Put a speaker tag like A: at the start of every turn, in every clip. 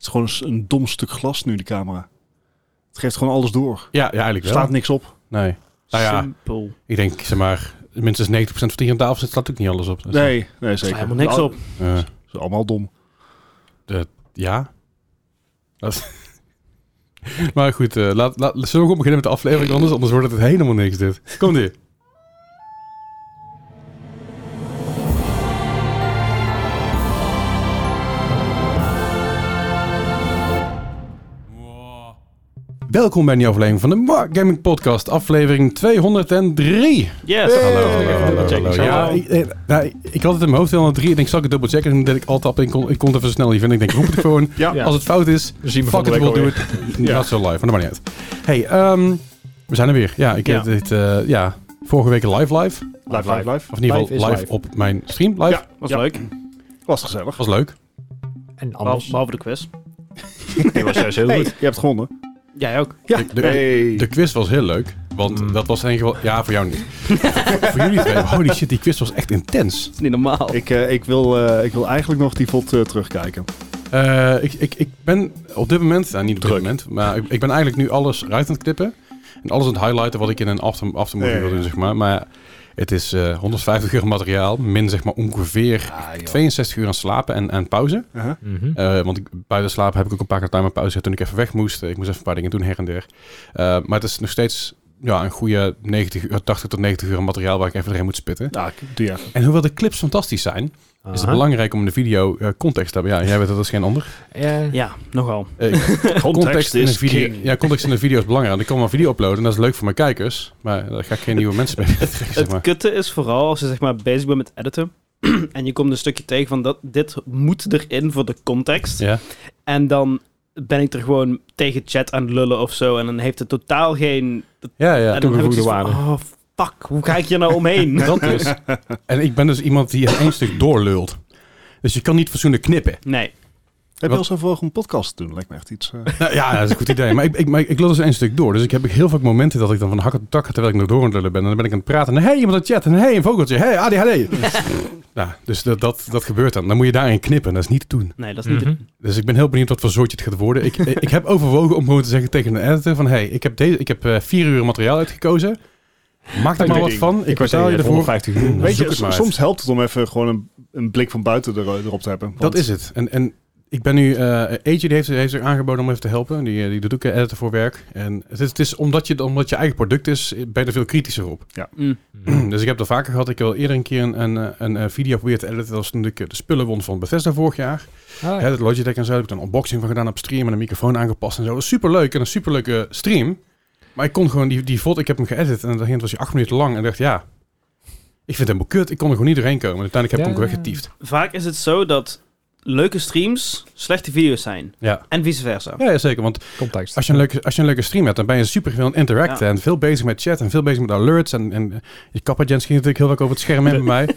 A: is gewoon een s- een dom stuk glas nu, die camera. Het geeft gewoon alles door.
B: Ja, ja eigenlijk
A: Er
B: wel.
A: staat niks op.
B: Nee. Nou ja,
C: Simpel.
B: ik denk zeg maar, minstens 90% van die aan tafel zit, staat natuurlijk niet alles op. Dus,
A: Nee, nee zeker.
C: helemaal niks op.
B: eh,
A: Het is allemaal dom.
B: ja. Dat- maar goed, eh, laat, laat, zullen we gewoon beginnen met de aflevering anders? Anders wordt het helemaal niks dit. Kom hier. Welkom bij een nieuwe aflevering van de Mark Gaming Podcast, aflevering 203.
C: Yes.
A: Oh,
B: Hallo, hallo,
C: Even
B: hallo,
C: dubbelchecken.
B: hallo.
C: Zo.
B: Ja, ik, eh, nou, ik- ik had het in mijn hoofd helemaal drie. Ik denk, zal ik het dubbel checken? En dat ik altijd op, ik kon, ik kon het even snel hier vinden. Ik denk, roep het gewoon.
A: Ja.
B: Als het fout is,
C: We zien
B: fuck it,
C: volgende
B: we'll
C: week
B: do it. Not so live, maar dat maakt niet uit. Hey, ehm, we zijn er weer. Ja, ik
C: Ja.
B: heb dit, eh, ja, vorige week live live.
A: Live, live, live.
B: Of in ieder
D: Live
B: geval
D: is
B: live,
D: live.
B: op mijn stream live.
A: Ja.
C: Was
A: Ja.
C: leuk.
A: Was gezellig.
B: Was leuk.
D: En
C: Behalve,
D: anders.
C: behalve de quiz. Die was juist heel
A: Hey,
C: goed.
A: je hebt gewonnen.
C: Jij ook.
A: Ja.
B: De- de-
A: hey.
B: De quiz was heel leuk, want
D: Mm.
B: dat was in ieder geval... Ja, voor jou niet. voor jullie twee. Holy shit, die quiz was echt intens.
C: Niet normaal.
A: Ik, eh, ik, wil, eh, ik wil eigenlijk nog die VOD eh, terugkijken.
B: Eh, ik, ik, ik ben op dit moment, nou niet op dit
A: Druk.
B: moment, maar ik, ik ben eigenlijk nu alles eruit aan het knippen. En alles aan het highlighten wat ik in een after, aftermovie
A: Ja, ja,
B: wil doen,
A: ja.
B: zeg maar. Maar het is eh 150 uur materiaal, min zeg maar ongeveer
A: Ah,
B: 62 uur aan slapen en, en pauze.
D: Mhm.
B: Eh, want ik, buiten slapen heb ik ook een paar keer timer pauze gehad toen ik even weg moest. Ik moest even een paar dingen doen her en der. Eh, maar het is nog steeds ja, een goede 90, uur- 80 tot 90 uur aan materiaal waar ik even doorheen moet spitten.
A: Nou, ik- doe jij.
B: En hoewel de clips fantastisch zijn, is het
D: Aha.
B: belangrijk om in de video eh, context te hebben. Ja, jij weet dat als geen ander.
D: Ja.
C: Ja, nogal.
B: Eh, context in een video. Ja, context in een video is belangrijk. Ik kan maar video uploaden en dat is leuk voor mijn kijkers. Maar daar ga ik geen nieuwe mensen mee krijgen, zeg
C: Het
B: maar.
C: kutte is vooral als je zeg maar bezig bent met editen. en je komt een stukje tegen van dat, dit moet erin voor de context.
B: Ja.
C: En dan ben ik er gewoon tegen chat aan het lullen of zo. En dan heeft het totaal geen...
B: Ja, ja.
C: en dan ik zoiets
D: toegevoegde
C: van, oh fuck, hoe ga ik hier nou omheen?
B: Dat dus. En ik ben dus iemand die in één stuk doorlult. Dus je kan niet fatsoenlijk knippen.
C: nee.
A: Heb je
B: Wat-
A: al zoveel om een podcast te doen? Lijkt me echt iets... eh,
B: Nou, ja, dat is een goed idee. Maar ik, ik, maar ik lul dus één stuk door. Dus ik heb heel vaak momenten dat ik dan van hak op tak ga terwijl ik nog door aan het lullen ben. En dan ben ik aan het praten. En hey, iemand aan het chatten. En hey, een vogeltje. Hey, ADHD. ja, dus dat, dat, dat gebeurt dan. Dan moet je daarin knippen. Dat is niet te doen.
C: Nee, dat is niet...
D: Mhm.
B: Dus ik ben heel benieuwd wat voor soortje het gaat worden. Ik, ik heb overwogen om gewoon te zeggen tegen de editor van... hey, ik heb, deze, ik heb eh, vier uur materiaal uitgekozen. Maak er maar wat van. Ik, betaal je ervoor.
D: 150 uur.
A: Weet
B: zoek
A: je,
B: het maar
A: s-
B: uit.
A: soms helpt het om even gewoon een, een blik van buiten er, eh, erop te hebben.
B: Dat is het. En, en ik ben nu... eh Eetje die heeft, heeft zich aangeboden om even te helpen. Die, eh, die doet ook een editor voor werk. En het is, het is omdat, je, omdat je eigen product is, eh, ben je er veel kritischer op.
C: Mm.
D: Mm-hmm.
B: dus ik heb dat vaker gehad. Ik heb al eerder een keer een, een, eh, een, eh, video geprobeerd te editen. Dat was toen ik eh, de spullen won van Bethesda vorig jaar.
D: Ah,
B: Hè, het Logitech en zo. Heb ik dan een unboxing van gedaan op stream en een microfoon aangepast en zo. Dat was superleuk en een superleuke stream. Maar ik kon gewoon die, die VOD, ik heb hem geëdit en dat was hij acht minuten lang. En ik dacht, ja, ik vind hem kut. Ik kon er gewoon niet doorheen komen. En uiteindelijk heb ik hem
D: Ja.
B: weggetiefd.
C: Vaak is het zo dat leuke streams slechte video's zijn.
B: Ja.
C: En vice versa.
B: Ja, ja, zeker. Want
D: Context.
B: als je, een leuke, als je een leuke stream hebt, dan ben je super veel aan het interacten. En veel bezig met chat en veel bezig met alerts. En, en eh, je kapperjens ging natuurlijk heel vaak over het scherm heen bij mij.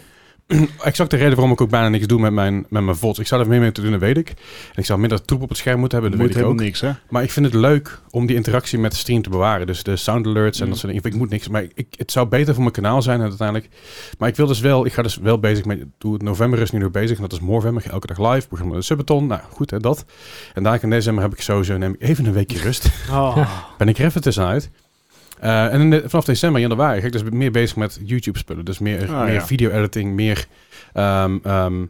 B: Exact de reden waarom ik ook bijna niks doe met mijn, met mijn VOD's. Ik zou er meer mee te doen, dat weet ik. En ik zou minder troep op het scherm moeten hebben,
A: Moet
B: dat weet ik
A: helemaal
B: ook.
A: niks, hè?
B: Maar ik vind het leuk om die interactie met de stream te bewaren. Dus de sound alerts en
C: Mm.
B: dat soort dingen. Ik moet niks, maar ik, het zou beter voor mijn kanaal zijn uiteindelijk. Maar ik wil dus wel, ik ga dus wel bezig met, doe het november is nu nog bezig. En dat is Morvember, elke dag live. Begon met een subbaton. Nou, goed hè, dat. En daar in december heb ik sowieso, neem ik even een weekje rust.
C: Oh,
B: ben ik er even tussenuit. Eh, en in de- vanaf december, januari, ga ik dus meer bezig met YouTube-spullen. Dus meer,
A: Ah,
B: meer
A: ja.
B: video-editing, meer... ehm, ehm,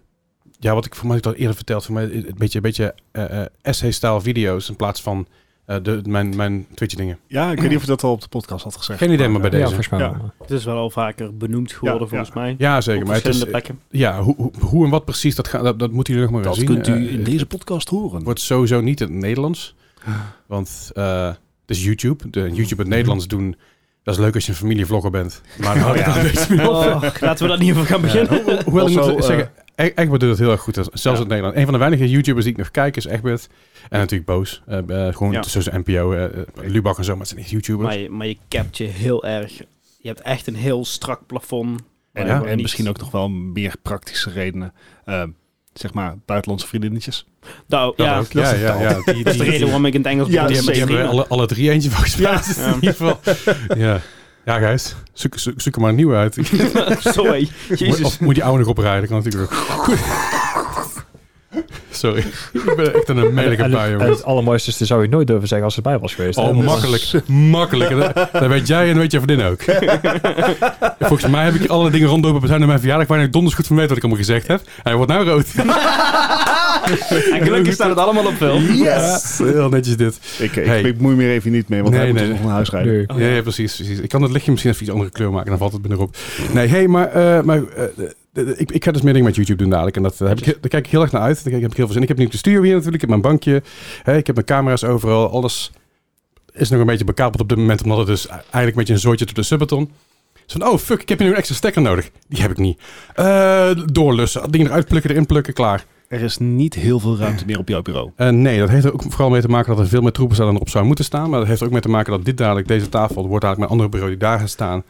B: ja, wat ik voor mij had ik dat eerder verteld, voor mij een beetje, een beetje eh, eh, essay-style video's in plaats van eh, de, mijn, mijn Twitch-dingen.
A: Ja, ik weet niet of je dat al op de podcast had gezegd.
B: Geen idee, maar bij
D: Ja,
B: deze.
D: volgens mij
A: Ah, Ja.
D: wel.
C: Het is wel al vaker benoemd geworden
A: Ja,
C: volgens
A: ja.
C: mij.
B: Ja, zeker.
C: Op
B: Maar het is,
C: verschillende plekken.
B: ja, hoe, hoe- hoe en wat precies, dat, ga, dat, dat moeten jullie nog maar
A: Dat
B: weer zien.
A: kunt u
B: Eh,
A: in deze podcast horen.
B: wordt sowieso niet in het Nederlands. Want eh, het is YouTube. De YouTube in het Nederlands doen, dat is leuk als je een familievlogger bent. Maar
A: Oh
B: daar houdt het al een beetje mee op.
C: Oh, laten we dat niet over gaan beginnen.
B: Hoewel ik
A: Also,
B: moet
A: eh,
B: zeggen, E- Egbert doet het heel erg goed. Zelfs
A: Ja.
B: in Nederland. Een van de weinige YouTubers die ik nog kijk is Egbert. En natuurlijk Boos. Eh, eh, gewoon
A: Ja.
B: zoals de NPO, eh, eh, Lubach en zo. Maar het zijn echt YouTubers.
C: Maar je, maar je capt je heel erg. Je hebt echt een heel strak plafond.
A: En,
C: waar je
A: en
C: niet-
A: misschien ook nog wel meer praktische redenen. Eh, zeg maar, buitenlandse vriendinnetjes.
C: Nou,
B: Dat
C: ja,
B: ook.
C: dat
B: ja,
C: is
B: ja, ja. Die, die,
C: dat is de reden waarom ik in het Engels
A: Ja,
C: begon
B: die
C: met
B: hebben, die hebben
C: streamen.
B: alle, alle drie eentje van gespeeld. dus
C: Ja.
B: In ieder geval. Ja, ja guys. Zoek, zoek, zoek er maar een nieuwe uit.
C: Sorry,
B: Moet-
C: jezus.
B: Of moet die oude nog oprijden? Kan natuurlijk ook. Sorry. ik ben echt een mannelijke
D: en,
B: pui,
D: het, en
B: jongens.
D: het allermooiste is, dat zou je nooit durven zeggen als het bij was geweest. hè?
B: Oh,
D: Dus-
B: makkelijk. Makkelijk. Dat, dat weet jij en dat weet je vriendin ook. Volgens mij heb ik hier alle dingen rondlopen zijn naar mijn verjaardag waar ik donders goed van weet wat ik allemaal gezegd heb. Hij wordt nou rood.
C: En gelukkig staat het allemaal op film.
A: Yes!
B: Ja, heel netjes dit.
A: Ik, ik,
B: Hey.
A: ik moei meer even niet mee, want
B: Nee,
A: hij moet
B: nee,
A: nog naar huis rijden.
D: Nee.
B: ja, ja, precies, precies. Ik kan het lichtje misschien even iets andere kleur maken, dan valt het binnen op. Nee, hey, maar, eh, maar eh, de- de- ik, ik ga dus meer dingen met YouTube doen dadelijk. En dat, eh, heb ik, daar kijk ik heel erg naar uit. Daar kijk- heb ik heel veel zin. in. Ik heb nu op de studio hier natuurlijk. Ik heb mijn bankje. Hè, ik heb mijn camera's overal. Alles is nog een beetje bekabeld op dit moment, omdat het dus eigenlijk met je een zootje op de subbaton. Dus van, oh fuck, ik heb hier nu een extra stekker nodig. Die heb ik niet. Eh, doorlussen, dingen eruit plukken, erin plukken, klaar.
A: Er is niet heel veel ruimte meer op jouw bureau.
B: Eh, nee, dat heeft er ook vooral mee te maken dat er veel meer troepen staan dan er op zou moeten staan. Maar dat heeft er ook mee te maken dat dit dadelijk, deze tafel, wordt dadelijk mijn andere bureau die daar gaat staan.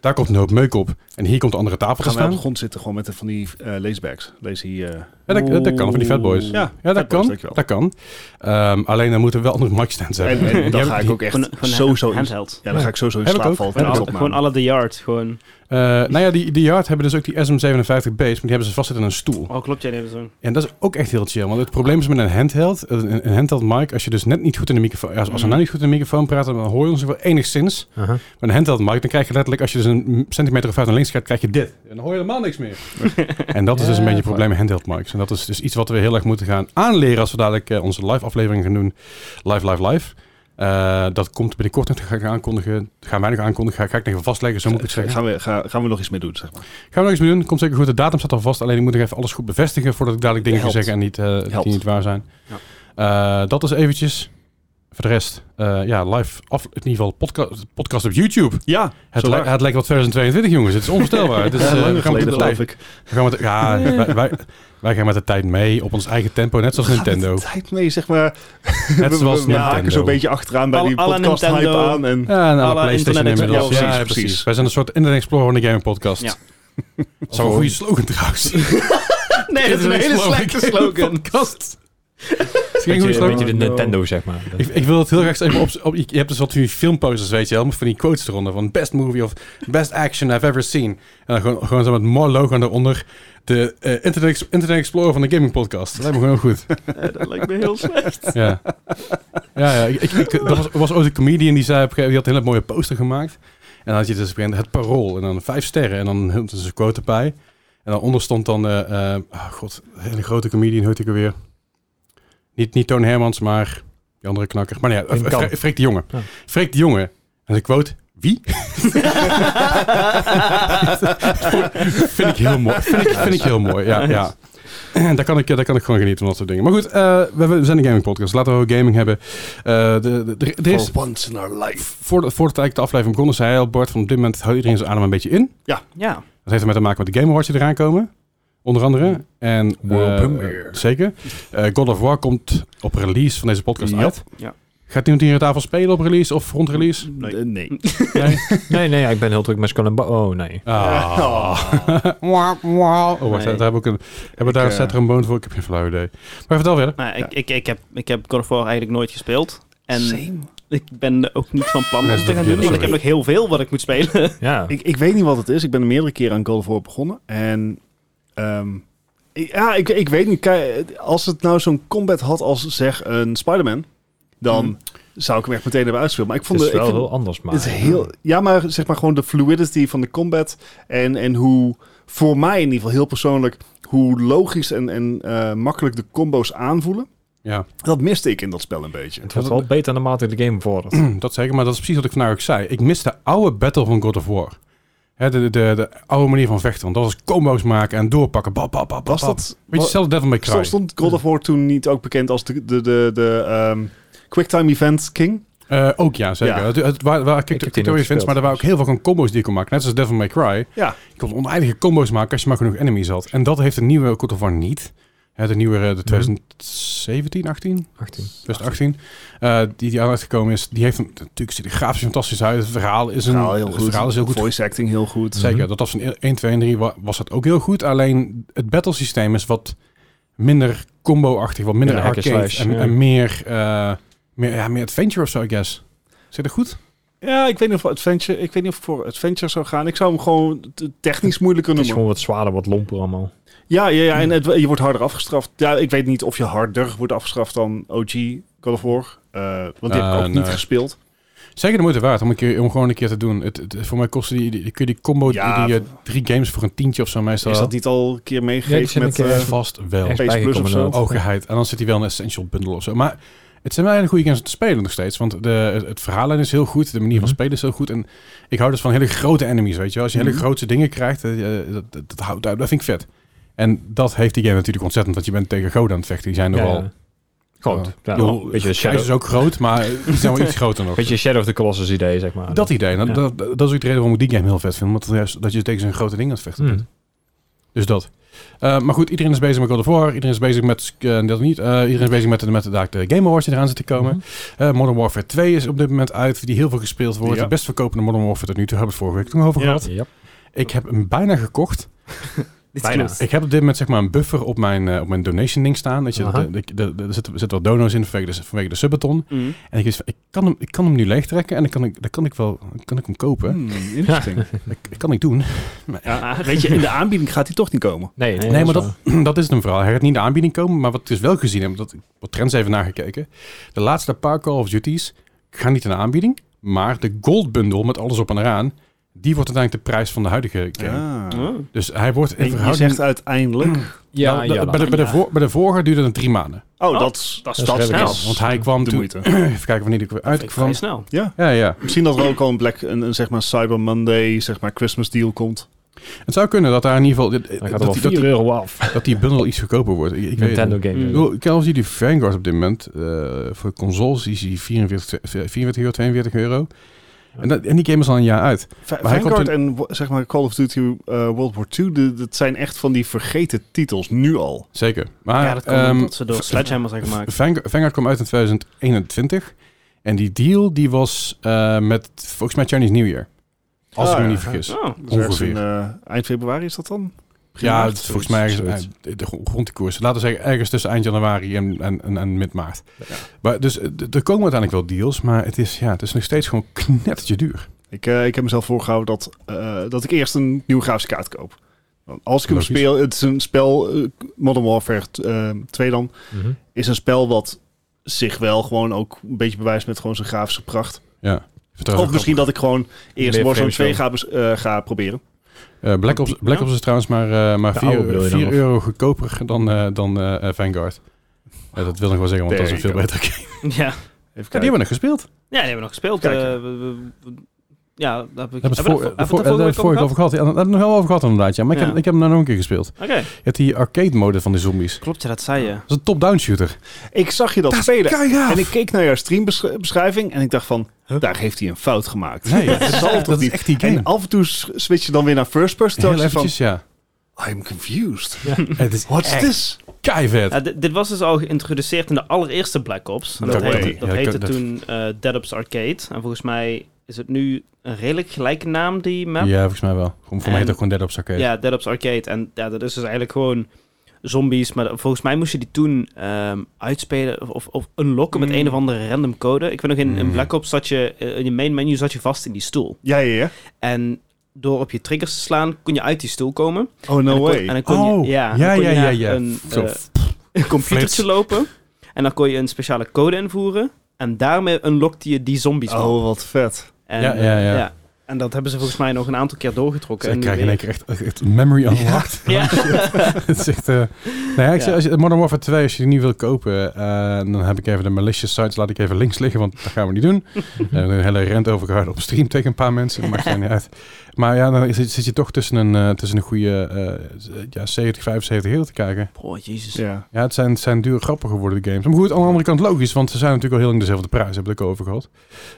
B: Daar komt een hoop meuk op. En hier komt de andere tafel te
A: Gaan wij op de
B: staan.
A: grond zitten gewoon met de- van die eh lacebags. Lees hier. eh,
B: Ja, dat, dat kan, van die fatboys.
C: Oeh.
A: ja,
B: Ja, dat
A: Fatboys,
B: kan.
A: dankjewel.
B: Dat kan. Ehm, alleen dan moeten we wel andere micstands
A: en,
B: hebben.
A: en dan
B: Die
A: ga
B: heb-
A: ik ook echt
C: Gewoon, gewoon
A: sowieso in,
C: handheld.
A: ja, dan ga ik sowieso in
B: Heb ik
A: slaap
B: ook.
A: vallen
B: Heb ik
A: tijdens
B: ook.
A: opname.
C: Gewoon alle de yard. Gewoon.
B: Eh, nou ja, die, die Yard hebben dus ook die SM57B's, maar die hebben ze vastzitten aan een stoel.
C: Oh, klopt. Jij neemt zo'n.
B: En dat is ook echt heel chill. Want het probleem is met een handheld, een, een handheld mic, als je dus net niet goed in de microfoon, als, als we
C: Mhm.
B: nou niet goed in de microfoon praten, dan hoor je ons wel enigszins.
D: Aha.
B: Met een handheld mic, dan krijg je letterlijk, als je dus een centimeter of vijf naar links gaat, krijg je dit. En dan hoor je helemaal niks meer. en dat is dus een
D: Ja,
B: beetje het probleem met handheld mics. En dat is dus iets wat we heel erg moeten gaan aanleren als we dadelijk eh, onze live aflevering gaan doen. Live, live, live. Eh, dat komt binnenkort, dat ga ik aankondigen. Gaan wij nog aankondigen, ga, ga ik nog even vastleggen, zo moet ik het zeggen.
A: Gaan we, ga- gaan we nog iets mee doen, zeg maar.
B: Gaan we nog iets mee doen? Komt zeker goed. De datum staat al vast. Alleen ik moet nog even alles goed bevestigen voordat ik dadelijk dingen ga
A: Helpt.
B: zeggen en niet, eh,
A: Helpt.
B: die niet waar zijn. Eh, dat is eventjes. Voor de rest, eh, ja, live af, in ieder geval podca podcast op YouTube.
A: Ja,
B: Het,
A: zo
B: lij-
A: waar.
B: het lijkt wel 2022, jongens. Het is onvoorstelbaar. het is, eh,
A: Ja,
B: we
A: langer
B: gaan met de
A: geleden geloof
B: tijd-
A: ik.
B: we gaan met de- Ja, wij, wij, wij gaan met de tijd mee op ons eigen tempo, net zoals
A: Gaat
B: Nintendo.
A: de tijd mee, zeg maar.
B: Net zoals
A: we haken
B: Nintendo.
A: zo'n beetje achteraan bij
C: Alle-
A: die
C: alle
A: podcast hype
C: Nintendo.
A: aan. En
B: Ja, en alle
C: Alle
B: PlayStation
C: internet
B: inmiddels. Ja,
A: explorer.
B: precies,
A: Ja, precies, precies.
B: Wij zijn een soort Internet Explorer van de Gaming Podcast.
C: Ja.
B: Dat zou een goede slogan trouwens.
C: Nee, dat is een hele slechte slogan.
B: Podcast.
D: Beetje,
B: goede
D: een
B: slogan.
D: beetje de
C: Oh, no.
D: Nintendo, zeg maar.
B: Ik, ik wil het heel graag even op, op- Je hebt dus wat van die filmposters, weet je wel, met van die quotes eronder. Van best movie of best action I've ever seen. En dan gewoon, gewoon zo met mooi logo eronder. De eh, Internet, Ex- Internet Explorer van de Gaming Podcast. Dat lijkt me gewoon heel goed.
C: Eh, dat lijkt me heel slecht.
B: Ja, ja, ja ik, ik, ik- er was, er was ooit een comedian die zei, op een gegeven- die had een hele mooie poster gemaakt. En dan had je dus op een gegeven moment het parool en dan vijf sterren en dan hield ze een quote erbij. En dan onder stond dan, eh, eh, ah, god, een hele grote comedian, hoort ik er weer. Niet, niet Toon Hermans, maar die andere knakker. Maar nee, ja,
D: Wim
B: Fre-
D: Kamp.
B: Freek de Jonge.
D: Ja.
B: Freek de Jonge. En de quote, wie? vind ik heel mooi. Vind ik, vind ik heel mooi, ja. ja. Daar kan, ik, daar kan ik gewoon genieten van dat soort dingen. Maar goed, eh, we, we zijn een gaming podcast. Laten we ook gaming hebben. Eh, de, de, de- er is,
A: for once in our life.
B: voordat, voordat eigenlijk de aflevering begon, zei hij al, Bart, van op dit moment houdt iedereen zijn adem een beetje in.
C: Ja.
B: Dat heeft ermee te maken met de Game Awards die eraan komen. Onder andere. En,
D: World
B: eh,
D: premiere.
B: eh, Zeker. Eh, God of War komt op release van deze podcast
A: Ja.
B: uit.
C: Ja.
B: Gaat iemand hier aan tafel spelen op release of rond release?
A: Nee.
C: Nee.
A: nee.
B: Nee.
D: Nee, nee, ja, ik ben heel druk met Skull Bo- Oh, nee.
B: Ah. Wauw, wauw. Oh, wacht,
C: Nee.
B: daar heb ik een, hebben we daar
A: Ik,
B: een
A: eh,
B: set trombone voor? Ik heb geen flauw idee. Maar vertel verder.
C: Maar ik, ik, ik, heb, ik heb God of War eigenlijk nooit gespeeld. En
A: Same.
C: ik ben ook niet van plan
B: Nee,
C: om
B: dat
C: te gaan
B: is
C: doen. Want ik
B: sorry.
C: heb nog heel veel wat ik moet spelen.
D: Ja.
A: Ik, ik weet niet wat het is. Ik ben meerdere keren aan God of War begonnen. En ehm, ik- ja, ik, ik weet niet. Kijk, als het nou zo'n combat had als zeg een Spider-Man, dan
C: Hmm.
A: zou ik hem echt meteen hebben uitgespeeld. Maar ik vond
D: het is
A: de- ik
D: wel
A: vind-
D: heel anders, maar...
A: het is heel, ja, maar zeg maar gewoon de fluidity van de combat en, en hoe voor mij in ieder geval heel persoonlijk hoe logisch en, en eh, makkelijk de combo's aanvoelen.
B: Ja,
A: Dat miste ik in dat spel een beetje.
D: Het wordt wel beter naarmate de game vordert.
B: dat zeker. Maar dat is precies wat ik vandaag ook zei. Ik mis de oude battle van God of War. Hè, de, de, de oude manier van vechten. Want dat was combo's maken en doorpakken. Bap, bap, bap,
A: Was
B: bap.
A: dat?
B: Weet je, hetzelfde Devil May Cry.
A: Stond, stond God of War toen niet ook bekend als de, de, de, de ehm, Quicktime Event King?
B: Eh, ook ja, zeker.
A: Ja.
B: Het, het, waar, waar, kijk,
D: heb die
B: tutorial
D: nooit
B: events, maar er waren ook heel veel gewoon combo's die je kon maken. Net zoals Devil May Cry.
A: Ja.
B: Je kon oneindige combo's maken als je maar genoeg enemies had. En dat heeft de nieuwe God of War niet. Hè, de nieuwe, eh, de 2017, 18?
D: 18.
B: 2018. eh, die die aan uitgekomen is. Die heeft een, natuurlijk ziet er grafisch fantastisch uit. Het verhaal is een
A: verhaal heel
B: het
A: goed.
B: verhaal is heel goed.
A: Voice acting heel goed.
B: Zeker. Dat was van 1, 2 en 3 wa- was dat ook heel goed. Alleen het battlesysteem is wat minder combo-achtig, wat minder
D: Ja, hack and
B: arcade en,
D: slash, ja.
B: en meer, eh, meer, ja, meer adventure of zo, I guess. Zit er goed?
A: Ja, ik weet niet of adventure, ik weet niet of ik voor adventure zou gaan. Ik zou hem gewoon t- technisch moeilijker
D: Het is
A: noemen.
D: gewoon wat zwaarder, wat lomper allemaal.
A: Ja, ja, ja, en het- je wordt harder afgestraft. Ja, ik weet niet of je harder wordt afgestraft dan OG Call of War. eh, want die heb ik
B: Eh,
A: ook
B: nee.
A: niet gespeeld.
B: Zeker de moeite waard om, een keer, om gewoon een keer te doen. Het, het- voor mij kostte die, die, kun je die combo,
A: Ja,
B: die, eh, drie games voor een tientje of zo meestal.
A: Is dat niet al een keer
D: Ja, die
A: meegegeven
D: zijn
A: met...
D: een keer-
A: eh,
D: niet-
B: Vast wel.
D: Echt
A: Space Plus of
D: bijgekomen
A: zo?
D: inderdaad.
B: Ooggeheid. En dan zit hij wel in een essential bundle of zo. Maar het zijn wel hele goede games om te spelen nog steeds. Want de, het, het verhaallijn is heel goed. De manier van
D: Mhm.
B: spelen is heel goed. En ik hou dus van hele grote enemies, weet je wel. Als je hele
A: Mhm.
B: grote dingen krijgt, eh, eh, dat, dat, dat houdt uit. Dat vind ik vet. En dat heeft die game natuurlijk ontzettend. Want je bent tegen goden aan het vechten. Die zijn
D: Ja,
B: nogal...
D: ja. Groot. Ja,
B: Joh,
D: een beetje
B: Hij
D: Shadow,
B: is ook groot, maar die zijn wel iets groter nog.
D: beetje Shadow of the Colossus idee, zeg maar.
B: Dat idee. nou,
D: Ja.
B: dat, dat is ook de reden waarom ik die game heel vet vind. Want juist dat je tegen zo'n grote ding aan het vechten bent.
D: Hmm.
B: Dus dat. Eh, maar goed, iedereen is bezig met God of War. Iedereen is bezig met... eh, dat niet. eh, iedereen is bezig met, met de, de Game Awards die eraan zit te komen.
D: Mhm.
B: Eh, Modern Warfare 2 is op dit moment uit. Die heel veel gespeeld wordt.
A: Ja.
B: De best verkopende Modern Warfare tot nu toe. Hebben we het vorige week toen over
A: Ja.
B: gehad.
D: Yep.
B: Ik heb hem bijna gekocht.
C: Dit
D: Bijna.
C: klopt.
B: Ik heb op dit moment zeg maar een buffer op mijn, eh, op mijn donation ding staan. Weet je,
D: Aha.
B: de- de- de- de- er zitten zitten wel dono's in vanwege de, vanwege de subathon.
C: Mm.
B: En ik, wist van, ik, kan hem, ik kan hem nu leegtrekken. En dan kan ik, dan kan ik wel dan kan ik hem kopen.
A: hmm, interesting.
B: Dat, dat kan ik doen.
A: Ja, weet je, in de aanbieding gaat hij toch niet komen.
D: Nee, nee,
B: Nee, maar
D: waar.
B: dat, dat is het een verhaal. Hij gaat niet in de aanbieding komen, maar wat ik dus wel gezien heb, dat ik wat trends even nagekeken. De laatste paar Call of Duties gaan niet in de aanbieding, maar de Gold Bundle met alles op en eraan, die wordt uiteindelijk de prijs van de huidige game.
A: Ah.
C: Oh.
B: Dus hij wordt in
A: En je
B: verhouding...
A: zegt uiteindelijk...
D: Ja,
B: Nou, de-
D: ja,
B: bij, de, bij, de
C: ja.
B: voor- bij de vorige duurde het drie maanden.
A: Oh,
C: Oh,
A: dat, is- dat, is-
D: is
A: dat is
D: redelijk
A: snel.
D: snel.
B: Want hij kwam
A: De
B: toen...
A: moeite.
B: Even kijken wanneer die
C: Ik ga
B: uitkwam.
C: je snel.
A: Ja,
B: Ja, ja.
A: misschien dat er ook al een, Black, een, een, zeg maar Cyber Monday, zeg maar Christmas deal komt.
B: Het zou kunnen dat daar in ieder geval...
D: dan
B: Dat,
D: gaat er wel
B: dat, die-
D: 4
B: dat,
D: euro af.
B: dat die bundle iets goedkoper wordt. Ik, ik weet het niet.
D: Nintendo game.
B: Ik bedoel, Call of Duty Vanguard op dit moment, eh, voor consoles is die 44, 44 euro, 42 euro. En, dat, en die game is al een jaar uit.
A: Va-
B: Maar hij
A: Vanguard
B: komt
A: en wo- zeg maar Call of Duty eh, World War II, de- dat zijn echt van die vergeten titels, nu al.
B: Zeker. Maar
C: Ja, dat komt
B: ehm,
C: omdat ze door Sledgehammer zijn gemaakt.
B: Vanguard, Vanguard kwam uit in 2021. En die deal die was eh, met, volgens mij, Chinese New Year. Als
A: Ah,
B: ik me
A: ja.
B: niet vergis.
C: Oh,
A: Dus ergens in,
B: Ongeveer.
A: eh, eind februari is dat dan? Begin
B: Ja,
A: maart?
B: het is volgens mij ergens, eh, de gro- rond de koers. Laten we zeggen, ergens tussen eind januari en, en, en, en mid-maart.
A: Ja.
B: Maar Dus eh, d- er komen uiteindelijk wel deals, maar het is, ja, het is nog steeds gewoon knettertje duur.
A: Ik, eh, ik heb mezelf voorgehouden dat, eh, dat ik eerst een nieuwe grafische kaart koop. Want als ik hem
B: Logisch.
A: speel, het is een spel, eh, Modern Warfare eh, 2 dan,
D: Mhm.
A: is een spel wat zich wel gewoon ook een beetje bewijst met gewoon zijn grafische pracht.
B: Ja. Vertrouw-
A: Of misschien dat ik gewoon eerst
D: Meer
A: Warzone
D: frames
A: 2 ga, bes- eh, ga proberen.
B: Eh, Black, Ops, Black Ops is trouwens maar, eh, maar
D: De
B: 4,
D: oude bedoel je dan, of?
B: euro goedkoper dan, eh, dan eh, eh, Vanguard. Eh, dat wil nog wel zeggen, want dat is een veel
A: There you
B: beter game.
A: Even
B: Ja,
C: ja.
B: die
A: kijken.
B: hebben we nog gespeeld. Daar
C: Ja, die hebben we nog gespeeld.
A: Kijken.
C: Eh, we- we- we- ja, daar heb ik.
B: hebben we het voor- eh,
C: hebben we daar- hebben we het
B: voor- daar
C: daar
B: hebben we het
C: vorige week
B: vorige
C: over
B: over gehad. Ja, daar hebben we het nog wel over gehad inderdaad. Ja. Maar ik,
C: Ja.
B: heb, ik heb hem nou nog een keer gespeeld.
C: gehad? Oké,
B: Je hebt die arcade mode van die zombies.
C: klopt, ja, dat zei je.
B: Dat is een top-down shooter.
A: Ik zag je dat,
B: Dat
A: spelen.
B: Keigaaf!
A: En ik keek naar jouw streambeschrijving en ik dacht van, daar heeft hij een fout gemaakt.
B: Nee, dat
A: dat
B: is,
A: zal toch
B: dat is
A: niet.
B: echt die game.
A: En af en toe s- switch je dan weer naar first person.
B: Heel
A: terwijl je
B: eventjes, ja.
A: van, I'm confused.
B: Het is
A: What's this?
B: keivet.
C: Ja, dit, dit was dus al geïntroduceerd in de allereerste Black Ops. En
B: No
C: dat
A: way.
C: heette,
B: Ja,
C: dat
B: dat-
C: heette
B: dat-
C: toen eh, Dead Ops Arcade. En volgens mij is het nu een redelijk gelijke naam, die map.
B: Ja, volgens mij wel. Voor voor mij
C: En-
B: heet dat gewoon Dead Ops Arcade.
C: Ja, Dead Ops Arcade. En ja, dat is dus eigenlijk gewoon zombies. Maar volgens mij moest je die toen ehm, uitspelen of, of, of unlocken
A: Mm.
C: met
B: Hmm.
C: een of andere random code. Ik weet nog, in, in
A: Hmm.
B: Mm.
C: Black Ops zat je, eh, in je main menu zat je vast in die stoel.
A: Ja, ja, ja.
C: En door op je triggers te slaan, kon je uit die stoel komen.
A: Oh,
C: en
A: no
C: dan kon,
A: way.
C: En dan kon
B: Oh,
C: je, ja,
B: ja,
C: dan kon
B: ja,
C: je
B: ja,
C: naar
B: ja.
C: een
B: Zo,
C: eh, computertje lopen. En dan kon je een speciale code invoeren. En daarmee unlockte je die zombies. van.
A: oh, wat vet.
C: En,
B: Ja,
C: eh,
B: ja, ja.
C: En dat hebben ze volgens mij nog een aantal keer doorgetrokken.
B: Zij
C: En nu
B: krijgen in één
C: weer-
B: keer echt, echt memory unlocked.
C: Ja.
B: het is echt... eh, nou ja, ik
C: Ja.
B: zeg, als je, Modern Warfare 2, als je die niet wil kopen, eh, dan heb ik even de malicious sites, laat ik even links liggen, want dat gaan we niet doen. Eh, we hebben een hele rent over gehouden op stream tegen een paar mensen, maakt er niet uit. Maar ja, dan zit, zit je toch tussen een, eh, tussen een goede eh, ja, 70, 75 euro te kijken.
C: Oh, jezus.
A: Ja.
B: Ja, het zijn, het zijn duur grappig geworden de games. Maar goed, aan de andere kant logisch, want ze zijn natuurlijk al heel lang dezelfde prijs, hebben we het ook over gehad.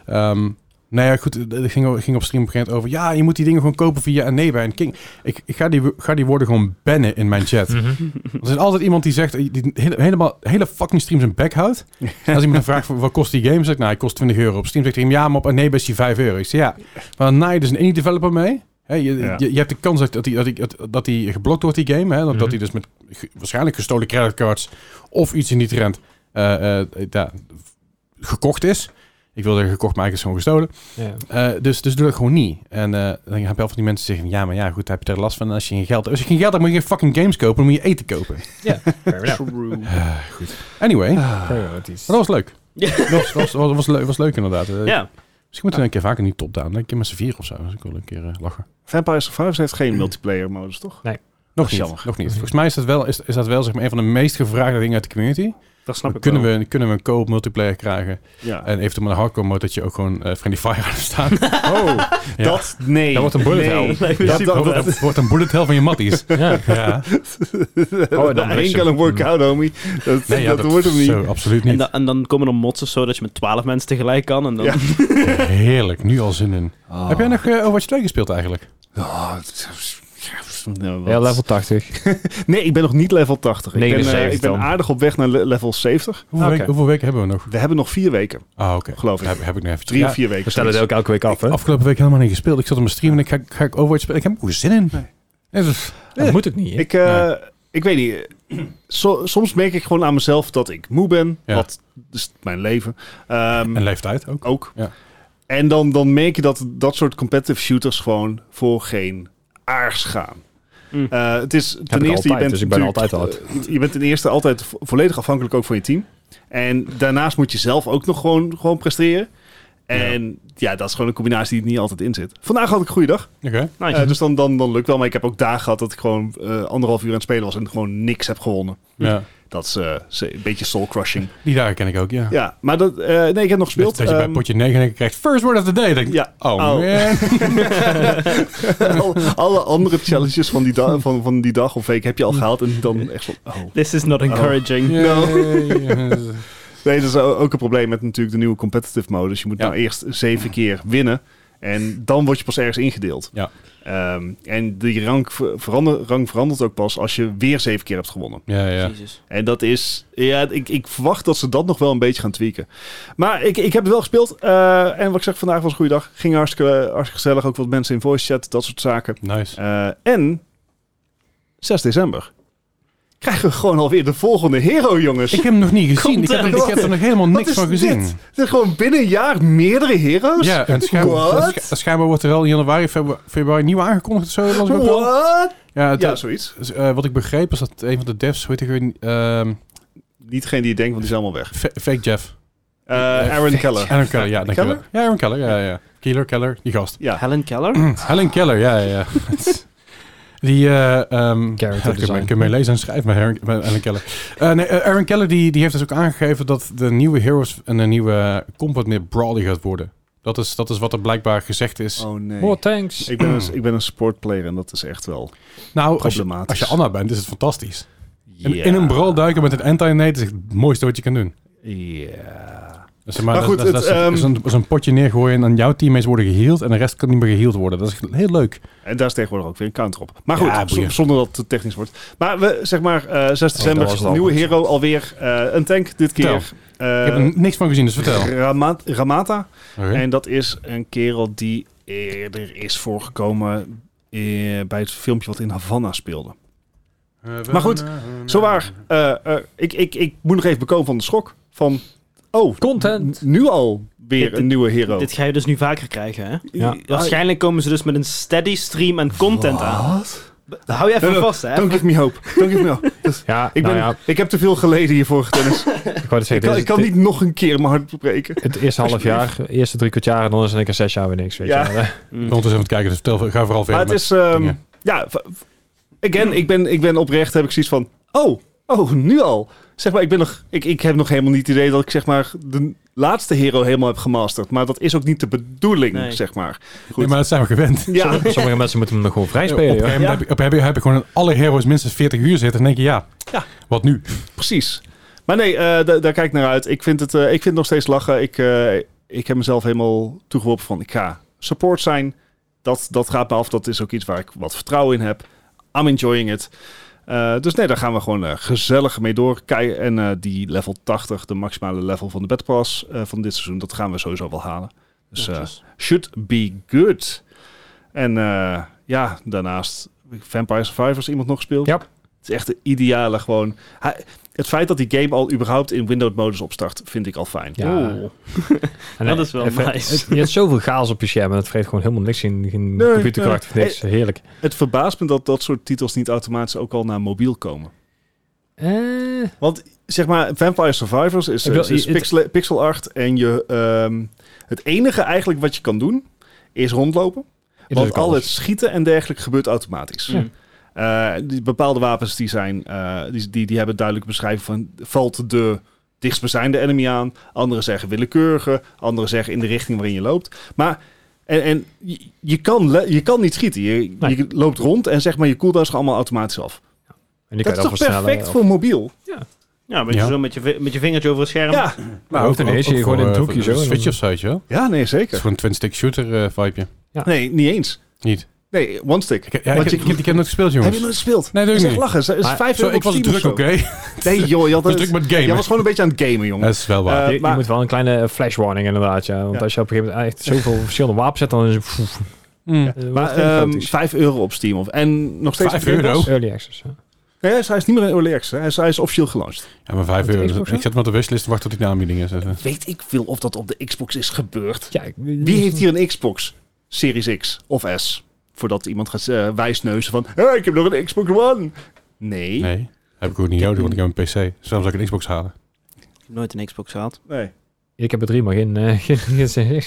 B: Ehm nou ja, goed, ik ging, o- ging op stream op een gegeven moment over, ja, je moet die dingen gewoon kopen via Neva en King. Ik, ik ga, die, wo- ga die woorden gewoon bannen in mijn chat.
D: Mhm.
B: Er is altijd iemand die zegt, eh, die hele- helemaal hele fucking stream zijn bek houdt. En als iemand dan vraagt, wat kost die game? Zeg ik, nou, hij kost 20 euro. Op Steam zegt hij, ja, maar op Neva is die 5 euro. Ik zeg, ja, maar dan naai je dus een indie developer mee. Hè, je,
A: Ja.
B: je, je hebt de kans dat dat die, dat die, dat die geblokt wordt, die game. Hè, dat, dat die dus met ge- waarschijnlijk gestolen creditcards of iets in die trend eh, eh, ja, gekocht is. Ik wil zeggen gekocht, maar eigenlijk is het gewoon gestolen.
D: Ja.
B: Eh, dus, dus doe dat gewoon niet. En eh dan heb je wel van die mensen die zeggen, ja, maar ja, goed, daar heb je er last van als je geen geld hebt. Als je geen geld hebt, moet je geen fucking games kopen, dan moet je eten kopen.
D: Fair enough.
C: True.
B: Eh, goed. Anyway, maar
D: Fair enough, het is-
B: dat was leuk.
C: Ja.
B: Dat was, was, was, was, leuk, was leuk inderdaad. Eh,
C: Ja,
B: Misschien moeten we een keer vaker niet top-down. Een keer met z'n vier of zo. Dus ik wil een keer eh, lachen.
A: Vampire Survivors heeft geen multiplayer modus, toch?
B: Nog
A: is
B: niet,
A: jammer.
B: nog niet. Volgens mij is dat wel, is, is dat wel zeg maar, een van de meest gevraagde dingen uit de community.
C: dat snap ik
B: kunnen,
C: wel.
B: we, kunnen we een co-op multiplayer krijgen.
A: Ja.
B: En eventueel met een hardcore mode dat je ook gewoon eh Friendly Fire aan staat.
A: oh,
B: Ja.
A: dat nee.
B: Dat wordt een bullet hell.
A: Nee. Oh,
C: Nee,
A: Dat-
C: precies.
B: Dat, wordt- dat wordt een bullet hell van je matties.
D: Ja.
B: ja.
A: Oh, en dan
D: lukt
A: één
D: ze.
A: kan een workout, homie. Dat,
B: Nee, ja,
A: dat, wordt hem niet.
B: Zo, absoluut
C: En,
B: niet.
C: dan en dan komen er mods of zo dat je met 12 mensen tegelijk kan. En dan,
A: Ja.
B: Heerlijk, nu al zin in.
A: Ah.
B: Heb jij nog eh, Overwatch 2 gespeeld eigenlijk?
A: Ah, het is- ja, pff, nou, wat.
D: Ja, level 80.
A: Nee, ik ben nog niet level 80. Ik ben, eh,
D: 79
A: ik ben
D: dan.
A: aardig op weg naar le- level 70.
B: Hoeveel,
D: Oké.
B: weken, hoeveel weken hebben we nog?
A: We hebben nog vier weken,
B: Ah, oké.
A: geloof ik.
B: Heb, heb ik nog even.
A: Drie
B: Ja,
A: of vier weken.
D: We stellen het
A: zoiets.
D: ook elke week af, hè?
B: Afgelopen week helemaal niet gespeeld. Ik zat op mijn stream en ik ga, ga ik Overwatch spelen. Ik heb er gewoon zin in.
A: Nee.
B: Ja, dus-
D: Dat moet het niet, hè?
A: Ik, eh,
D: Nou.
A: ik weet niet. eh, so- soms merk ik gewoon aan mezelf dat ik moe ben.
B: Ja.
A: Dat is mijn leven. Ehm,
B: En leeftijd ook.
A: ook.
B: Ja.
A: En dan, dan merk je dat dat soort competitive shooters gewoon voor geen aars gaan.
C: Mm.
A: Eh, het is ten
D: ik
A: eerste, je
D: altijd,
A: bent
D: dus ik ben
A: natuurlijk-
D: altijd
A: eh, je bent ten eerste altijd vo- volledig afhankelijk ook van je team. En daarnaast moet je zelf ook nog gewoon, gewoon presteren. En ja. dat is gewoon een combinatie die er niet altijd in zit. Vandaag had ik een goede dag.
B: Oké.
C: nice.
A: Eh, dus dan, dan, dan lukt wel. Maar ik heb ook dagen gehad dat ik gewoon eh, anderhalf uur aan het spelen was en gewoon niks heb gewonnen.
B: Ja.
A: Dat is eh, ze- een beetje soul crushing.
B: Die dagen ken ik ook, ja.
A: Ja, maar dat, eh, nee, ik heb nog gespeeld.
B: Dat, dat je bij
A: Ehm,
B: potje 9 en ik krijgt first word of the day. Dan denk ik,
A: Ja.
B: oh,
A: Oh.
B: man.
A: Al- alle andere challenges van die, da- van, van die dag of week heb je al gehaald. En dan echt van, oh.
C: This is not encouraging.
B: No.
A: Nee, dat is o- ook een probleem met natuurlijk de nieuwe competitive modus. Je moet
B: Ja.
A: nou eerst zeven keer winnen. En dan word je pas ergens ingedeeld.
B: Ja.
A: Ehm, en die rank, ver- verander- rang verandert ook pas als je weer zeven keer hebt gewonnen.
B: ja, ja.
C: Jezus.
A: En dat is... Ja, ik, ik verwacht dat ze dat nog wel een beetje gaan tweaken. Maar ik, ik heb het wel gespeeld. eh, en wat ik zeg, vandaag was een goede dag. Ging hartstikke, hartstikke gezellig. Ook wat mensen in voice chat, dat soort zaken.
B: Nice.
A: Eh, en 6 december krijgen we gewoon alweer de volgende hero, jongens.
B: Ik heb hem nog niet gezien. Ik heb,
C: Content.
B: ik heb er nog helemaal
A: Wat
B: niks
A: is
B: van gezien.
A: dit? Er gewoon binnen een jaar meerdere heroes?
B: Ja, en schijn-
A: What?
B: scha- schijnbaar wordt er al in januari, februari, februari nieuw aangekondigd. of Zo, las ik ook wel.
A: What?
B: Ja, het-
A: Ja, zoiets.
B: dus, eh, wat ik begreep is dat een van de devs, weet ik weer, ehm,
A: Niet degene die je denkt, want die is allemaal weg.
B: Fa- Fake Jeff.
A: Eh,
B: Eh,
A: Aaron Keller.
B: Aaron Keller, ja, dankjewel.
A: Keller?
B: Ja, Aaron Keller, ja, ja. Keeler, Keller, die gast.
A: Ja.
C: Helen Keller?
B: Helen Keller, ja, ja, ja. Die, eh ehm
D: Character
B: ja, ik
D: design.
B: kan- ik kan mee lezen en schrijven met Aaron, met Aaron Keller. Eh, nee, eh, Aaron Keller die, die heeft dus ook aangegeven dat de nieuwe Heroes en de nieuwe combat meer brawly gaat worden. Dat is, dat is wat er blijkbaar gezegd is.
A: Oh nee.
D: More tanks.
A: Ik ben, een, ik ben een sportplayer en dat is echt wel
B: nou, als je,
A: problematisch.
B: als je Anna bent, is het fantastisch. In,
A: Ja.
B: in een brawl duiken met een anti-nate is het mooiste wat je kan doen.
A: Ja.
B: Dus zeg maar,
A: Maar
B: dat-
A: goed,
B: dat- dat
A: het,
B: is-
A: ehm,
B: is een, is een potje neergooien en dan jouw teammates worden geheeld en de rest kan niet meer geheeld worden. Dat is heel leuk.
A: En daar is tegenwoordig ook weer een counter op. Maar goed,
B: Ja,
A: z-
B: boeien. Oh,
A: zonder dat het te technisch wordt. Maar we, zeg maar, eh 6 december,
D: was het al.
A: nieuwe hero alweer. eh, een tank dit keer. Eh,
B: Nou, Ik heb er niks van gezien, dus vertel.
A: Rama- Ramata.
B: Oké.
A: En dat is een kerel die eerder is voorgekomen eh, bij het filmpje wat in Havana speelde.
B: Eh,
A: Maar goed, Zowaar, eh, eh, ik, ik, ik moet nog even bekomen van de schok. Van, oh,
D: Content.
A: n- nu al weer
C: Dit-
A: een nieuwe hero.
C: Dit ga je dus nu vaker krijgen, hè?
D: Ja.
C: Waarschijnlijk komen ze dus met een steady stream en content aan.
A: Wat?
C: Dat hou je even
A: Nee, nee,
C: vast, hè?
A: Don't give me hope. Don't give me hope. Dus
D: Ja,
A: ik, ben,
D: nou ja,
A: ik heb te veel geleden hiervoor, Dennis.
D: ik wou het zeggen.
A: Ik kan, ik
D: dit is-
A: kan niet nog een keer mijn hart breken.
D: Het eerste half jaar, eerste drie kwart jaar en dan is het een keer zes jaar weer niks, weet
A: Ja.
D: je wel.
B: Ik ben ondertussen even aan het kijken, dus vertel, ga vooral
A: Maar
B: verder.
A: het
B: met-
A: is, ehm,
B: dingen.
A: ja, v- v- again, ik ben, ik ben oprecht, heb ik zoiets van, oh, oh, nu al. Zeg maar, ik ben nog, ik, ik heb nog helemaal niet het idee dat ik zeg maar de laatste hero helemaal heb gemasterd. Maar dat is ook niet de bedoeling,
C: Nee.
A: zeg maar.
B: Nee, maar dat zijn we gewend.
A: Ja,
D: Sommige mensen moeten hem nog gewoon vrij
B: Op een
D: spelen,
B: gegeven
D: joh.
B: moment
A: Ja.
B: heb ik- op een gegeven moment heb ik gewoon in alle heroes minstens 40 uur zitten en denk je, ja,
A: Ja.
B: wat nu?
A: precies. Maar nee, eh, da- daar kijk ik naar uit. Ik vind het, eh, ik vind het nog steeds lachen. Ik, eh, ik heb mezelf helemaal toegeworpen van, ik ga support zijn. Dat, dat gaat me af. Dat is ook iets waar ik wat vertrouwen in heb. I'm enjoying it. Eh, dus nee, daar gaan we gewoon eh, gezellig mee door. Kei- en eh, die level 80, de maximale level van de Battle Pass eh, van dit seizoen, dat gaan we sowieso wel halen. Dus eh, should be good. En eh, ja, daarnaast Vampire Survivors iemand nog gespeeld.
D: Ja.
A: Het is echt de ideale gewoon. Hij, het feit dat die game al überhaupt in Windows-modus opstart, vind ik al fijn.
D: Ja.
C: Oeh.
D: En
C: Dat
D: eh,
C: is wel nice.
D: het- je hebt zoveel chaos op je scherm en het vreet gewoon helemaal niks in. Geen
A: Nee,
D: computerkracht,
A: nee.
D: niks. Heerlijk.
A: Het verbaast me dat dat soort titels niet automatisch ook al naar mobiel komen.
D: Eh,
A: Want zeg maar, Vampire Survivors is,
D: Ik wil-
A: is- is
D: het-
A: pixel, pixel art en je, ehm, het enige eigenlijk wat je kan doen is rondlopen. Want
D: inderdaad
A: al het
D: alles.
A: schieten en dergelijke gebeurt automatisch.
D: Ja.
A: Eh, die bepaalde wapens die zijn, eh, die, die, die hebben duidelijk beschrijving van valt de dichtstbijzijnde enemy aan. Anderen zeggen willekeurige, anderen zeggen in de richting waarin je loopt. Maar en, en je, je kan, le- je kan niet schieten. Je,
D: Nee.
A: je loopt rond en zeg maar je cooldowns gaan allemaal automatisch af.
D: En
A: Dat
D: die kan je
A: is
D: dan
A: toch
D: versnellen.
A: perfect
D: of-
A: voor mobiel?
C: Ja, beetje
B: Ja.
C: zo met je, vi- met je vingertje over het scherm.
A: Ja,
D: Nou, hoeft er niet eens, je gewoon in het hoekje zo en
B: Een eh, switch
D: dan-
B: of zo, weet je wel.
A: ja nee
B: Het is
A: zeker.
B: gewoon een twin-stick shooter eh, vibeje.
A: Nee, niet eens.
B: Niet.
A: Nee, One Stick.
B: Ik, heb- ja, ik,
A: Want
B: heb-
A: je-
B: ik, heb- ik heb nooit gespeeld,
A: Heb
B: jongens.
A: je nog gespeeld?
B: Nee, doe ik
A: Zeg
B: niet.
A: lachen, ze- is
D: Maar-
A: vijf
B: Zo,
A: euro
B: ik
A: op
B: was
A: Steam
B: druk, oké.
A: of zo. Nee joh, je, had
B: was
A: het-
B: druk met
A: jij
B: gamen.
A: was gewoon een beetje aan het gamen jongen.
B: Dat is wel waar.
A: Eh,
D: Je, je
A: maar-
D: moet wel een kleine flash warning inderdaad, ja. Want
A: Ja.
D: als je op een gegeven moment echt zoveel verschillende wapens zet, dan is het... pff,
B: Mm.
D: eh, wordt
A: maar
D: het heel
A: ehm,
D: chaotisch.
A: 5 euro op Steam. Of, en nog steeds...
B: Vijf
A: op Game Pass?
B: euro?
D: Early access, ja.
A: Nee, hij is, hij is niet meer in Early Access. hè. Hij is, hij is officieel gelaunched.
B: Ja, maar 5
D: Op de
B: euro.
D: Xbox,
B: Ik zet hem op de wishlist en wacht tot die de aanbieding is. even.
A: Weet ik veel of dat op de Xbox is gebeurd.
D: ja ik-
A: Wie heeft hier een Xbox Series X of S? Voordat iemand gaat eh, wijsneuzen van... "Hey, ik heb nog een Xbox One. Nee. Nee.
B: Nee, heb ik ook niet nodig, want ik heb een PC. Dus waarom zou ik een Xbox halen?
C: Ik heb nooit een Xbox gehad.
D: Ik heb er drie, maar geen... eh, geen, geen, geen-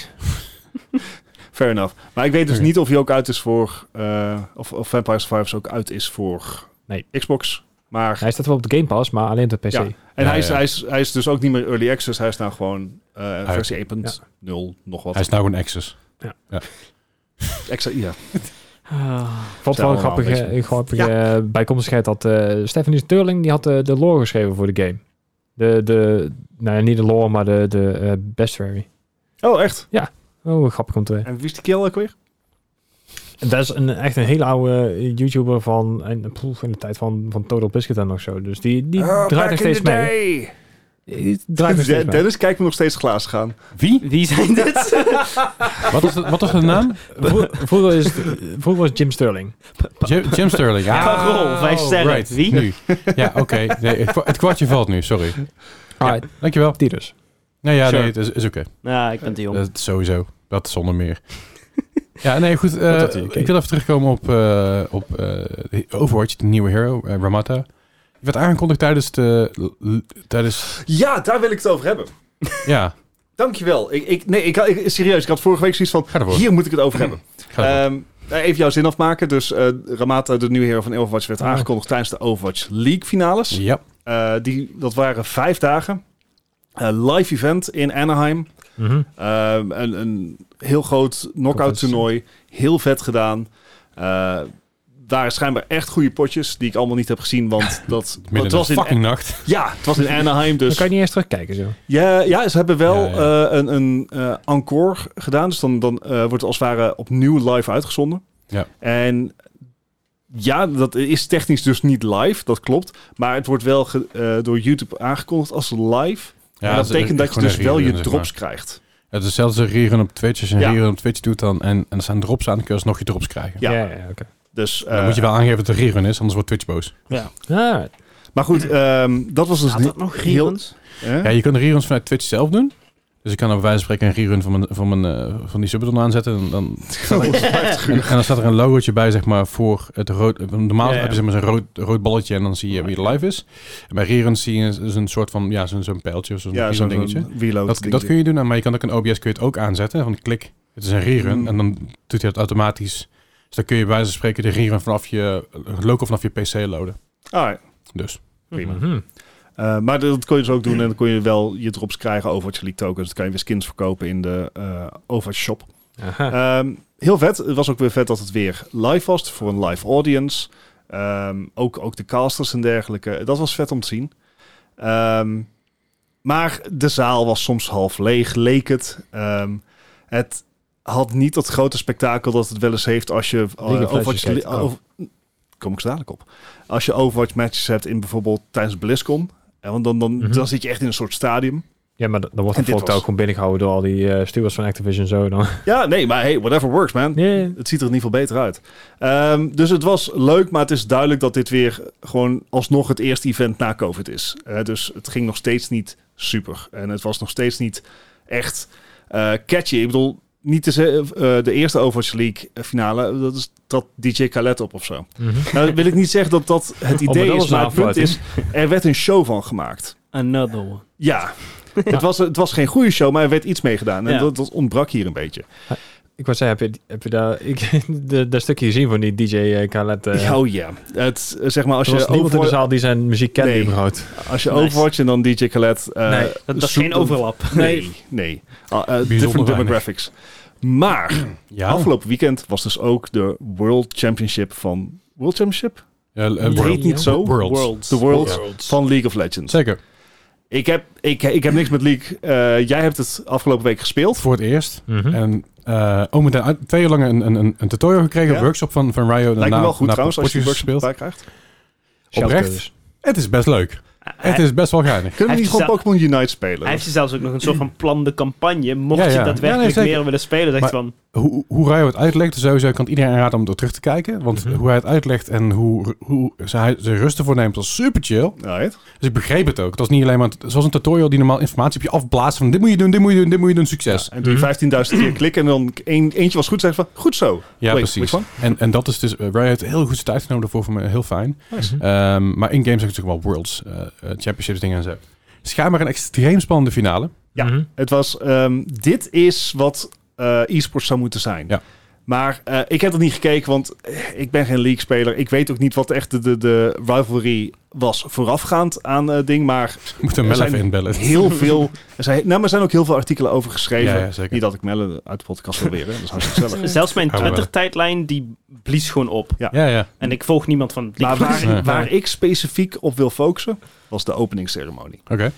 A: Fair enough. Maar ik weet dus
B: Oké.
A: niet of hij ook uit is voor... eh, of, of Vampire Survivors ook uit is voor
D: Nee.
A: Xbox. Maar...
D: Hij staat wel op de Game Pass, maar alleen op de PC.
A: Ja. En
B: Ja,
A: hij, is,
B: ja.
A: hij, is, hij is dus ook niet meer Early Access. Hij is nou gewoon eh,
B: Uit.
A: versie 1.0 nog wat.
B: Hij is nou gewoon Access.
A: Extra, ja.
D: Vond
A: Zijn
D: wel een
A: allemaal
D: grappige,
A: een beetje-
D: een grappige eh, bijkomstigheid dat eh, Stephanie Sterling die had eh, de lore geschreven voor de game. De, de, nou ja, niet de lore, maar de, de eh bestiary.
A: Oh, echt?
D: Oh, grappig om te weten.
A: En wie is die kill ook weer?
D: Dat is een, echt een hele oude YouTuber van en, eh, poeh, in de tijd van, van Total Biscuit en nog zo. Dus die, die
A: Oh,
D: draait nog steeds mee. Die draait nog steeds mee.
A: Dennis kijkt me nog steeds glazen gaan.
B: Wie?
C: Wie zijn dit?
B: Wat was de, wat was de naam?
D: Vro- Vroeger is, het- vroeger was Jim Sterling.
B: Jim, Jim Sterling.
A: Ah,
B: Ja,
C: Karel, vijf
A: oh,
C: sterren. Wie?
B: Nu. Ja, oké. Nee, het kwa- het kwartje valt nu, sorry.
A: Ah,
D: Alright,
B: Dankjewel.
D: die dus.
B: Nee, ja,
C: Sure.
B: nee, het is, is oké.
C: nou, ik ben te jong.
B: Dat is sowieso. Dat zonder meer. Ja, nee, goed. eh,
D: dat hij- oké.
B: Ik wil even terugkomen op, eh, op eh, Overwatch, de nieuwe hero, eh, Ramata. Die werd aangekondigd tijdens de... l- tijdens...
A: Ja, daar wil ik het over hebben.
B: Ja,
A: Dankjewel. Ik, ik, nee, ik, ik- serieus, ik had vorige week zoiets van...
B: Ga ervoor.
A: Hier moet ik het over hebben.
B: ga door.
A: Ehm, nou, even jouw zin afmaken. Dus eh, Ramata, de nieuwe hero van Overwatch, werd
D: Ah.
A: aangekondigd tijdens de Overwatch League finales.
B: ja.
A: Eh, die, dat waren vijf dagen. Eh, live event in Anaheim.
D: Mhm.
A: Ehm, een, een heel groot knockout toernooi. Heel vet gedaan. Eh daar schijnbaar echt goede potjes die ik allemaal niet heb gezien. Want dat,
B: Midden
A: het
B: in
A: was
B: de
A: in, e-
B: fucking nacht.
A: ja, het was in Anaheim.
D: Dan
A: Dus
D: kan je niet eens terugkijken zo.
A: ja, ja, ze hebben wel
B: Ja, ja.
A: eh, een, een eh, encore gedaan. Dus dan, dan eh, wordt het als het ware opnieuw live uitgezonden.
B: Ja.
A: En ja, dat is technisch dus niet live, dat klopt. Maar het wordt wel ge- eh, door YouTube aangekondigd als live. en dat
B: het is
A: betekent dat je
B: gewoon
A: dus
B: een
A: wel je
B: rerun, zeg maar.
A: drops krijgt.
B: Het is zelfs een rerun op Twitch. Als je een
A: Ja.
B: rerun op Twitch doet dan, en, en er staan drops aan, dan kun je alsnog je drops krijgen.
A: Ja.
D: ja, ja oké.
A: Dus,
B: dan
A: eh,
B: moet je wel aangeven dat het een rerun is, anders wordt Twitch boos.
D: Alright.
A: Maar goed, ehm, dat was dus
C: Gaat
A: niet...
C: dat nog
A: heel-
C: Rierens?
A: hè?
B: Ja, je kunt reruns vanuit Twitch zelf doen. Dus ik kan er bij wijze van spreken een rerun van, mijn, van, mijn, eh, van die subathon aanzetten. En dan, en, en dan staat er een logootje bij, zeg maar, voor het rood. eh, Normaal
A: Ja, ja. Oh,
B: hebben ze maar zo'n rood, rood balletje en dan zie je wie er live is. En bij reruns zie je dus een soort van, ja, zo'n zo'n pijltje of zo'n
A: Ja, zo'n
B: zo'n dingetje.
A: reload
B: Dat, dat
A: dingetje.
B: kun je doen, maar je kan ook een OBS kun je het ook aanzetten. Van klik, het is een rerun.
A: Mm.
B: En dan doet hij dat automatisch. Dus dan kun je bij wijze van spreken de rerun vanaf je local vanaf je PC loaden.
A: Ah, ja.
B: Dus
A: Prima.
D: Mhm.
A: Eh, maar dat kon je dus ook doen en dan kon je wel je drops krijgen Overwatch League tokens. Dan kan je weer skins verkopen in de eh Overwatch shop.
D: Aha.
A: Ehm, heel vet. Het was ook weer vet dat het weer live was voor een live audience. Ehm, ook, ook de casters en dergelijke. Dat was vet om te zien. Ehm, maar de zaal was soms half leeg, leek het. Ehm, het had niet dat grote spektakel dat het wel eens heeft als je eh,
D: League of
A: Overwatch...
D: Legends
A: li-
D: kijkt.
A: over- kom ik zo dadelijk op. Als je Overwatch matches hebt in bijvoorbeeld tijdens BlizzCon. eh, Want dan, dan,
D: Mhm.
A: dan zit je echt in een soort stadium.
D: Ja, maar d- dan wordt
A: En
D: het
A: dit
D: volk
A: was-
D: ook gewoon binnengehouden door al die eh, stewards van Activision zo. Dan.
A: Ja, nee, maar hey, whatever works, man.
D: Ja.
A: Het ziet er in ieder geval beter uit. Ehm, dus het was leuk, maar het is duidelijk dat dit weer gewoon alsnog het eerste event na COVID is. Eh, dus het ging nog steeds niet super. En het was nog steeds niet echt eh, catchy. Ik bedoel, niet de, ze- eh, de eerste Overwatch League finale, dat is dat DJ Khaled op of zo.
D: Mhm.
A: Nou wil ik niet zeggen dat dat het
D: Oh, maar
A: idee
D: dat
A: is,
D: was
A: maar
D: een
A: het punt is, er werd een show van gemaakt.
C: Another one.
A: Ja, het, was, het was geen goede show, maar er werd iets mee gedaan. En
C: Ja.
A: dat, dat ontbrak hier een beetje.
D: Ik was zei, heb je, heb je daar ik, de, dat stukje gezien van die DJ Khaled? eh
A: Ja, oh ja. Het, eh, zeg maar, als
D: er was
A: je,
D: niemand in de
A: Overwatch,
D: zaal die zijn muziek kende
A: Nee.
D: überhaupt.
A: als je
C: Nice.
A: Overwatch en dan DJ Khaled... eh,
D: Nee,
C: Dat, dat is
A: zoek
C: geen
A: dan-
C: overlap.
A: Nee, nee. Ah, eh, different
B: weinig.
A: demographics. Maar
B: Ja,
A: afgelopen weekend was dus ook de World Championship van... World Championship?
B: ja eh,
A: Het heet
B: World.
A: niet zo.
B: Worlds.
A: De Worlds van League of Legends.
B: Zeker.
A: Ik heb, ik, ik heb niks met League. Eh, jij hebt het afgelopen week gespeeld.
B: Voor het eerst.
D: Mhm.
A: Hm?
B: En eh ook meteen uit- twee uur lang een, een- een, een tutorial gekregen,
A: Ja.
B: een workshop van, van Ryo.
A: Lijkt me wel goed
B: na
A: trouwens als je die
B: potjes
A: workshop
B: gespeeld.
A: erbij krijgt. Kunnen
D: Shout
B: Oprecht?
D: dus.
B: Het is best leuk. Het
C: Hij,
B: is best wel geinig.
A: we
C: heeft
A: niet gewoon
C: zelf-
A: Pokémon Unite spelen?
C: hij heeft je zelfs ook nog een soort van plan de campagne. Mocht
B: Ja,
C: je
B: ja. Ja, nee,
C: daadwerkelijk
B: zeker.
C: meer willen spelen, dacht je
B: Maar-
C: van...
B: hoe, hoe Ryo het uitlegt, sowieso kan het iedereen aanraden om er terug te kijken. Want
D: Mhm.
B: hoe hij het uitlegt en hoe, hoe ze, hij ze rust ervoor neemt, was super chill.
A: Alright.
B: Dus ik begreep het ook. Het was niet alleen maar het was een tutorial die normaal informatie op je afblaast. Van dit moet je doen, dit moet je doen, dit moet je doen, succes.
A: En doe je 15.000 keer klikken en dan een, eentje was goed, zeg je van goed zo.
B: Ja,
A: Wait, which
B: precies.
A: one?
B: En, en dat is dus, eh, Ryo heeft heel goed zijn tijd genomen daarvoor, voor me heel fijn.
A: Nice.
B: Ehm, maar in games heb ik natuurlijk wel Worlds, eh, eh, Championships dingen en zo. Schijnbaar een extreem spannende finale.
A: Ja.
D: Mhm.
A: Het was, ehm, dit is wat eh e-sports zou moeten zijn.
B: Ja.
A: Maar eh, ik heb dat niet gekeken, want eh, ik ben geen league-speler. Ik weet ook niet wat echt de, de, de rivalry was voorafgaand aan het ding. Maar
B: Ik moet hem
A: Er
B: wel
A: zijn
B: even inbellen.
A: heel veel... Er zijn, nou, maar er zijn ook heel veel artikelen over geschreven.
B: Ja, ja, zeker.
A: Niet dat ik Melle uit de podcast wil weer, hè. dat is hartstikke gezellig.
C: Zelfs mijn
B: Hou maar wel.
C: Twitter-tijdlijn, die blies gewoon op.
B: Ja, ja.
C: En ik volg niemand van... die-
A: Maar waar,
B: Ja.
A: waar ik specifiek op wil focussen, was de openingsceremonie.
B: Oké,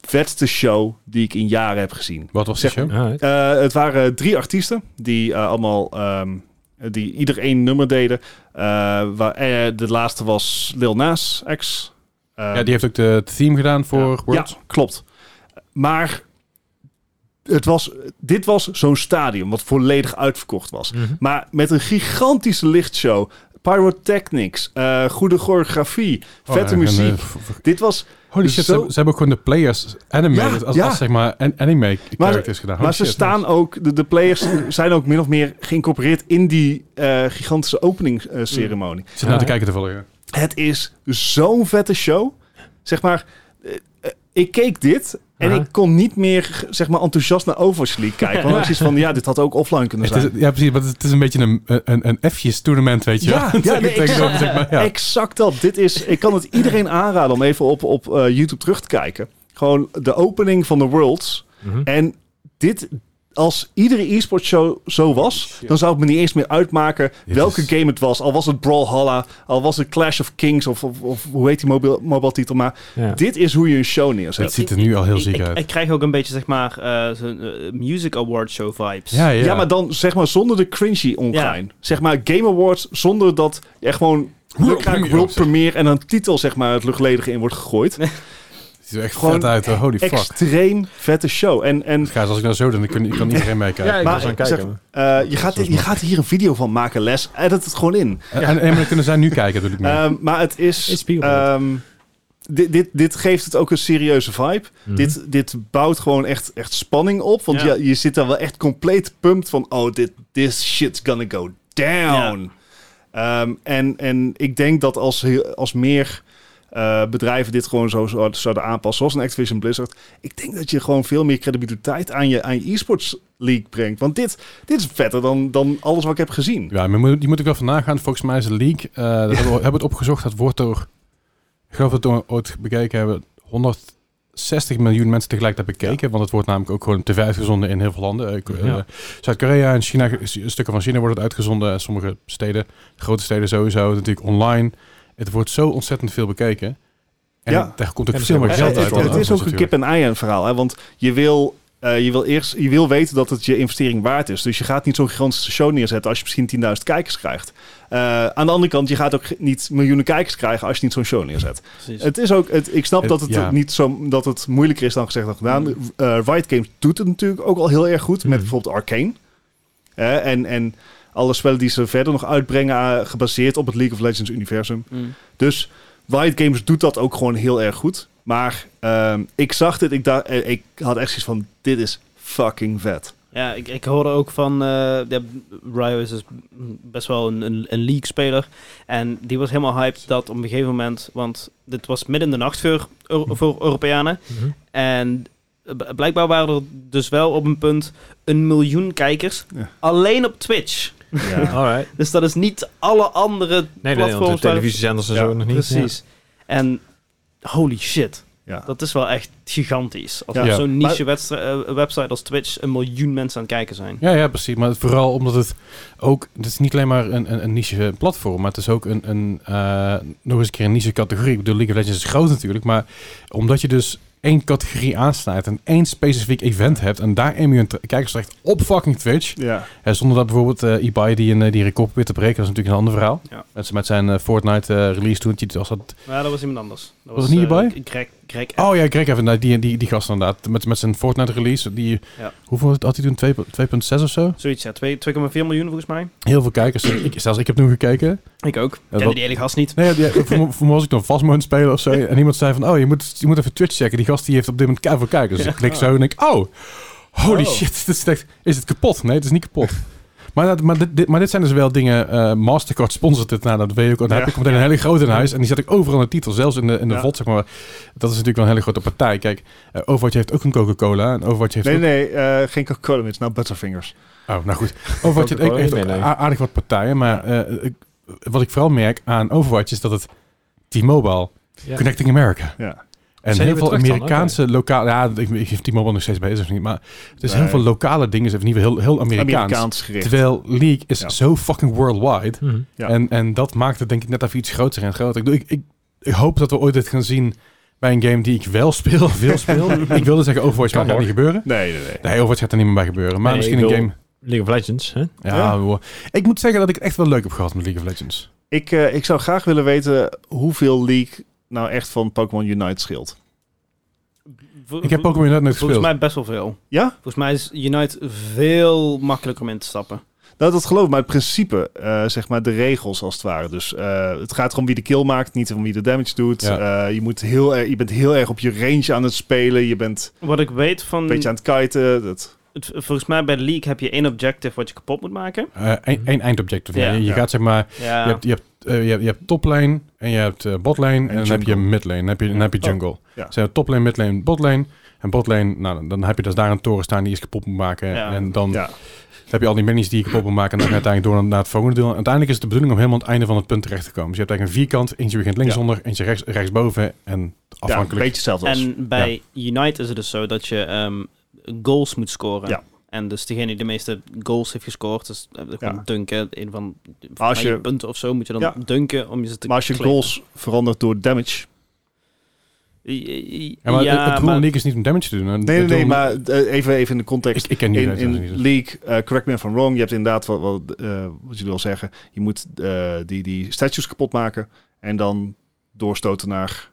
A: Vetste show die ik in jaren heb gezien.
B: wat was de
A: Zeg-
B: show?
D: Alright.
A: Eh, het waren drie artiesten die eh, allemaal ehm, die ieder één nummer deden. Eh, waar, eh, de laatste was Lil Nas X. Eh,
B: Ja, die heeft ook de het theme gedaan voor
A: ja,
B: Worlds.
A: klopt. Maar het was, dit was zo'n stadion wat volledig uitverkocht was.
D: Mhm.
A: Maar met een gigantische lichtshow, pyrotechnics, eh, goede choreografie,
B: Oh,
A: vette
B: en, eh,
A: muziek.
B: v- v-
A: Dit was
B: Holy
A: Dus
B: shit,
A: zo-
B: ze, hebben- ze hebben ook gewoon de players anime,
A: Ja,
B: als, als,
A: ja.
B: zeg maar an- anime characters gedaan. Holy
A: Maar ze
B: shit,
A: staan ook, de, de players zijn ook min of meer geïncorporeerd in die eh, gigantische openingsceremonie.
B: nice. Ik Zit nou
D: Ja,
B: te
D: hè?
B: kijken te volgen.
A: Het is zo'n vette show. Zeg maar, eh, eh, ik keek dit en
D: Aha.
A: ik kon niet meer zeg maar, enthousiast naar Overwatch League kijken. Want ik zoiets van, ja, dit had ook offline kunnen
B: Het is,
A: zijn.
B: ja, precies, maar het is een beetje een, een, een F'jes tournament, weet je
A: Ja,
B: wel.
A: ja,
B: Ik
A: nee,
B: denk
A: ik-
B: zo, zeg maar, ja.
A: Exact dat. Dit is, ik kan het iedereen aanraden om even op, op eh, YouTube terug te kijken. Gewoon de opening van de Worlds.
D: Mhm.
A: En dit, als iedere e-sport show zo was, dan zou het me niet eens meer uitmaken
B: Dit
A: welke
B: is-
A: game het was. Al was het Brawlhalla, al was het Clash of Kings of, of, of hoe heet die mobile, mobile titel. Maar
D: Ja.
A: dit is hoe je een show
B: Dus Het
A: neerzet.
B: ziet er nu al heel
C: ik,
B: ziek
C: ik,
B: uit.
C: ik krijg ook een beetje, zeg maar, eh, zo'n eh, music award show vibes.
B: ja,
A: Ja.
B: ja.
A: maar dan zeg maar zonder de cringy ongein. Zeg maar Game Awards zonder dat je echt gewoon
B: World
A: lukraak
B: Premiere
A: World
B: of zo.
A: Premiere en een titel zeg maar het luchtledige in wordt gegooid.
B: het ziet er echt
A: gewoon
B: vet uit. hoor. Holy fuck.
A: Extreem vette show. En, en
B: Gaas, als ik nou zo doe, dan kan, kan iedereen meekijken.
D: Ja, ik
A: Maar
D: was aan het
A: zeg-
D: kijken.
A: eh, je, gaat, je gaat hier een video van maken, Les. Edit het gewoon in.
B: En, en, en we kunnen zij nu kijken, bedoel ik meer.
A: Ehm, maar het is.
D: It's beautiful.
A: ehm, dit, dit, dit geeft het ook een serieuze vibe.
D: Mhm.
A: Dit, dit bouwt gewoon echt, echt spanning op. Want
C: Ja.
A: je, je zit daar wel echt compleet pumped van... Oh, dit, this shit's gonna go down. Ehm, en, en ik denk dat als, heel- als meer eh, bedrijven dit gewoon zo zou- zouden aanpassen... zoals een Activision Blizzard... ik denk dat je gewoon veel meer credibiliteit aan je, aan je e-sports league brengt. Want dit, dit is vetter dan, dan alles wat ik heb gezien.
B: Ja, maar moet- die moet ik wel vandaan gaan. Volgens mij is de leak, eh, dat hebben, we, hebben we het opgezocht, dat wordt door, ik geloof dat we ooit bekeken hebben, 160 miljoen mensen tegelijk hebben bekeken. Want het wordt namelijk ook gewoon op tv uitgezonden in heel veel landen. Eh, Ko- eh,
D: Ja.
B: Zuid-Korea en China, s- stukken van China worden het uitgezonden. En sommige steden, grote steden sowieso, het natuurlijk online. Het wordt zo ontzettend veel bekeken. En
A: Ja.
B: daar komt ook
D: En
B: veel meer
D: het
A: Ja,
B: geld uit.
A: Het,
B: dan
A: het is
B: anders
A: ook een
B: natuurlijk.
A: kip-en-ei-verhaal. Hè? Want je wil eh, je wil eerst je wil weten dat het je investering waard is. Dus je gaat niet zo'n gigantische show neerzetten als je misschien 10.000 kijkers krijgt. Eh, aan de andere kant, je gaat ook ge- niet miljoenen kijkers krijgen als je niet zo'n show neerzet.
C: Precies.
A: Het is ook, het, ik snap
B: Het-
A: dat het,
B: ja.
A: niet zo, dat het moeilijker is dan gezegd dan gedaan.
C: Mm.
A: Eh, Riot Games doet het natuurlijk ook al heel erg goed.
B: Mm.
A: Met bijvoorbeeld Arcane. Eh, en, en alle spellen die ze verder nog uitbrengen, eh, gebaseerd op het League of Legends universum.
C: Mm.
A: Dus Riot Games doet dat ook gewoon heel erg goed. Maar ehm, ik zag dit, ik, dacht, eh, ik had echt zoiets van, dit is fucking vet.
C: Ja, ik, ik hoorde ook van... eh ja, Ryo is dus best wel een, een, een league-speler. En die was helemaal hyped dat op een gegeven moment... Want dit was midden in de nacht voor, Euro- voor Europeanen.
D: Mhm.
C: En eh, b- blijkbaar waren er dus wel op een punt een miljoen kijkers.
A: Ja.
C: Alleen op Twitch.
D: Alright.
C: Dus dat is niet alle andere
D: Nee, nee,
C: platforms.
D: want de
C: waar-
D: televisiezenders en
A: Ja,
D: zo nog niet.
C: Precies. En holy shit.
A: Ja.
C: Dat is wel echt gigantisch. Als
A: Ja.
C: op
B: Ja.
C: zo'n
A: Maar-
C: niche wedstrij- eh, website als Twitch een miljoen mensen aan het kijken zijn.
B: Ja, ja, precies. Maar vooral omdat het ook... Het is niet alleen maar een, een, een niche platform, maar het is ook een, een eh, nog eens een keer een niche categorie. Ik bedoel, League of Legends is groot natuurlijk, maar omdat je dus één categorie aansnijdt en één specifiek event hebt en daar een miljoen tra- kijkers terecht op fucking Twitch,
A: Ja.
B: eh, zonder dat bijvoorbeeld eh eBay die een eh, die record probeert te breken, dat is natuurlijk een ander verhaal.
C: Ja.
B: Met, z'n- met zijn eh, Fortnite eh, release toen, die was dat...
C: Maar dat was iemand anders. Dat
B: Was het niet
C: eh,
B: hierbij?
C: Greg, Greg
B: Oh ja, ik kreeg even nou, die, die, die gast inderdaad, met, met zijn Fortnite release, die...
C: Ja.
B: Hoeveel had hij toen? 2 2,6 of zo?
C: Zoiets, ja. Twee- 2,4 miljoen volgens mij.
B: Heel veel kijkers. ik, zelfs ik heb toen gekeken.
C: Ik ook. Ik
B: wat-
C: Ken die hele gast niet.
B: Nee, ja, die- voor, me- voor me was ik dan vast moeten spelen of zo. En iemand zei van, oh, je moet, je moet even Twitch checken. Die gast die heeft op dit moment keihard kijkers. Dus ik klik zo en ik, oh, holy
A: Oh.
B: shit. Dit is, echt, is het kapot? Nee, het is niet kapot. Maar, dat- maar, dit, dit- maar dit zijn dus wel dingen. eh, Mastercard sponsort dit. Nou, dat weet je ook. al. Dan
A: Ja.
B: heb ik meteen een hele grote in huis. En die zet ik overal in de titel. Zelfs in de, in de
A: Ja.
B: VOD, zeg maar. Dat is natuurlijk wel een hele grote partij. Kijk, eh, Overwatch heeft ook een Coca-Cola. En Overwatch heeft
A: Nee,
B: ook-
A: nee, eh, geen Coca-Cola meer. Het is nou Butterfingers.
B: Oh, nou goed. Overwatch heeft,
D: Coca-Cola
B: heeft
D: niet,
B: ook
D: nee, nee.
B: a- aardig wat partijen, maar eh, ik- wat ik vooral merk aan Overwatch is dat het T-Mobile,
D: Ja.
B: Connecting America.
A: Ja.
B: En
D: Zijn
B: heel
D: die weer
B: veel
D: terug dan?
B: Amerikaanse lokale... Ja, ik ik heb T-Mobile nog steeds bezig, of niet? Maar het is
A: Nee.
B: heel veel lokale dingen, even niet heel, heel Amerikaans.
A: Amerikaans gericht.
B: Terwijl League is
A: Ja.
B: zo fucking worldwide.
D: Mhm.
A: Ja.
B: En, en dat maakt het denk ik net even iets groter en groter. Ik, bedoel, ik, ik, ik hoop dat we ooit dit gaan zien bij een game die ik wel speel, veel speel. ik wilde zeggen Overwatch, maar dat
D: Kan
B: gaat
D: hoor.
B: niet gebeuren.
A: Nee, nee, nee.
B: Nee, Overwatch gaat er niet meer bij gebeuren. Maar
D: Nee,
B: misschien
D: ik
B: een
D: wil-
B: game...
D: League of Legends, hè?
B: Ja,
A: Ja.
B: hoor. ik moet zeggen dat ik het echt wel leuk heb gehad met League of Legends.
A: Ik, eh, ik zou graag willen weten hoeveel League nou echt van Pokémon Unite scheelt.
C: Vol-
B: Ik heb Pokémon Unite nooit
C: Volgens
B: gespeeld.
C: mij best wel veel.
A: Ja?
C: Volgens mij is Unite veel makkelijker om in te stappen.
A: Nou, dat geloof ik, maar het principe, eh, zeg maar de regels als het ware. Dus eh, het gaat erom wie de kill maakt, niet om wie de damage doet.
B: Ja.
A: Eh, je, moet heel erg, je bent heel erg op je range aan het spelen. Je bent
C: Wat ik weet
A: een
C: van...
A: beetje aan het kiten. Dat,
C: het- volgens mij bij de League heb je één objective wat je kapot moet maken.
B: Eén Eh, één eindobjective. Ja,
C: Ja.
B: je
A: Ja.
B: gaat zeg maar...
C: Ja.
B: Je hebt, je hebt, eh, je hebt, je hebt toplane en je hebt eh, botlane en, dan heb je
A: jungle.
B: midlane. Dan heb je, dan heb je
A: Oh.
B: jungle.
A: Ja.
B: Dus je hebt toplane, midlane, botlane. En botlane, nou, dan- dan heb je dus daar een toren staan die je kapot moet maken.
C: Ja.
B: En dan
A: ja.
B: heb je al die minis die je kapot moet maken. En dan uiteindelijk door naar het volgende deel. En uiteindelijk is het de bedoeling om helemaal aan het einde van het punt terecht te komen. Dus je hebt eigenlijk een vierkant. Eentje begint linksonder, eentje rechts, rechtsboven. En
A: ja, een beetje
B: afhankelijk...
A: hetzelfde als.
C: En bij Unite is het dus zo dat je ehm, goals moet scoren.
A: Ja.
C: En dus degene die de meeste goals heeft gescoord, dus eh, gewoon
A: Ja.
C: dunken. Een van volgens
A: Als
C: mij
A: je-
C: punten of zo moet je dan
A: Ja.
C: dunken om je ze te
A: maar als je
C: claimen.
A: goals verandert door damage.
C: I- i-
B: Ja, maar het-
C: ja,
B: het doel
C: maar-
B: van League is niet om damage te doen. Het
A: Nee, nee,
B: doel-
A: nee, maar eh, even, even in de context.
B: Ik, ik ken die
A: in,
B: mensen
A: in
B: niet.
A: League, eh, correct me if I'm wrong, je hebt inderdaad wat, wat, eh, wat jullie al zeggen. Je moet eh, die, die statues kapot maken en dan doorstoten naar...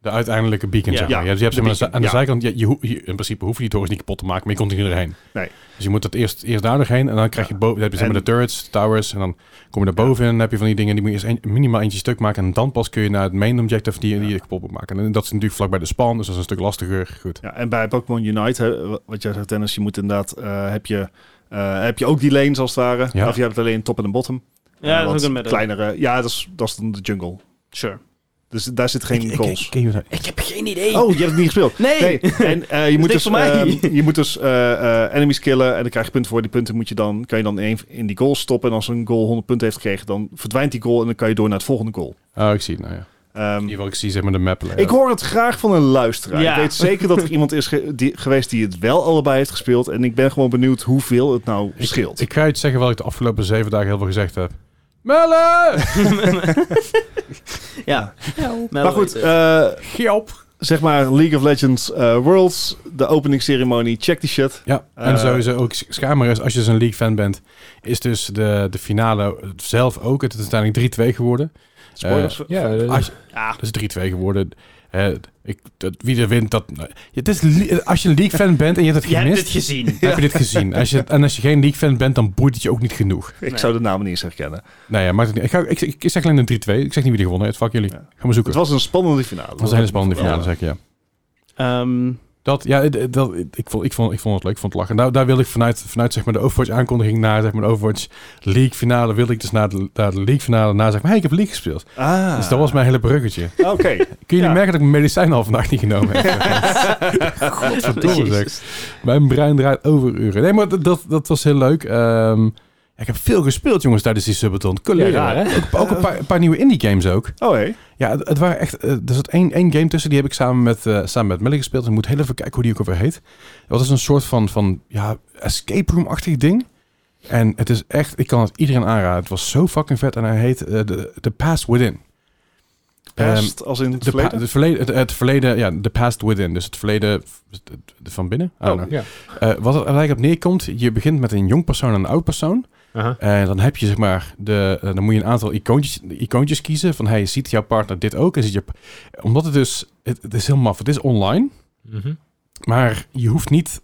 B: De uiteindelijke beacon,
C: Ja.
B: zeg maar. dus
A: Ja,
B: Je hebt, je hebt
A: de
B: zeg maar aan de- aan de
A: beacon,
B: zijkant, je, je, ho- je- in principe hoef je die torens niet kapot te maken, maar je komt er niet doorheen.
A: Nee.
B: Dus je moet dat eerst, eerst daar doorheen en dan krijg je boven, dan heb je zeg maar
A: En-
B: de turrets, towers, en dan kom je daar boven en dan heb je van die dingen, die moet je eerst een- minimaal eentje stuk maken en dan pas kun je naar het main objective die, die je kapot moet maken. En dat is natuurlijk vlak bij de span, dus dat is een stuk lastiger. Goed.
A: Ja, en bij Pokémon Unite, hè, wat jij zegt Dennis, je moet inderdaad... eh, heb, je, eh, heb je ook die lanes als het ware?
B: Ja.
A: Of je hebt alleen een top en een bottom?
C: Ja,
A: Eh,
C: dat
A: want
C: is ook een middel.
A: Kleinere, ja, dat is, dat is dan de jungle.
C: Sure.
A: Dus daar zit geen
B: Ik- ik-
A: goals.
B: ik- ik- ik-
C: Ik heb geen idee.
A: Oh, je hebt het niet gespeeld.
C: nee.
A: Nee, en eh, je, moet
C: niks
A: dus,
C: voor mij.
A: eh, je moet dus eh, eh, enemies killen en dan krijg je punten voor. Die punten moet je dan, kan je dan in, in die goal stoppen. En als een goal 100 punten heeft gekregen, dan verdwijnt die goal en dan kan je door naar het volgende goal.
B: Oh, ik zie het nou ja. In
A: Ehm,
B: ieder geval, ik zie zeg maar de map.
A: ik hoor het graag van een luisteraar.
C: Ja.
A: Ik weet zeker dat er iemand is ge- die, geweest die het wel allebei heeft gespeeld. En ik ben gewoon benieuwd hoeveel het nou scheelt.
B: Ik ga je iets zeggen wat ik de afgelopen zeven dagen heel veel gezegd heb. Mellen!
C: ja.
A: maar goed, eh,
B: Giop!
A: zeg maar League of Legends eh, Worlds. de openingsceremonie. Check die shit.
B: Ja, en
A: Eh,
B: sowieso ook schamer is, als je dus een League fan bent, is dus de, de finale zelf ook. Het is uiteindelijk 3-2 geworden.
A: Spoilers.
D: Ja, eh,
B: Als,
C: Ja,
B: dat is 3-2 geworden. Eh, ik, dat, wie er wint, dat... nou, Het is, li- als je een League fan bent en je hebt het
C: je hebt het
B: gemist,
C: gezien.
B: heb je dit gezien. Als je, en als je geen League fan bent, dan boeit het je ook niet genoeg.
A: ik
C: Nee.
A: zou de naam niet eens herkennen.
B: Nou ja, maakt het niet. Ik, ga, ik, ik zeg alleen een 3-2. Ik zeg niet wie er gewonnen heeft. Fuck jullie.
A: Ja.
B: Gaan we zoeken.
A: Het was een spannende finale.
B: Dat was een hele spannende finale, zeg ik, ja.
C: Ehm,
B: Dat, ja, d- dat, ik, vond, ik, vond, ik vond het leuk, ik vond het lachen. Nou, daar wilde ik vanuit, vanuit zeg maar, de Overwatch-aankondiging naar zeg maar, de Overwatch League-finale... wilde ik dus naar de, naar de League-finale na zeggen... maar hey, ik heb League gespeeld.
A: Ah.
B: Dus dat was mijn hele bruggetje.
A: Oké.
B: Kun je
A: Ja.
B: niet merken dat ik mijn medicijn al vandaag niet genomen heb? Godverdomme, zeg.
C: Jezus.
B: Mijn brein draait overuren. Nee, maar dat, dat, dat was heel leuk. Ehm, ja, ik heb veel gespeeld, jongens, tijdens die subathon. Collega.
D: Ja, raar, hè?
B: Ook, ook een, paar, een paar nieuwe indie-games ook.
A: Oh, hé.
B: Ja, het, het waren echt. eh, er zat één, één game tussen, die heb ik samen met, eh samen met Melly gespeeld. Ik moet heel even kijken hoe die ook alweer heet. Dat is een soort van, van ja, escape room-achtig ding. En het is echt, ik kan het iedereen aanraden. Het was zo fucking vet en hij heet eh, The, The Past Within. Ehm,
A: Past, als in het
B: de pa-
A: verleden?
B: het, verleden, het, het verleden, ja, The Past Within. Dus het verleden v- d- d- van binnen. I don't
A: Oh.
B: know.
D: ja.
B: Eh, wat er eigenlijk op neerkomt, je begint met een jong persoon en een oud persoon.
D: Aha.
B: En dan heb je zeg maar, de, eh, dan moet je een aantal icoontjes, icoontjes kiezen. Van hey, ziet jouw partner dit ook? En ziet je, omdat het dus, het, het is heel maf, het is online.
D: Mhm.
B: Maar je hoeft niet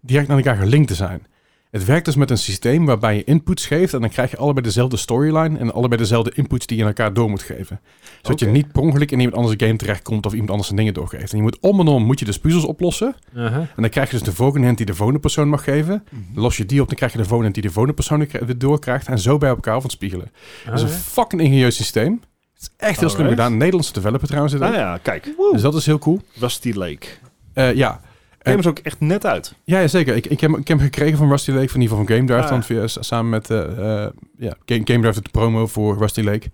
B: direct aan elkaar gelinkt te zijn. Het werkt dus met een systeem waarbij je inputs geeft. En dan krijg je allebei dezelfde storyline. En allebei dezelfde inputs die je aan elkaar door moet geven. Zodat je
A: Oké.
B: niet per ongeluk in iemand anders game terechtkomt. Of iemand anders zijn dingen doorgeeft. En je moet om en om moet je dus puzzels oplossen.
D: Aha.
B: En dan krijg je dus de volgende hand die de volgende persoon mag geven.
A: Mhm.
B: Dan los je die op, dan krijg je de volgende hand die de volgende persoon er- weer doorkrijgt. En zo bij elkaar van spiegelen. dat is een fucking ingenieus systeem. Het is echt heel slim
A: Ah, Alright.
B: gedaan. Een Nederlandse developer trouwens. dit
A: Ah
B: ook.
A: ja, kijk.
B: Dus dat is heel cool.
A: Rusty Lake.
B: Eh, ja.
A: Game is ook echt net uit.
B: ja, ja, zeker. Ik, ik, heb, ik heb hem gekregen van Rusty Lake, van in ieder geval van Game Drive.
A: Ah.
B: Dan via, s- samen met eh eh, ja, Game, Game Drive de promo voor Rusty Lake.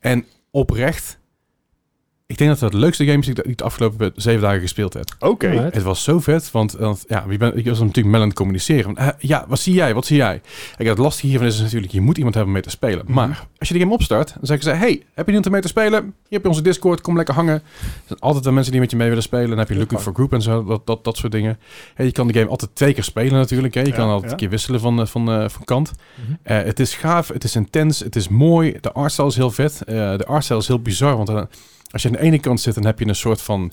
B: En oprecht, ik denk dat het de leukste game is die ik de- die ik de afgelopen zeven dagen gespeeld heb.
A: Oké.
D: Ja,
B: Het was zo vet, want, want ja, wie ben, ik was natuurlijk met aan het communiceren. Want, eh, ja, wat zie jij? Wat zie jij? Kijk, het lastige hiervan is natuurlijk, je moet iemand hebben om mee te spelen.
A: Mhm.
B: Maar als je de game opstart, dan zeggen ze, hey, heb je iemand om mee te spelen? Hier heb je onze Discord, kom lekker hangen. Er zijn altijd wel mensen die met je mee willen spelen. Dan heb je Looking for Group en zo, dat, dat, dat soort dingen. En je kan de game altijd twee keer spelen natuurlijk. Hè. Je
A: Ja,
B: kan altijd
A: ja.
B: een keer wisselen van, eh, van, eh, van kant.
D: Mhm.
B: Eh, het is gaaf, het is intens, het is mooi. De artstyle is heel vet. Eh, de artstyle is heel bizar, want eh, als je aan de ene kant zit, dan heb je een soort van...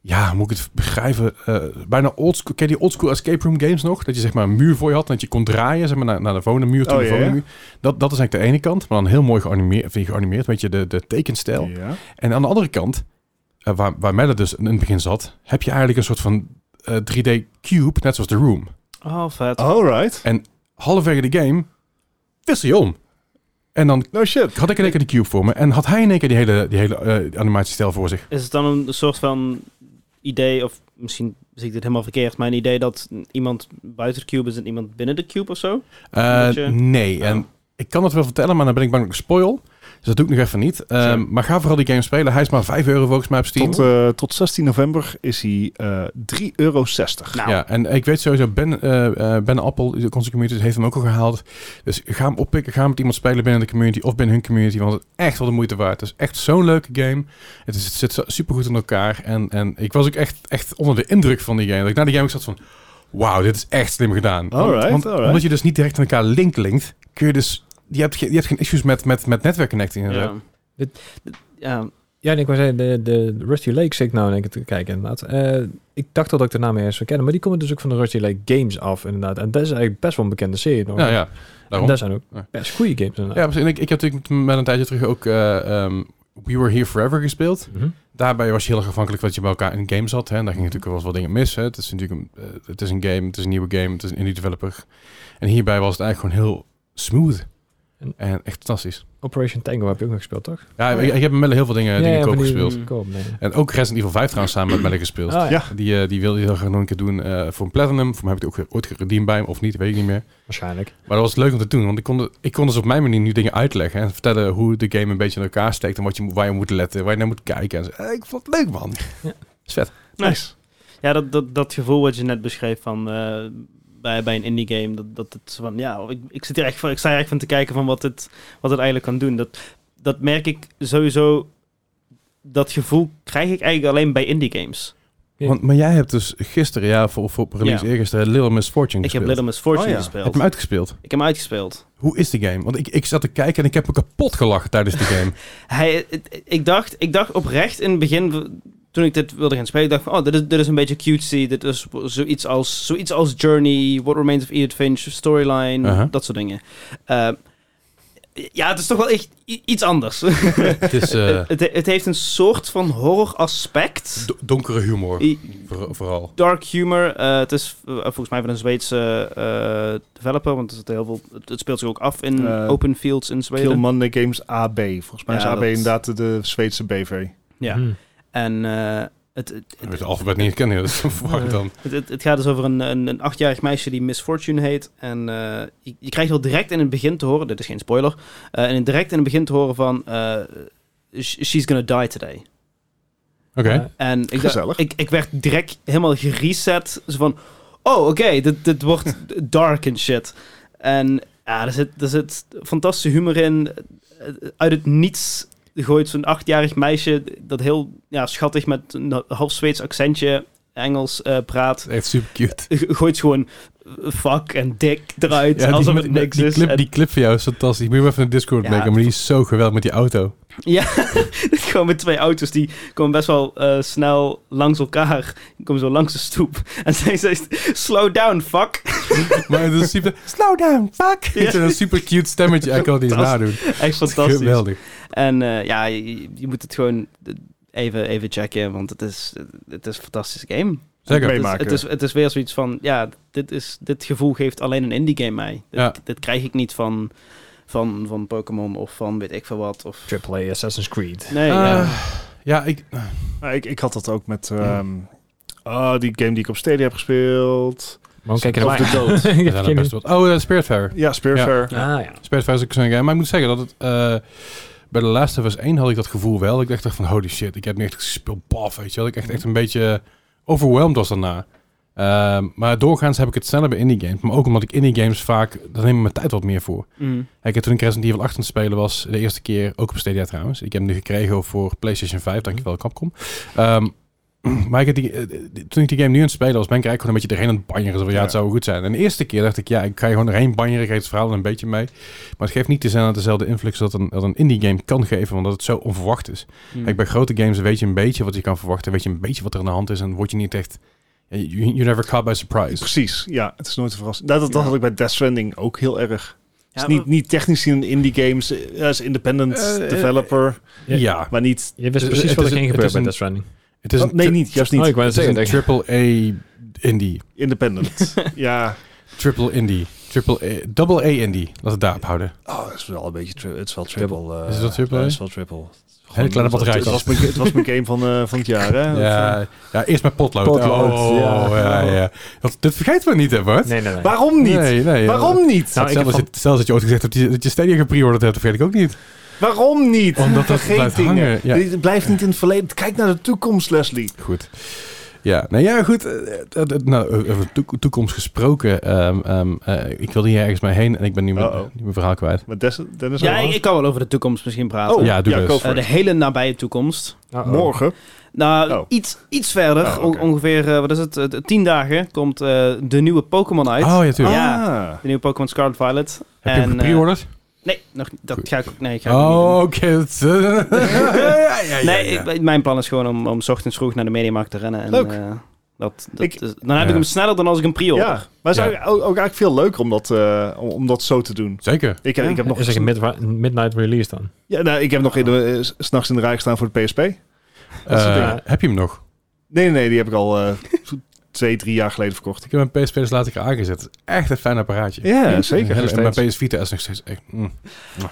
B: Ja, hoe moet ik het beschrijven? Eh, bijna oldschool. Ken je die oldschool escape room games nog? Dat je zeg maar een muur voor je had en dat je kon draaien zeg maar, naar, naar de volgende muur, toe
A: Oh,
B: de
A: ja,
B: volgende
A: ja.
B: muur. Dat, dat is eigenlijk de ene kant, maar dan heel mooi geanimeerd, vind je geanimeerd weet je, de, de tekenstijl.
A: Ja.
B: En aan de andere kant, eh, waar, waar Melle dus in het begin zat, heb je eigenlijk een soort van eh, 3D cube, net zoals The Room.
C: Oh, vet.
A: Alright.
B: Halverwege de game wissel je om. En dan
A: No Nou, shit.
B: had ik in één keer die cube voor me en had hij in één keer die hele, die hele eh, animatiestijl voor zich.
C: Is het dan een soort van idee, of misschien zie ik dit helemaal verkeerd, maar een idee dat iemand buiten de cube is en iemand binnen de cube of zo?
B: Eh,
C: Omdat je-
B: Nee,
C: Oh.
B: en ik kan het wel vertellen, maar dan ben ik bang dat ik spoil. Dus dat doe ik nog even niet. Ehm,
A: Sure.
B: Maar ga vooral die game spelen. Hij is maar 5 euro volgens mij op Steam.
A: Tot, eh, tot 16 november is hij eh 3,60 euro.
C: Nou,
B: Ja, en ik weet sowieso, Ben, eh, eh, ben Appel, de onze community, heeft hem ook al gehaald. Dus ga hem oppikken, ga hem met iemand spelen binnen de community of binnen hun community. Want het is echt wel de moeite waard. Het is echt zo'n leuke game. Het, is, het zit zo- supergoed in elkaar. En, en ik was ook echt, echt onder de indruk van die game. Dat ik na die game ook zat van, wauw, dit is echt slim gedaan. Want-
A: Alright,
B: want,
A: alright.
B: Omdat je dus niet direct aan elkaar link linkt, kun je dus... Je hebt, ge- je hebt geen issues met, met, met netwerkconnecting en zo.
C: ja.
D: Dit-
C: Dit- ja. Nou,
D: Ja, en ik wou zeggen, de, de Rusty Lake zit ik nou in één keer te kijken inderdaad. Eh, ik dacht al dat ik de naam eerst zou kennen, maar die komen dus ook van de Rusty Lake Games af inderdaad. En dat is eigenlijk best wel een bekende serie. nog.
B: Nou ja,
D: en
B: daarom.
D: dat zijn ook
B: Ja.
D: best goede games
B: Ja,
D: inderdaad.
B: precies. En ik, ik heb natuurlijk met een tijdje terug ook eh, ehm, We Were Here Forever gespeeld.
D: Mhm.
B: Daarbij was je heel erg afhankelijk wat je bij elkaar in een game zat. Hè? En daar ging natuurlijk wel eens wat dingen mis. Hè? Het is natuurlijk een, eh, het is een game, het is een nieuwe game, het is een indie developer. En hierbij was het eigenlijk gewoon heel smooth.
D: En-
B: En echt fantastisch.
D: Operation Tango heb je ook nog gespeeld, toch?
B: Ja, ik, ik heb met heel veel dingen,
D: ja,
B: dingen
D: ja,
B: koop
D: van die-
B: gespeeld.
D: koop, nee.
B: En ook Resident Evil 5 trouwens samen met Melle gespeeld.
D: Ah, ja.
A: Ja.
B: Die, eh, die wilde je heel graag nog een keer doen eh, voor een Platinum. Voor mij heb ik het ook ooit geredeemd bij hem of niet, weet ik niet meer.
D: waarschijnlijk.
B: Maar dat was leuk om te doen, want ik kon, de- ik kon dus op mijn manier nu dingen uitleggen. En vertellen hoe de game een beetje in elkaar steekt en wat je, moet- waar je moet letten, waar je naar moet kijken. En zo. Eh, ik vond het leuk, man.
D: Ja.
B: Is vet.
A: Nice.
C: Ja, dat, dat, dat gevoel wat je net beschreef van eh, bij, bij een indie game, dat, dat het zo van ja, ik, ik, zit hier echt, van- ik sta hier echt van te kijken van wat het, wat het eigenlijk kan doen. Dat, dat merk ik sowieso. Dat gevoel krijg ik eigenlijk alleen bij indie games.
B: Want, maar jij hebt dus gisteren, ja, voor, voor release
C: Ja.
B: eergisteren, Little Miss Fortune
C: Ik heb
B: gespeeld.
C: Little Miss Fortune
A: Oh ja.
B: Heb
C: gespeeld.
B: je hem uitgespeeld?
C: Ik heb hem uitgespeeld.
B: Hoe is die game? Want ik, ik zat te kijken en ik heb me kapot gelachen tijdens die game.
C: Hij, het- ik, dacht, ik dacht oprecht in het begin, toen ik dit wilde gaan spelen, ik dacht van, oh, dit is, dit is een beetje cutesy. Dit is zoiets als, zoiets als Journey, What Remains of Edith Finch, storyline,
B: Uh-huh.
C: dat soort dingen. Eh, ja, het is toch wel echt i- iets anders.
B: het is eh,
C: het, het heeft een soort van horror aspect.
B: do- donkere humor,
C: I-
B: voor- vooral.
C: dark humor. eh, het is eh, volgens mij van een Zweedse eh, developer, want er zit heel veel, het, het speelt zich ook af in
A: Eh,
C: open fields in
A: Kill
C: Zweden.
A: Monday Games AB. Volgens mij is
C: Ja,
A: AB
C: dat-
A: inderdaad de- de Zweedse BV.
C: ja.
D: Mhm.
C: En eh, het, het,
B: Ik
C: het,
B: weet het alfabet niet kennen, dat is verwarrend dan.
C: het, het- het gaat dus over een, een, een achtjarig meisje die Miss Fortune heet. En eh, je, je krijgt al direct in het begin te horen, dit is geen spoiler, eh, en direct in het begin te horen van... eh, sh- she's gonna die today.
B: Oké.
D: Eh,
C: En ik, dacht-
A: Gezellig.
C: ik, ik werd direct helemaal gereset. Zo van, oh oké, dit, dit wordt dark en shit. En ja, er zit, er zit fantastische humor in. Uit het niets gooit zo'n achtjarig meisje dat heel ja, schattig met een half Zweeds accentje Engels eh, praat.
B: Echt super cute.
C: G- Gooit gewoon fuck en dik eruit,
B: Ja, die-
C: alsof
B: die,
C: het niks
B: die
C: is.
B: clip,
C: En
B: die clip van jou is fantastisch. Ik moet hem even een Discord
C: Ja.
B: maken, maar die is zo geweldig met die auto.
C: gewoon met twee auto's, die komen best wel eh, snel langs elkaar. Die komen zo langs de stoep. En zij zegt, slow down, fuck.
B: Maar dat is super... Slow down, fuck!
C: Ja.
B: Het is een super cute stemmetje. Ik kan het niet eens nadoen.
C: Echt fantastisch.
B: Geweldig.
C: En eh, ja, je, je moet het gewoon eh, even, even checken, want het is, het is een fantastische game.
B: Zeker.
C: Het is,
A: Meemaken.
C: het, is, het is weer zoiets van, ja, dit, is, dit gevoel geeft alleen een indie game mij. Dit,
B: Ja.
C: dit krijg ik niet van, van, van Pokémon of van weet ik veel wat. Of...
D: Triple A Assassin's Creed.
C: Nee,
B: Eh,
C: ja.
B: ja, ik...
A: Nou, ik, ik had dat ook met ehm, ah, die game die ik op Stadia heb gespeeld.
D: Maar kijk
A: Of de dood.
D: Ik heb
B: Er zijn er
D: geen-
B: best wat. Oh, eh, Spiritfarer.
A: Ja, Spearfair.
D: Ah ja.
B: Spiritfarer is ook zo'n game. Maar ik moet zeggen dat het... eh, bij The Last of Us 1 had ik dat gevoel wel. Ik dacht echt van, holy shit, ik heb nu echt gespeeld baf, weet je wel. Ik echt, echt een beetje overwhelmed was daarna. Ehm, maar doorgaans heb ik het sneller bij indie games. Maar ook omdat ik indie games vaak... Daar neem ik mijn tijd wat meer voor.
C: Mhm.
B: Ik heb toen ik Resident Evil 8 aan het spelen was, de eerste keer, ook op Stadia trouwens. Ik heb hem nu gekregen voor PlayStation 5, dankjewel Capcom. Ehm, maar ik heb die, eh, die- toen ik die game nu aan het spelen was, ben ik eigenlijk gewoon een beetje erheen aan het banjeren. Zo van, ja, het
A: Ja.
B: zou wel goed zijn. En de eerste keer dacht ik, ja, ik ga je gewoon erheen banjeren, ik geef het verhaal er een beetje mee. Maar het geeft niet te aan dezelfde influx dat een, dat een indie game kan geven, omdat het zo onverwacht is.
C: Hmm.
B: Kijk, bij grote games weet je een beetje wat je kan verwachten, weet je een beetje wat er aan de hand is en word je niet echt... ja, You, you never caught by surprise.
A: Precies, ja. Het is nooit een verrassing. Nou, dat, dat
C: Ja.
A: had ik bij Death Stranding ook heel erg.
C: Ja,
A: Het is niet, niet technisch in indie games. eh, Hij is independent
B: Eh, eh,
A: developer.
B: Ja.
A: maar niet...
D: Je wist
B: Het-
D: precies
B: het
D: wat
B: is
D: er
B: een-
D: ging gebeuren
B: het is
D: bij
B: een-
D: Death Stranding.
B: Het is
A: Oh,
B: een,
A: nee, niet. Juist
D: Oh,
A: niet.
D: ik wou
B: het
D: het
B: is
D: zeggen.
B: een
D: denk ik.
B: triple-A indie.
A: Independent. ja.
B: Triple indie. Triple A, double A indie. Laten we het daarop houden.
A: Oh, het is wel een beetje... tri- Het is wel triple. eh,
B: Is het wel triple,
A: ja,
B: hè?
A: Het is wel triple.
B: Hele kleine
A: het was-
B: batterijtjes.
A: Het was mijn, het was mijn game van, eh, van het jaar, hè? Dat, eh,
B: Ja, ja, eerst met potlood.
D: Potlood,
B: Oh,
D: ja.
B: ja, ja. Dat, dit vergeten we niet, hè, Bart?
D: Nee, nee, nee.
A: eh, Waarom niet?
B: Nee, nee.
A: Waarom niet?
D: Nou, ik
B: Zelfs,
D: heb
B: dat- zelfs dat je ooit gezegd hebt dat je- dat je Stadia gepreorderd hebt, dat vergeet ik ook niet.
A: Waarom niet?
B: Omdat dat
A: Vergeet
B: blijft
A: dingen.
B: hangen. Ja,
A: Dit blijft niet in het verleden. Kijk naar de toekomst, Leslie.
B: goed. Ja, nou ja, goed. eh, eh, eh, Nou, eh, over toek- toekomst gesproken. ehm, ehm, eh, ik wilde hier ergens mee heen en ik ben nu mijn,
A: Uh-oh.
B: nu mijn verhaal kwijt.
A: Maar Des- Dennis...
C: ja
A: al-
C: ik, ik kan wel over de toekomst misschien praten.
A: Oh,
B: Ja,
A: ja,
B: doe
A: doe
B: dus.
A: go for
C: Eh, de
A: it.
C: hele nabije toekomst.
D: Uh-oh.
A: Morgen.
C: Nou,
A: Oh.
C: iets, iets verder,
A: Oh,
C: on-
A: oké.
C: ongeveer, eh, wat is het, eh, tien dagen, komt eh, de nieuwe Pokémon uit.
B: Oh, ja, tuurlijk.
A: Ja.
C: De nieuwe Pokémon Scarlet Violet.
B: Heb je hem
C: En, eh,
B: gepreorderd?
C: Nee, nog, niet. dat
B: Goed.
C: ga ik ook. Nee, ga ik ook niet
B: Oh, oké. dat- Ja, ja, ja,
C: doen.
B: ja.
C: nee ik- mijn plan is gewoon om, om 's ochtends vroeg naar de mediamarkt te rennen. En,
A: Leuk.
C: eh, dat, dat
A: Ik-
C: is- dan heb
B: Ja.
C: ik hem sneller dan als ik hem pre-order.
A: Ja, maar het is
B: Ja.
A: eigenlijk ook, ook eigenlijk veel leuker om dat, eh, om, om dat zo te doen.
B: Zeker.
A: Ik, heb-
C: Ja.
A: ik heb nog,
D: Is er een midwa- midnight release dan?
A: ja, nou, ik heb nog in de, eh, s- s'nachts in de rij staan voor de PSP. Nee, Dat soort
B: Eh,
D: dingen.
B: heb je hem nog?
A: nee, nee, die heb ik al eh, zo twee, drie jaar geleden verkocht.
B: Ik heb mijn PS laat ik dus aangezet. Het is echt een fijn apparaatje.
A: Ja,
B: En-
A: zeker. nog
B: En mijn
A: steeds.
B: PS Vita is nog steeds echt... Mm,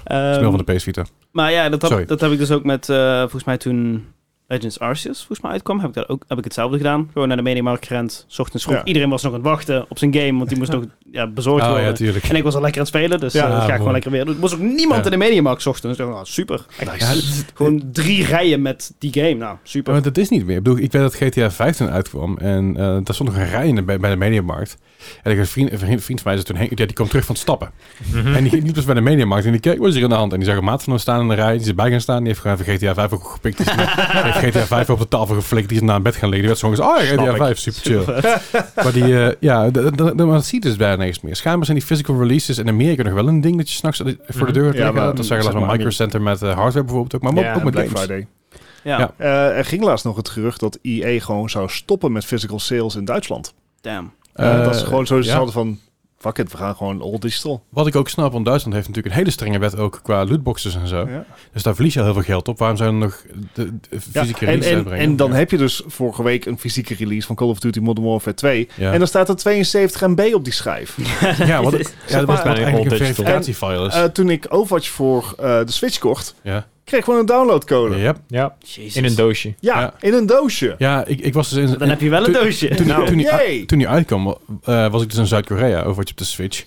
C: Ehm,
B: smel van de PS Vita.
C: maar ja, dat
B: Sorry.
C: heb, dat heb ik dus ook met, eh, volgens mij toen Legends Arceus volgens mij uitkwam, heb ik, dat ook, heb ik hetzelfde gedaan. Gewoon naar de mediamarkt gerend, 's ochtends vroeg.
A: Ja.
C: Iedereen was nog aan het wachten op zijn game, want die moest nog ja, bezorgd
B: oh,
C: worden.
B: ja, tuurlijk.
C: En ik was al lekker aan het spelen, dus
A: Ja,
C: ja, dat ga ik
B: mooi.
C: gewoon lekker weer doen. Er was ook niemand
B: Ja.
C: in de Mediamarkt 's ochtends. Ik dacht, nou, super.
B: Ja,
C: Echt, Gewoon drie rijen met die game. Nou,
B: Ja,
C: super.
B: maar dat is niet meer. Ik bedoel, ik weet dat GTA 15 uitkwam en eh, daar stond nog een rij in de, bij, bij de Mediamarkt. En ik een vriend, een vriend, vriend van mij zei toen, Henk, ja, die kwam terug van het stappen.
A: Mhm.
B: En die liep dus bij de Mediamarkt en die keek, wat is er aan de hand? En die zag een maat van hem staan in de rij, die is bij gaan staan, die heeft gewoon even GTA 5 ook gepikt. Die is na- heeft GTA 5 op de tafel geflikt, die is naar bed gaan liggen. Die werd zo gezegd, oh ja,
A: Snap
B: GTA
A: ik.
B: 5, super chill. Maar die, eh, ja, d- d- d- maar dat ziet dus bijna niks meer. Schijnbaar zijn die physical releases in Amerika nog wel een ding dat je s'nachts voor de deur gaat
A: Mhm. Ja, maar-
B: liggen. dat zagen we
A: zeg
B: laatst
A: maar
B: bij Microcenter met eh, hardware bijvoorbeeld ook, maar ook-
A: Ja,
B: ook met
A: Black
B: games.
A: Friday.
C: Ja,
B: ja.
A: Eh, er ging laatst nog het gerucht dat EA gewoon zou stoppen met physical sales in Duitsland.
C: damn.
A: Eh,
B: Eh,
A: dat ze gewoon zo
B: ja.
A: zouden van, fuck it, we gaan gewoon all digital.
B: Wat ik ook snap, want Duitsland heeft natuurlijk een hele strenge wet ook qua lootboxes en zo.
A: Ja.
B: Dus daar verlies je al heel veel geld op. Waarom zou je dan nog de, de
A: Ja,
B: fysieke
A: en,
B: release
A: en,
B: uitbrengen?
A: en dan
B: Ja.
A: heb je dus vorige week een fysieke release van Call of Duty Modern Warfare 2.
B: Ja.
A: En dan staat er 72 MB op die schijf.
B: Ja, wat, ja, dat was
D: maar-
B: eigenlijk een
D: All digital.
B: verificatiefile is.
A: Eh, toen ik Overwatch voor eh, de Switch kocht,
B: ja.
A: kreeg ik gewoon een downloadcode. Ja,
B: Ja.
D: Ja,
C: Jezus.
D: in een doosje.
B: Ja.
A: in een doosje.
B: ja, ik, ik was dus in...
C: Dan heb je wel een
B: Toen-
C: doosje.
B: toen,
A: Nou,
B: toen, die,
A: yay.
B: toen die uitkwam, eh, was ik dus in Zuid-Korea, over wat je op de Switch.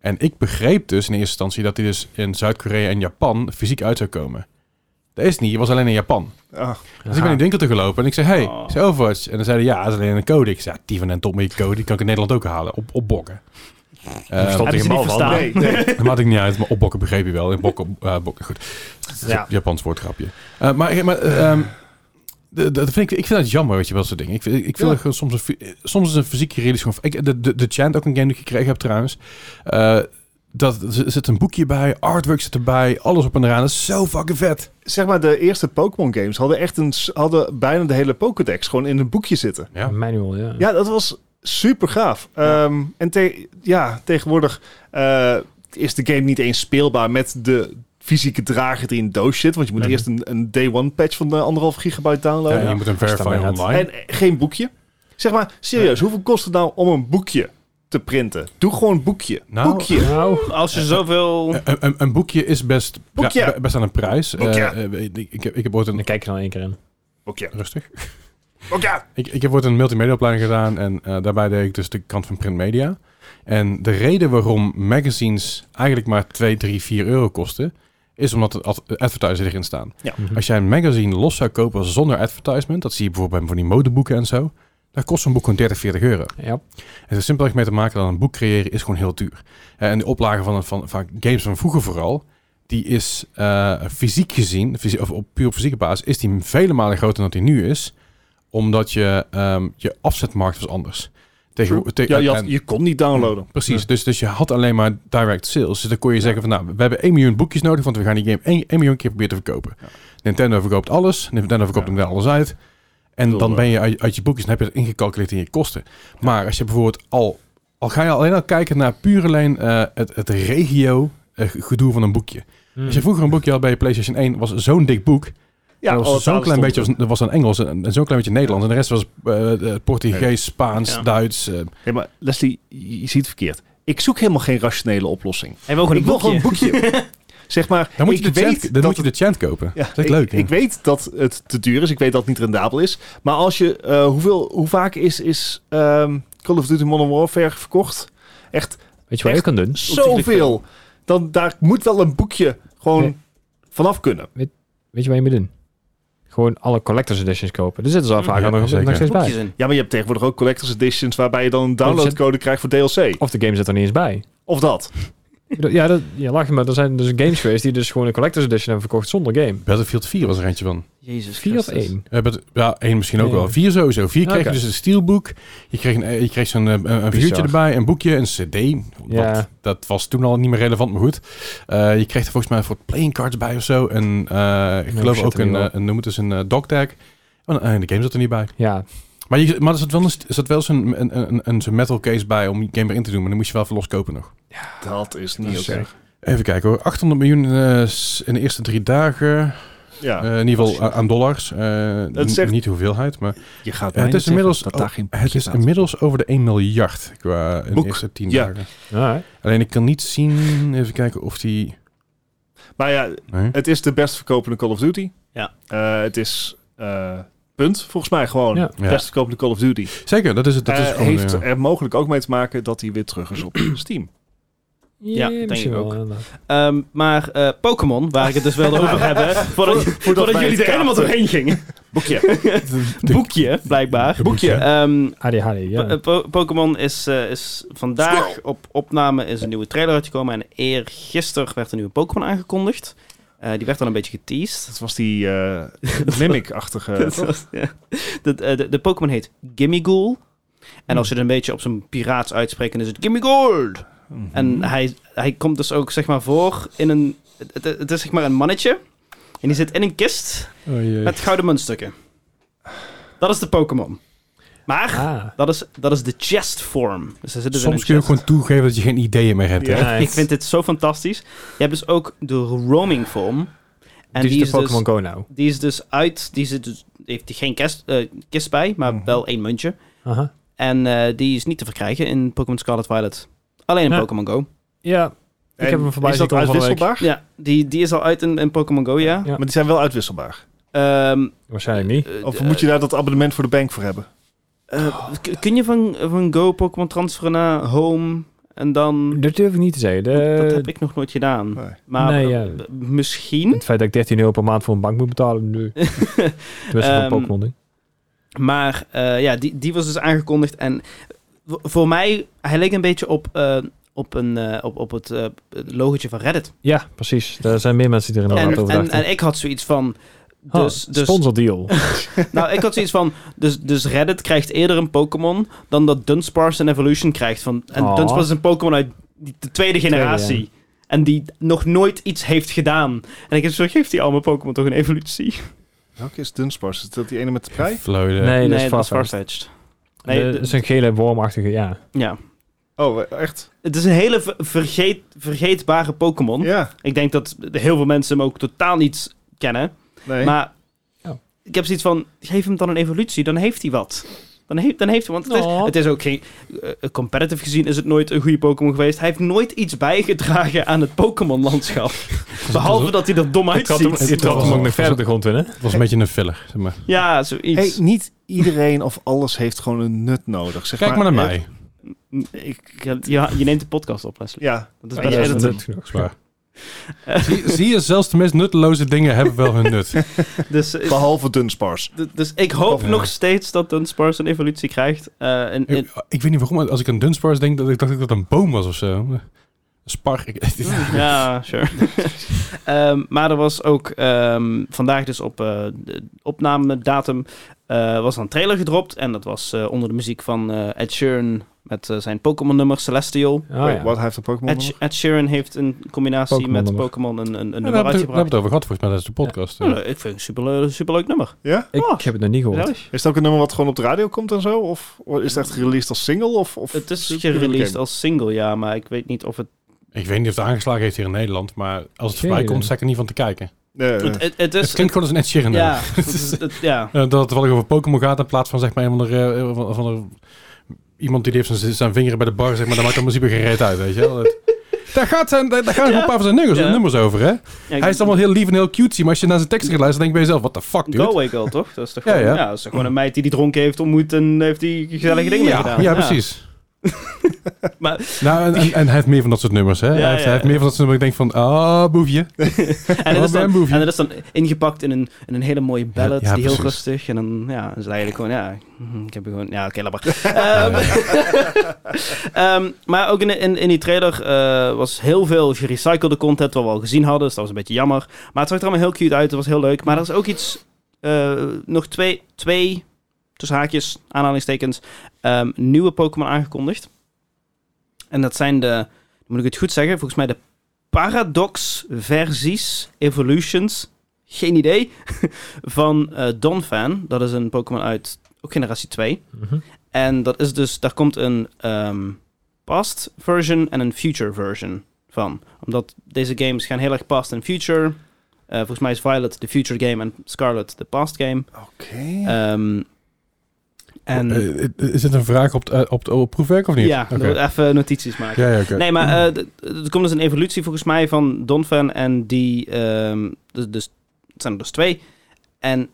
B: En ik begreep dus in eerste instantie dat die dus in Zuid-Korea en Japan fysiek uit zou komen. Dat is niet, je was alleen in Japan.
A: Ah,
B: Dus ik ben in de winkel te gelopen en ik zei, hey,
C: Oh.
B: is Overwatch? En dan zeiden ja, dat is alleen een code. Ik zei, ja, die van en top met je code, die kan ik in Nederland ook halen. Op, opbokken. Eh,
D: Verstand
C: Hebben
D: tegen
C: ze
D: bal
C: niet
D: van.
C: verstaan?
A: nee, nee.
B: dat maakt ik niet uit, maar opbokken begreep je wel. In bokken, eh, bokken, goed. Dat is
D: Ja.
B: een Japans woordgrapje. Eh, maar maar eh, ehm, de- de- dat vind ik, ik vind dat jammer, weet je wel, dat soort dingen. Ik, vind- ik vind
A: Ja.
B: dat gewoon soms, een, fi- soms is een fysieke release gewoon... Ik, de, de, de Chant, ook een game die ik gekregen heb trouwens. Eh, dat, er zit een boekje bij, artwork zit erbij, alles op en eraan. Dat is zo fucking vet.
A: Zeg maar, de eerste Pokémon games hadden echt een, s- hadden bijna de hele Pokédex gewoon in een boekje zitten.
B: Ja.
D: Manual,
B: Hm.
D: ja.
A: Ja, dat was super gaaf. Ehm, en te- ja, tegenwoordig eh, is de game niet eens speelbaar met de fysieke drager die in een doos zit. Want je moet
D: Mhm.
A: eerst een, een day one patch van eh, anderhalf gigabyte downloaden.
B: Ja, je moet hem verify
D: Staan bij het-
B: online.
A: En eh, geen boekje. Zeg maar, serieus, hoeveel kost het nou om een boekje te printen? Doe gewoon een boekje.
B: Nou,
A: boekje.
D: Nou,
C: Als je zoveel...
B: Een, een, een boekje is best,
A: Boekje.
B: ja, be- best aan een prijs.
A: Boekje.
B: Eh, eh, ik, ik, heb, ik heb ooit
D: dan
B: een...
D: kijk je dan één keer in.
A: Boekje.
B: Rustig.
A: Boekje.
B: Ik, ik heb ooit een multimediaopleiding gedaan en eh, daarbij deed ik dus de kant van print media. En de reden waarom magazines eigenlijk maar 2, 3, 4 euro kosten, is omdat er ad- advertisers erin staan.
D: Mhm.
B: Als jij een magazine los zou kopen zonder advertisement, dat zie je bijvoorbeeld bij van die modeboeken en zo, dan kost zo'n boek gewoon 30, 40 euro.
D: Ja.
B: Het heeft er simpelweg mee te maken dat een boek creëren is gewoon heel duur. Eh, en de oplagen van, van, van games van vroeger vooral, die is eh, fysiek gezien, fysie- of op puur op fysieke basis, is die vele malen groter dan die nu is. Omdat je, ehm, je afzetmarkt was anders. Tegen, te-
A: Ja, je, had-
B: en-
A: je kon niet downloaden.
B: Precies, dus, dus je had alleen maar direct sales. Dus dan kon je zeggen van nou, we hebben 1 miljoen boekjes nodig, want we gaan die game 1, miljoen keer proberen te verkopen.
A: Ja.
B: Nintendo verkoopt alles, Nintendo verkoopt
A: Ja.
B: hem daar alles uit. En
A: bedoel,
B: dan
A: eh,
B: ben je uit, uit je boekjes, dan heb je het ingecalculeerd in je kosten. Maar als je bijvoorbeeld al, al ga je alleen al kijken naar puur alleen eh, het, het regio eh, gedoe van een boekje.
D: Hmm.
B: Als je vroeger een boekje had bij je PlayStation 1, was zo'n dik boek.
A: Hmm. Ja,
B: Ja,
A: alle
B: was zo'n
A: talen
B: klein beetje
A: stonden
B: was, was dan Engels en, en zo'n klein beetje Nederlands. En de rest was eh, eh, Portugees, Spaans,
C: Ja.
B: Duits. eh,
A: er. Nee, maar Leslie, je je ziet het verkeerd. Ik zoek helemaal geen rationele oplossing.
C: En we ook
A: ik
C: een
A: wil gewoon een
C: boekje.
A: boekje. zeg maar,
B: dan moet, je
A: ik
B: de,
A: weet
B: chant, dan
A: dat
B: moet je de chant kopen.
A: Ja,
B: dat is
A: ik,
B: echt leuk. hè?
A: Ik weet dat het te duur is. Ik weet dat het niet rendabel is. Maar als je, eh, hoeveel, hoe vaak is, is ehm, Call of Duty Modern Warfare verkocht? Echt
D: Weet je wat je
A: Echt?
D: kan doen?
A: zoveel. Dan daar moet wel een boekje gewoon
D: Nee.
A: vanaf kunnen.
D: Weet je wat je moet doen? Gewoon alle collectors editions kopen. Er zitten ze al
C: Mm,
D: vaak
B: ja,
D: nog,
B: zeker.
D: nog steeds
C: Boekjes
D: bij.
C: in.
A: Ja, maar je hebt tegenwoordig ook collector's editions waarbij je dan een downloadcode krijgt voor DLC.
D: Of de game zit er niet eens bij.
A: Of dat.
D: Ik bedoel, Ja, dat, ja, lach maar. Er zijn dus games geweest die dus gewoon een collector's edition hebben verkocht zonder game.
B: Battlefield 4 was er eentje van.
C: Jezus
D: Vier of
C: Christus.
D: één.
B: Eh, Bat- ja, één misschien ook
D: Nee.
B: wel. Vier sowieso. Vier kreeg
D: Oké.
B: je dus een steelbook. Je kreeg, een, je kreeg zo'n eh, een- een figuurtje erbij, een boekje, een cd.
D: Ja.
B: Dat, dat was toen al niet meer relevant, maar goed. Eh, je kreeg er volgens mij voor playing cards bij of zo. En eh, ik
D: Nee,
B: geloof
D: shit,
B: ook
D: er
B: een,
D: niet
B: eh,
D: wel.
B: een, noem het eens een eh, dogtag. En eh, de game zat er niet bij.
D: Ja,
B: Maar, je, maar er zat wel, een, st- er zat wel zo'n een, een, een, zo'n metal case bij om die game erin te doen. Maar dan moest je wel even loskopen nog.
A: Dat is
D: Dat
A: niet
D: is
A: oké.
D: erg.
B: Even kijken hoor. 800 miljoen eh, s- in de eerste drie dagen.
A: Ja,
B: Eh, in ieder geval aan dollars. Eh,
A: Dat is echt-
B: n- Niet de hoeveelheid, maar eh,
A: je gaat
B: het
A: mij niet
B: is
A: zeggen
B: inmiddels
A: dat
B: al-
A: daar geen
B: het
A: boekje
B: is
A: staat.
B: inmiddels over de 1 miljard qua in
A: Boek.
B: de eerste 10
A: Ja.
B: dagen.
D: alright.
B: Alleen ik kan niet zien, even kijken of die...
A: Maar ja,
B: Nee.
A: het is de best verkopende Call of Duty.
C: Ja.
A: Eh, het is eh, Punt, volgens mij gewoon.
D: Ja.
B: Ja.
A: Best verkopende Call of Duty.
B: Zeker, dat is het. Dat is
A: Eh,
B: gewoon,
A: heeft
B: ja.
A: er mogelijk ook mee te maken dat hij weer terug is op Steam.
C: Ja, denk
D: misschien
C: ik
D: wel, eh,
C: ook.
D: inderdaad.
C: Ehm, maar eh, Pokémon, waar ik het dus wilde over hebben, voordat, voordat
A: wij
C: jullie
A: het
C: er helemaal
A: kaapten.
C: doorheen gingen.
A: Boekje.
C: Boekje, blijkbaar.
B: Boekje.
C: Ehm,
D: ADHD, ja.
C: Po- eh, Po- Pokémon is, eh, is vandaag op opname is een nieuwe trailer uitgekomen. En eergisteren werd een nieuwe Pokémon aangekondigd. Eh, die werd dan een beetje geteased.
A: Dat was die eh, mimic-achtige...
C: Dat was- ja. de, eh, de, de Pokémon heet Gimmigool. En als je het een beetje op zijn piraats uitspreekt, dan is het Gimmigool. En hij, hij komt dus ook zeg maar voor in een... Het, het- het is zeg maar een mannetje. En die zit in een kist
B: Oh, jee.
C: met gouden muntstukken. Dat is de Pokémon. Maar
D: Ah.
C: dat is, dat is de chest form. Dus hij zit dus in
B: Soms
C: een
B: kun je
C: chest.
B: gewoon toegeven dat je geen ideeën meer hebt. hè?
D: Ja,
C: Ik vind dit zo fantastisch. Je hebt dus ook de roaming form. En
D: Dit
C: die,
D: is de
C: is dus,
D: Pokémon Go nou.
C: die is dus uit. Die zit dus, heeft die geen kist, eh, kist bij, maar
A: Mhm.
C: wel één muntje.
D: Aha.
C: En eh, die is niet te verkrijgen in Pokémon Scarlet Violet. Alleen in
D: Ja.
C: Pokémon Go.
D: Ja, ik heb hem voorbij
A: Is
D: zien
A: dat
D: komen van de week.
A: uitwisselbaar?
C: Ja, die, die is al uit in, in Pokémon Go, ja.
D: Ja.
A: Maar die zijn wel uitwisselbaar.
C: Ehm,
D: waarschijnlijk niet.
C: eh,
A: Of moet je daar dat abonnement voor de bank voor hebben?
C: eh, k- kun je van, van Go Pokémon transferen naar Home en dan...
D: Dat durf ik niet te zeggen. De-
C: Mm. dat heb ik nog nooit gedaan.
A: Nee.
C: Maar
D: Eh, Nee,
C: eh,
D: ja.
C: b- misschien.
D: Het feit dat ik 13 euro per maand voor een bank moet betalen, nu. Tenminste, voor
C: Ehm,
D: Pokémon ding.
C: Maar eh, ja, die, die was dus aangekondigd. En w- voor mij, hij leek een beetje op, eh, op, een, eh, op, op het eh, het logotje van Reddit.
D: Ja, precies. Daar zijn meer mensen die er inderdaad
C: en,
D: over
C: en,
D: dachten.
C: en ik had zoiets van.
D: Oh,
C: Dus, dus,
D: sponsordeal.
C: nou, ik had zoiets van. Dus, dus Reddit krijgt eerder een Pokémon. dan dat Dunsparce een Evolution krijgt. Van, en
D: Oh.
C: Dunsparce is een Pokémon uit die- de tweede generatie.
D: Tweede,
C: En die nog nooit iets heeft gedaan. En ik heb zo, geeft die allemaal Pokémon toch een evolutie?
A: Welke is Dunspars? Is dat die ene met de prei?
B: Fleude.
D: nee, dat is
C: dat is
D: vast.
C: Farfetch'd.
D: Nee,
C: Nee,
D: dat is een gele wormachtige, ja.
C: Ja.
A: Oh, echt?
C: Het is een hele ver- vergeet, vergeetbare Pokémon.
A: Ja.
C: Ik denk dat heel veel mensen hem ook totaal niet kennen.
A: Nee.
C: Maar
D: Ja.
C: ik heb zoiets van, geef hem dan een evolutie, dan heeft hij wat. Dan heeft, dan heeft hij, want het, is,
D: Oh.
C: het is ook geen... eh, competitive gezien is het nooit een goede Pokémon geweest. Hij heeft nooit iets bijgedragen aan het Pokémon-landschap. Behalve dat hij er dom
D: Ik had hem,
C: uitziet.
D: ik had hem ook nog
B: was-
D: verder de grond in, hè?
B: Het was een beetje een filler. Zeg maar.
C: Ja, zoiets.
A: Hey, niet iedereen of alles heeft gewoon een nut nodig. Zeg
B: Kijk maar, eh, naar mij.
C: Ik, ja, je neemt de podcast op, Leslie.
A: Ja.
C: Dat is
A: Ja,
C: best
A: ja,
C: edited.
D: is genoeg.
B: Zwaar. zie, zie je, zelfs de meest nutteloze dingen hebben wel hun nut.
C: Dus, eh,
A: Behalve Dunspars.
D: Oh,
C: d- dus ik hoop
B: Ja.
C: nog steeds dat Dunsparce een evolutie krijgt. Eh, en, en-
B: Ik, ik weet niet waarom, maar als ik aan Dunsparce denk, dat ik dacht dat dat een boom was of zo. Spar. Ik,
C: Ja, sure. Ehm, maar er was ook ehm, vandaag dus op eh, de opnamedatum eh, was er een trailer gedropt. En dat was eh, onder de muziek van eh, Ed Sheeran met eh, zijn Pokémon-nummer Celestial.
D: Oh, ja.
A: Wat heeft een Pokémon?
C: Ed,
A: nog?
C: Ed Sheeran heeft in combinatie met
D: Pokémon-nummer.
C: Pokémon een, een, een
B: Ja, daar
C: nummer
B: hebben we het- daar hebben we
C: uitgebracht.
B: het over gehad, volgens mij, dat is de podcast. Eh,
C: Oh, ik vind het een super, superleuk nummer.
A: Ja?
D: Ik
C: Oh,
D: heb het nog niet gehoord.
C: gezellig.
A: Is dat ook een nummer wat gewoon op de radio komt en zo? Of is het echt gereleased als single? Of, of
C: Het is
A: Super
C: gereleased
A: game.
C: als single, ja, maar ik weet niet of het...
B: Ik weet niet of het aangeslagen heeft hier in Nederland, maar als het
D: Geen
B: voorbij komt,
D: idee.
B: sta ik er niet van te kijken.
A: Nee, nee.
C: het, het, Dus het
B: Eh, het
C: is...
B: klinkt gewoon als een Ed Sheeran.
C: ja, het is- het- ja,
B: Eh, dat het wel over Pokémon gaat in plaats van zeg maar een eh, van de, van, van de, iemand die heeft zijn, zijn vinger bij de bar, zeg maar, dat maakt allemaal super gereed uit, weet je wel. Dat- Daar, gaat zijn, daar daar gaan
C: Ja.
B: een paar van zijn nummers,
C: Ja.
B: nummers over, hè?
C: Ja, ik-
B: Hij is allemaal heel lief en heel cutesy, maar als je naar zijn teksten gaat luisteren, denk je bij jezelf, what the fuck, dude?
C: Go Away Girl, toch? Dat is toch
B: Ja,
C: gewoon, ja,
B: ja.
C: dat is toch gewoon een meid die die dronken heeft ontmoet en heeft die gezellige dingen
B: ja,
C: mee gedaan.
B: Ja, precies.
C: Maar-
B: nou, en, en, en hij heeft meer van dat soort nummers, hè?
C: Ja,
B: hij, heeft,
C: ja.
B: hij heeft meer van dat soort nummers. Ik denk van, ah, boefje.
C: En dat is
B: Oh,
C: dan,
B: man, boefje.
C: en dat is dan ingepakt in een, in een hele mooie ballad,
B: Ja, ja,
C: die heel
B: precies.
C: rustig. En dan ja, dan is het eigenlijk gewoon, ja, ik heb gewoon, ja, oké, laat maar.
B: Ja,
C: Ehm, ehm, maar ook in, in, in die trailer eh, was heel veel gerecyclede content, wat we al gezien hadden, dus dat was een beetje jammer. Maar het zag er allemaal heel cute uit, het was heel leuk. Maar er is ook iets, eh, nog twee, twee, tussen haakjes, aanhalingstekens, ehm, nieuwe Pokémon aangekondigd. En dat zijn de, moet ik het goed zeggen, volgens mij de Paradox versies, Evolutions, geen idee, van eh, Donphan. Dat is een Pokémon uit ook generatie 2.
D: Mhm.
C: En dat is dus, daar komt een ehm, past version en een future version van. Omdat deze games gaan heel erg past en future. Eh, volgens mij is Violet de future game en Scarlet de past game.
A: Oké.
C: Ehm, en
B: Eh, is dit een vraag op, het op, het- op het proefwerk of niet?
C: ja,
B: Oké.
C: even notities maken.
B: Ja, ja, oké.
C: Nee, maar eh, d- d- er komt dus een evolutie volgens mij van Donphan en die... ehm, dus, dus, het zijn er dus twee. En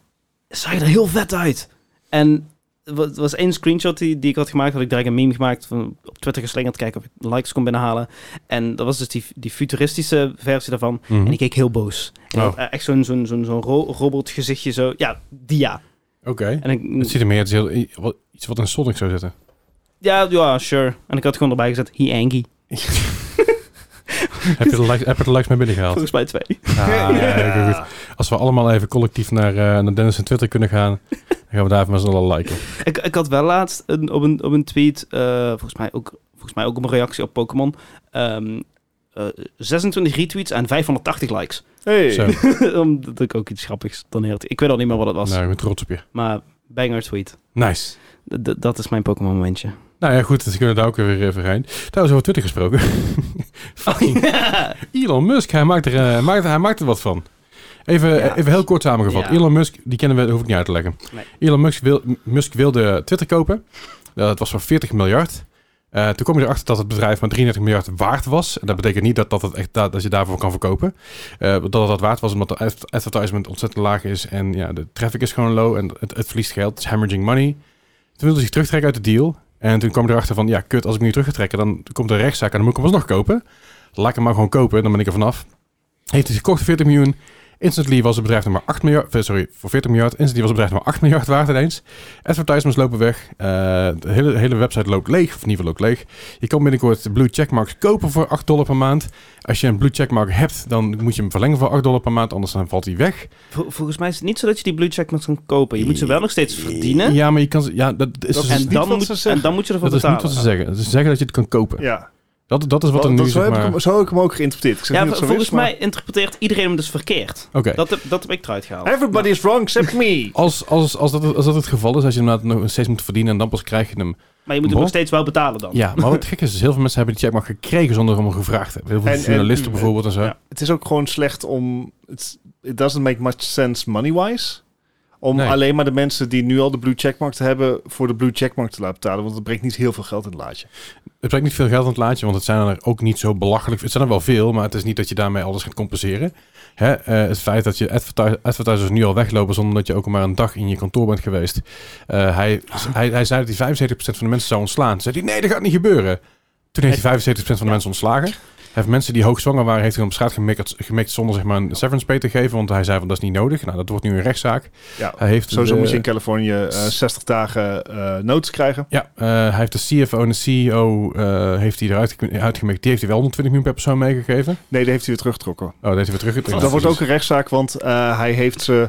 C: zag er heel vet uit. En er wa- was één screenshot die, die ik had gemaakt, had ik direct een meme gemaakt, van, op Twitter geslingerd, kijken of ik likes kon binnenhalen. En dat was dus die, die futuristische versie daarvan.
B: Mhm.
C: En die keek heel boos. En
B: Oh.
C: had, eh, echt zo'n zo'n zo'n zo'n ro- robotgezichtje zo. Ja, die ja.
B: Oké.
C: En ik,
B: Het ziet er meer als heel, wat- iets wat in Sonic zou zitten.
C: ja, ja, sure. En ik had gewoon erbij gezet, he angry.
B: Oh. heb, je de likes, heb je de likes mee binnengehaald?
C: Volgens mij twee.
B: Ah, ja, heel goed. Als we allemaal even collectief naar, eh, naar Dennis en Twitter kunnen gaan, dan gaan we daar even met z'n allen liken.
C: Ik, ik had wel laatst een, op, een, op een tweet, eh, volgens, mij ook, volgens mij ook op een reactie op Pokémon, ehm, eh, 26 retweets en 580 likes.
A: Hey.
B: Zo.
C: Omdat ik ook iets grappigs dan neer Ik weet al niet meer wat het was,
B: Nou, ik ben trots op je.
C: maar banger tweet.
B: Nice.
C: D- d- dat is mijn Pokémon momentje.
B: Nou ja, goed, dus kunnen we daar ook weer even heen. Trouwens, over Twitter gesproken.
C: Oh,
B: Fucking Elon Musk, hij maakt, er, eh, maakt, hij maakt er wat van. Even, eh,
C: Ja.
B: even heel kort samengevat.
C: Ja.
B: Elon Musk, die kennen we, dat hoef ik niet uit te leggen.
C: Nee.
B: Elon Musk, wil, Musk wilde Twitter kopen. Dat was voor 40 miljard. Eh, toen kwam je erachter dat het bedrijf maar 33 miljard waard was. En dat betekent niet dat, dat, het echt, dat, dat je daarvoor kan verkopen. Eh, dat het dat waard was omdat de ad- advertisement ontzettend laag is. En ja, de traffic is gewoon low. En het, het verliest geld. Het is hemorrhaging money. Toen wilde hij zich terugtrekken uit de deal. En toen kwam hij erachter van, ja, kut, als ik me nu terug ga trekken, dan komt er een rechtszaak en dan moet ik hem alsnog kopen. Laat ik hem maar gewoon kopen, dan ben ik er vanaf. Heeft hij gekocht voor 40 miljoen. Instantly was het bedrijf nog maar 8 miljard, eh, sorry, voor 40 miljard. Instantly was het bedrijf nog maar 8 miljard waard ineens. Advertisements lopen weg. Eh, de hele, hele website loopt leeg, of in ieder geval loopt leeg. Je kan binnenkort blue checkmarks kopen voor 8 dollar per maand. Als je een blue checkmark hebt, dan moet je hem verlengen voor 8 dollar per maand, anders dan valt hij weg.
C: Vol- volgens mij is het niet zo dat je die blue check moet gaan kopen. Je moet ze wel nog steeds verdienen.
B: Ja, maar je kan, ze- ja, dat is,
A: Dat
B: dus-
A: is
C: en,
A: niet
C: dan
A: wat
C: moet,
A: ze
C: en
A: zeggen.
C: dan moet je ervoor
B: dat is niet
C: betalen.
B: wat ze zeggen. Ze zeggen dat je het kan kopen.
A: Ja,
B: Dat, dat is wat er
A: dat,
B: nu
A: zo
B: zeg
A: heb
B: maar-
A: ik hem, zo heb ik hem ook geïnterpreteerd. Ik zeg
C: ja,
A: niet dat het zo
C: volgens
A: is, maar-
C: mij interpreteert iedereen hem dus verkeerd.
B: Oké.
C: Dat heb, dat heb ik eruit gehaald.
A: Everybody's wrong except me.
B: Als, als, als, dat, als dat het geval is, als je hem nog steeds moet verdienen en dan pas krijg je hem.
C: Maar je moet
B: Bon.
C: hem nog steeds wel betalen dan.
B: Ja, maar wat gek is, is heel veel mensen hebben die checkmark gekregen zonder hem gevraagd te hebben. Heel veel
A: En- en-
B: journalisten bijvoorbeeld en zo.
A: Ja. Het is ook gewoon slecht om... it's- It doesn't make much sense money-wise. Om
B: Nee.
A: alleen maar de mensen die nu al de blue checkmark te hebben... voor de blue checkmark te laten betalen. Want dat brengt niet heel veel geld in het laadje.
B: Het brengt niet veel geld aan het laadje, want het zijn er ook niet zo belachelijk. Het zijn er wel veel, maar het is niet dat je daarmee alles gaat compenseren. Hè? eh, het feit dat je adverti- advertisers nu al weglopen zonder dat je ook maar een dag in je kantoor bent geweest. Eh, hij, hij, hij zei dat hij 75% van de mensen zou ontslaan. Toen zei hij, nee, dat gaat niet gebeuren. Toen heeft hij 75% van de mensen ontslagen. Hij heeft mensen die hoogzwanger waren, heeft hij op straat gemikt, gemikt zonder zeg maar een severance pay te geven. Want hij zei van, dat is niet nodig. Nou, dat wordt nu een rechtszaak.
A: Ja,
B: Hij heeft
A: Sowieso
B: de-
A: moet je in Californië eh, 60 dagen eh notes krijgen.
B: Ja, eh, hij heeft de CFO en de CEO eh, heeft hij eruit gem- uitgemikt. Die heeft hij wel 120 miljoen per persoon meegegeven.
A: Nee, die heeft hij weer teruggetrokken.
B: Oh, dat heeft hij weer teruggetrokken.
A: Dat wordt ook een rechtszaak, want eh, hij heeft ze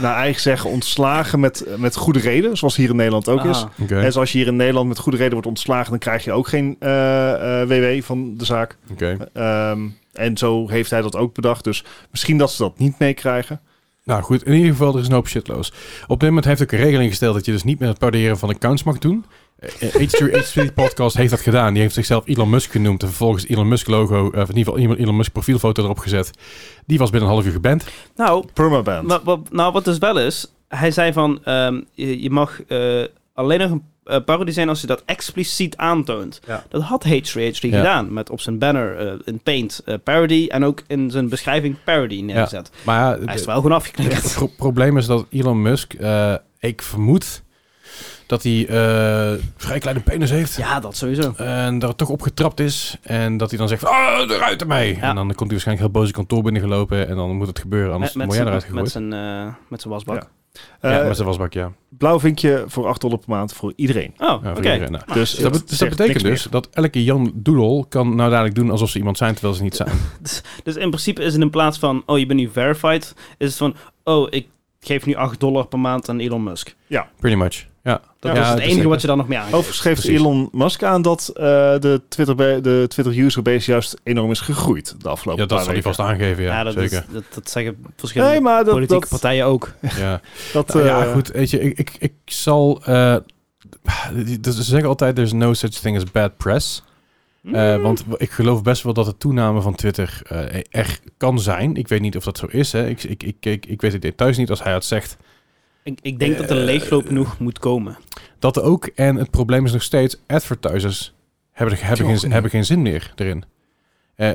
A: naar eigen zeggen ontslagen met, eh, met goede reden. Zoals hier in Nederland ook is.
C: Ah,
B: Oké,
A: En zoals je hier in Nederland met goede reden wordt ontslagen... dan krijg je ook geen eh, eh, WW van de zaak.
B: oké.
A: Ehm, en zo heeft hij dat ook bedacht. Dus misschien dat ze dat niet meekrijgen.
B: Nou goed, in ieder geval, er is een hoop shitloos. Op dit moment heeft ook een regeling gesteld dat je dus niet meer het paroderen van accounts mag doen. Eh, eh, H2, H3 Podcast heeft dat gedaan. Die heeft zichzelf Elon Musk genoemd en vervolgens Elon Musk logo, eh, of in ieder geval Elon Musk profielfoto erop gezet. Die was binnen een half uur geband.
C: Nou,
A: Permaband.
C: wat, wat, nou, wat dus wel is, hij zei van, ehm, je, je mag eh, alleen nog een eh, parodie zijn als je dat expliciet aantoont.
A: Ja.
C: Dat had H3H3
B: Ja.
C: gedaan, met op zijn banner eh, in Paint eh, parody en ook in zijn beschrijving parody neergezet.
B: Maar ja,
C: Hij is er wel gewoon afgeknikkerd.
B: Het pro- probleem is dat Elon Musk, eh, ik vermoed dat hij eh, vrij kleine penis heeft.
C: Ja, dat
B: Eh,
C: sowieso.
B: En daar toch op getrapt is. En dat hij dan zegt, ah, eruit ermee.
C: Ja.
B: En dan komt hij waarschijnlijk heel boos het kantoor binnengelopen. En dan moet het gebeuren, anders
C: Met, met
B: word jij eruit
C: zijn,
B: gegooid.
C: met, zijn, eh, met zijn wasbak.
A: Eh,
B: ja, met zijn wasbak, ja.
A: Blauw vinkje voor 8 dollar per maand voor iedereen.
C: Oh,
B: Ja,
C: oké.
B: voor iedereen, nou.
A: Dus
B: Dus dat,
A: het
B: bet- dus dat
A: zegt
B: betekent
A: niks
B: dus dat elke Jan Doedel kan nou dadelijk doen alsof ze iemand zijn, terwijl ze niet zijn.
C: Dus in principe is het in plaats van, oh, je bent nu verified, is het van, oh, ik geef nu 8 dollar per maand aan Elon Musk.
B: Pretty much. Ja,
C: Dat
B: ja,
C: is het
B: dus
C: enige
B: ik-
C: wat je dan nog meer aan.
A: meer. Overigens geeft
B: Precies.
A: Elon Musk aan dat eh, de Twitter-userbase de Twitter base juist enorm is gegroeid de afgelopen
B: Ja, dat
A: paar
B: zal hij
A: weken.
B: vast aangeven, ja,
C: Ja, dat,
B: zeker.
C: is- dat, dat zeggen verschillende
A: Nee, maar dat,
C: politieke
A: dat,
C: partijen ook.
B: Ja.
A: dat,
B: Nou ja,
A: eh,
B: goed, weet je, ik, ik, ik zal... eh, dus ze zeggen altijd, there's no such thing as bad press. Eh,
A: Mm.
B: Want w- ik geloof best wel dat de toename van Twitter eh, er kan zijn. Ik weet niet of dat zo is. Hè. Ik, ik, ik, ik, ik weet de details niet als hij het zegt.
C: Ik, ik denk dat er leegloop genoeg moet komen.
B: Dat ook. En het probleem is nog steeds, advertisers hebben, hebben, geen, hebben geen zin meer erin. eh,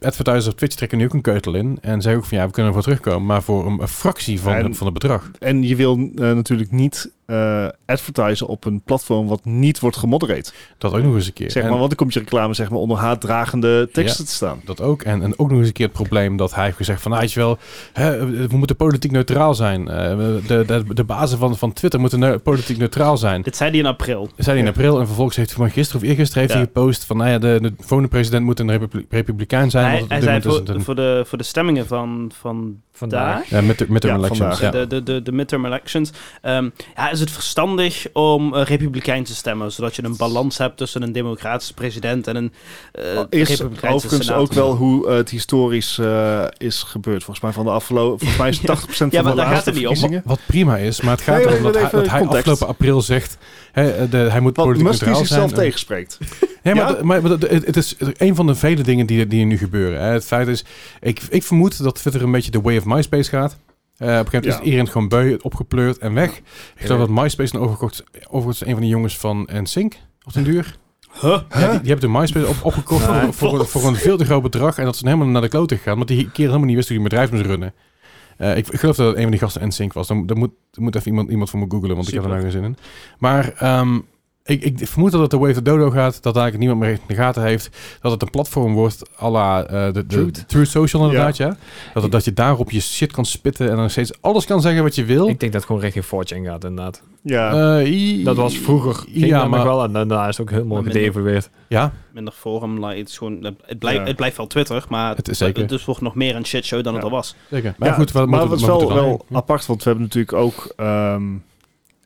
B: advertisers op Twitch trekken nu ook een keutel in. En zeggen ook van ja, we kunnen ervoor terugkomen. Maar voor een, een fractie van,
A: En-
B: van het bedrag.
A: En je wil eh, natuurlijk niet eh advertisen op een platform wat niet wordt gemodereerd.
B: Dat ook nog eens een keer.
A: Zeg maar,
B: En-
A: want dan komt je reclame zeg maar, onder haatdragende teksten te staan.
B: Dat ook. En, en ook nog eens een keer het probleem dat hij heeft gezegd van... Nou, weet je wel, hè, we moeten politiek neutraal zijn. Eh, we- de, de, de bazen van, van Twitter moeten neu- politiek neutraal zijn.
C: Dit zei hij in april.
B: Dat zei hij in april en vervolgens heeft hij van gisteren of eergisteren heeft
C: Ja.
B: hij gepost van... Nou ja, de, de volgende president moet een republi- republikein zijn.
C: hij
B: want op
C: hij
B: dit
C: zei
B: moment is het
C: voor,
B: een-
C: voor, de, voor de stemmingen van vandaag,
D: Vandaag.
B: ja, met de met de
A: Ja,
B: elections.
A: vandaag.
B: Ja.
C: de, de, de, de midterm elections, ehm, ja, is het verstandig om eh, republikein te stemmen, zodat je een balans hebt tussen een democratische president en een eh
A: is
C: republikeinse
A: overigens
C: senator.
A: ook wel hoe eh, het historisch eh, is gebeurd. Volgens mij van de afgelopen, volgens mij is 80% van
C: Ja, maar
A: de
C: daar gaat
A: laatste
C: het niet om.
A: verkiezingen.
B: Wat prima is, maar het gaat
A: Nee, nee,
B: erom dat,
A: nee,
B: hij,
A: even
B: dat hij
A: context.
B: afgelopen april zegt... hè, de, hij moet
A: Want
B: politiek
A: Musk die
B: neutraal zijn.
A: zichzelf
B: En-
A: tegenspreekt.
B: Ja, maar,
A: Ja?
B: d- maar maar d- het, het is een van de vele dingen die, die er nu gebeuren. hè. Het feit is, ik, ik vermoed dat Twitter een beetje de way of MySpace gaat. Eh, op een gegeven moment
A: Ja.
B: is iedereen gewoon beu, opgepleurd en weg. Ik geloof dat MySpace nou overgekocht overigens een van de jongens van NSYNC op den duur.
C: Huh?
B: Ja, die, die hebben de MySpace op, opgekocht voor- voor, voor, een- voor een veel te groot bedrag. En dat ze helemaal naar de klote gegaan. Want die kerel helemaal niet wist hoe die een bedrijf moest runnen. Eh, ik, ik geloof dat het een van die gasten NSYNC was. Dan, dan moet, dan moet even iemand, iemand voor me googlen, want ik heb er nou geen zin in. Maar ehm, ik, ik vermoed dat het de way to dodo gaat. Dat eigenlijk niemand meer echt in de gaten heeft. Dat het een platform wordt à la eh, de, de,
A: Truth.
B: Truth Social inderdaad, ja. Dat, het- dat je daarop je shit kan spitten en dan steeds alles kan zeggen wat je wil.
D: Ik denk dat het gewoon richting 4chan gaat, inderdaad.
A: Ja,
B: Eh, i-
D: Dat was vroeger. Ging
B: Ja,
D: ja, maar
B: maar-
D: wel. En daarna is het ook helemaal
C: Maar minder.
D: gedevalueerd.
B: Ja,
C: Minder forum, like, het, is gewoon, het, blijft,
A: Ja.
C: het blijft wel Twitter, maar
B: Het
C: het,
B: is zeker.
C: het dus wordt nog meer een shitshow dan het
A: Ja.
C: al was.
B: zeker. Maar
A: Ja,
B: goed,
A: maar
B: wat moeten
A: wat
B: we
A: is
B: wat
A: wel,
B: moeten we
A: wel
B: dan-
A: apart, want we hebben natuurlijk ook... ehm,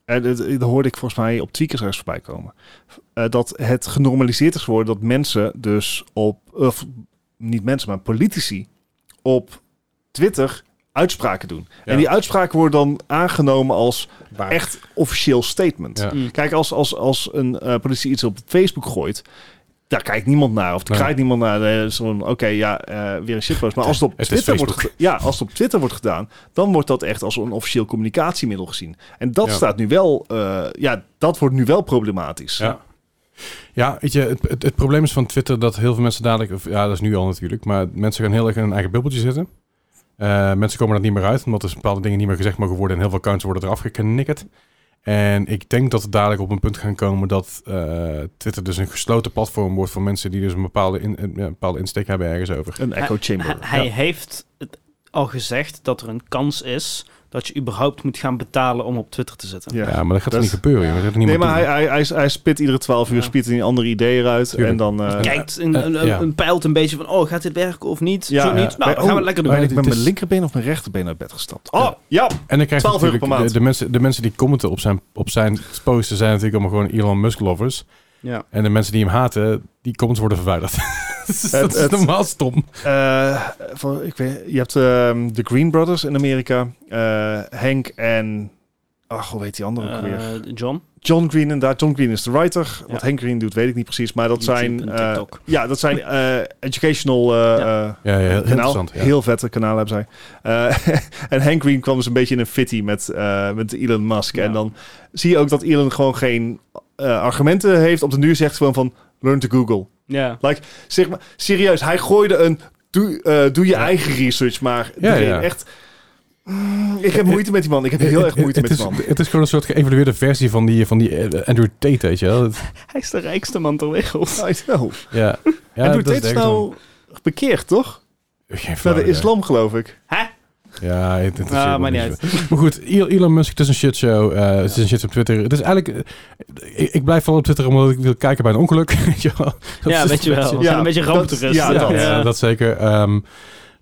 A: en dat, dat hoorde ik volgens mij op Tweakers ergens voorbij komen. eh, dat het genormaliseerd is geworden dat mensen dus op... Of niet mensen, maar politici op Twitter uitspraken doen.
B: Ja.
A: En die uitspraken worden dan aangenomen als
B: Waar?
A: echt officieel statement.
B: Ja.
C: Mm.
A: Kijk, als, als, als een eh, politie iets op Facebook gooit, daar kijkt niemand naar. Of daar
B: Nee.
A: kijkt niemand naar. Eh, zo'n, Oké, ja, eh, weer een shitpost. Maar als het, op
B: Het is
A: Twitter wordt
B: Facebook.
A: ged- ja, als het op Twitter wordt gedaan, dan wordt dat echt als een officieel communicatiemiddel gezien. En dat
B: Ja.
A: staat nu wel, eh, ja, dat wordt nu wel problematisch.
B: Ja. Ja, weet je, het, het, het probleem is van Twitter dat heel veel mensen dadelijk, of, ja, dat is nu al natuurlijk, maar mensen gaan heel erg in hun eigen bubbeltje zitten. Eh, mensen komen er niet meer uit, omdat er bepaalde dingen niet meer gezegd mogen worden en heel veel accounts worden eraf geknikkerd. En ik denk dat we dadelijk op een punt gaan komen dat eh, Twitter dus een gesloten platform wordt voor mensen die dus een bepaalde, in, een, ja, een bepaalde insteek hebben ergens over.
A: Een echo chamber.
C: Hij, hij heeft het al gezegd dat er een kans is dat je überhaupt moet gaan betalen om op Twitter te zitten.
A: Ja.
B: Ja, maar dat gaat
A: Dat
B: er
A: is-
B: niet gebeuren. jongen. Dat gaat er
A: Nee,
B: niemand
A: maar hij,
B: doen.
A: hij, hij, hij spit iedere twaalf uur
C: Ja.
A: spit hij een ander idee eruit.
B: Tuurlijk.
A: En dan... eh,
C: Kijkt, een, een,
B: eh, ja.
C: een peilt een beetje van, oh, gaat dit werken of niet?
A: Ja,
C: Zo
A: ja.
C: niet? Nou,
A: Bij-
C: dan gaan we
A: oh,
C: het lekker doen.
A: ben ik
B: Het
A: met
B: is-
A: mijn linkerbeen of mijn rechterbeen uit bed gestapt? Oh, ja.
B: En dan krijg je
A: 12 euro per
B: natuurlijk de,
A: maand.
B: de, mensen, de mensen die commenten op zijn, op zijn posten zijn natuurlijk allemaal gewoon Elon Musk lovers.
C: Ja.
B: En de mensen die hem haten, die comments worden verwijderd. dat is
A: het-
B: normaal stom.
A: Eh, van, ik weet, je hebt ehm, de Green Brothers in Amerika. Eh, Henk en... Ach, hoe heet die andere ook weer?
C: Eh, John?
A: John Green inderdaad. John Green is de writer.
C: Ja.
A: Wat Henk Green doet, weet ik niet precies. Maar dat
C: YouTube
A: zijn...
C: en
A: eh,
C: TikTok.
A: ja, dat zijn eh, educational... eh, eh,
B: Ja, ja heel, heel
A: kanaal.
B: interessant. Ja.
A: Heel vette kanaal hebben zij. Eh, en Hank Green kwam dus een beetje in een fitty met, eh, met Elon Musk.
C: Ja.
A: En dan zie je ook dat Elon gewoon geen eh, argumenten heeft. Op de nu zegt gewoon van... Learn to Google.
C: Ja.
A: Zeg maar, serieus, hij gooide een. Doe, eh, doe je
B: Ja.
A: eigen research, maar
B: Ja,
A: iedereen
B: ja.
A: echt. Mm, ik heb moeite met die man. Ik heb heel erg moeite
B: het,
A: met
B: het
A: die man.
B: is, het is gewoon een soort geëvalueerde versie van die, van die eh, Andrew Tate, weet je wel. Het-
C: Hij is de rijkste man ter wereld.
A: I know.
B: Ja. ja
A: en doet
B: dat
A: dit is
B: echt
A: nou bekeerd, toch?
B: een- Geen
A: Naar
B: flauw
A: de
B: idee.
A: islam, geloof ik.
C: Hè?
B: Ja, het, het is
C: Ah, maar niet uit.
B: Maar goed, El- Elon Musk, het is een shitshow. eh Het is een shit op Twitter. Het is eigenlijk... eh, Ik, ik blijf wel op Twitter omdat ik wil kijken bij een ongeluk. weet je wel. Dat
C: Ja,
B: is
C: weet je wel.
B: beetje-
C: We zijn een beetje
A: dat-
C: ramptoeristen.
A: ja,
B: Ja,
A: dat.
B: ja, dat zeker. Ehm,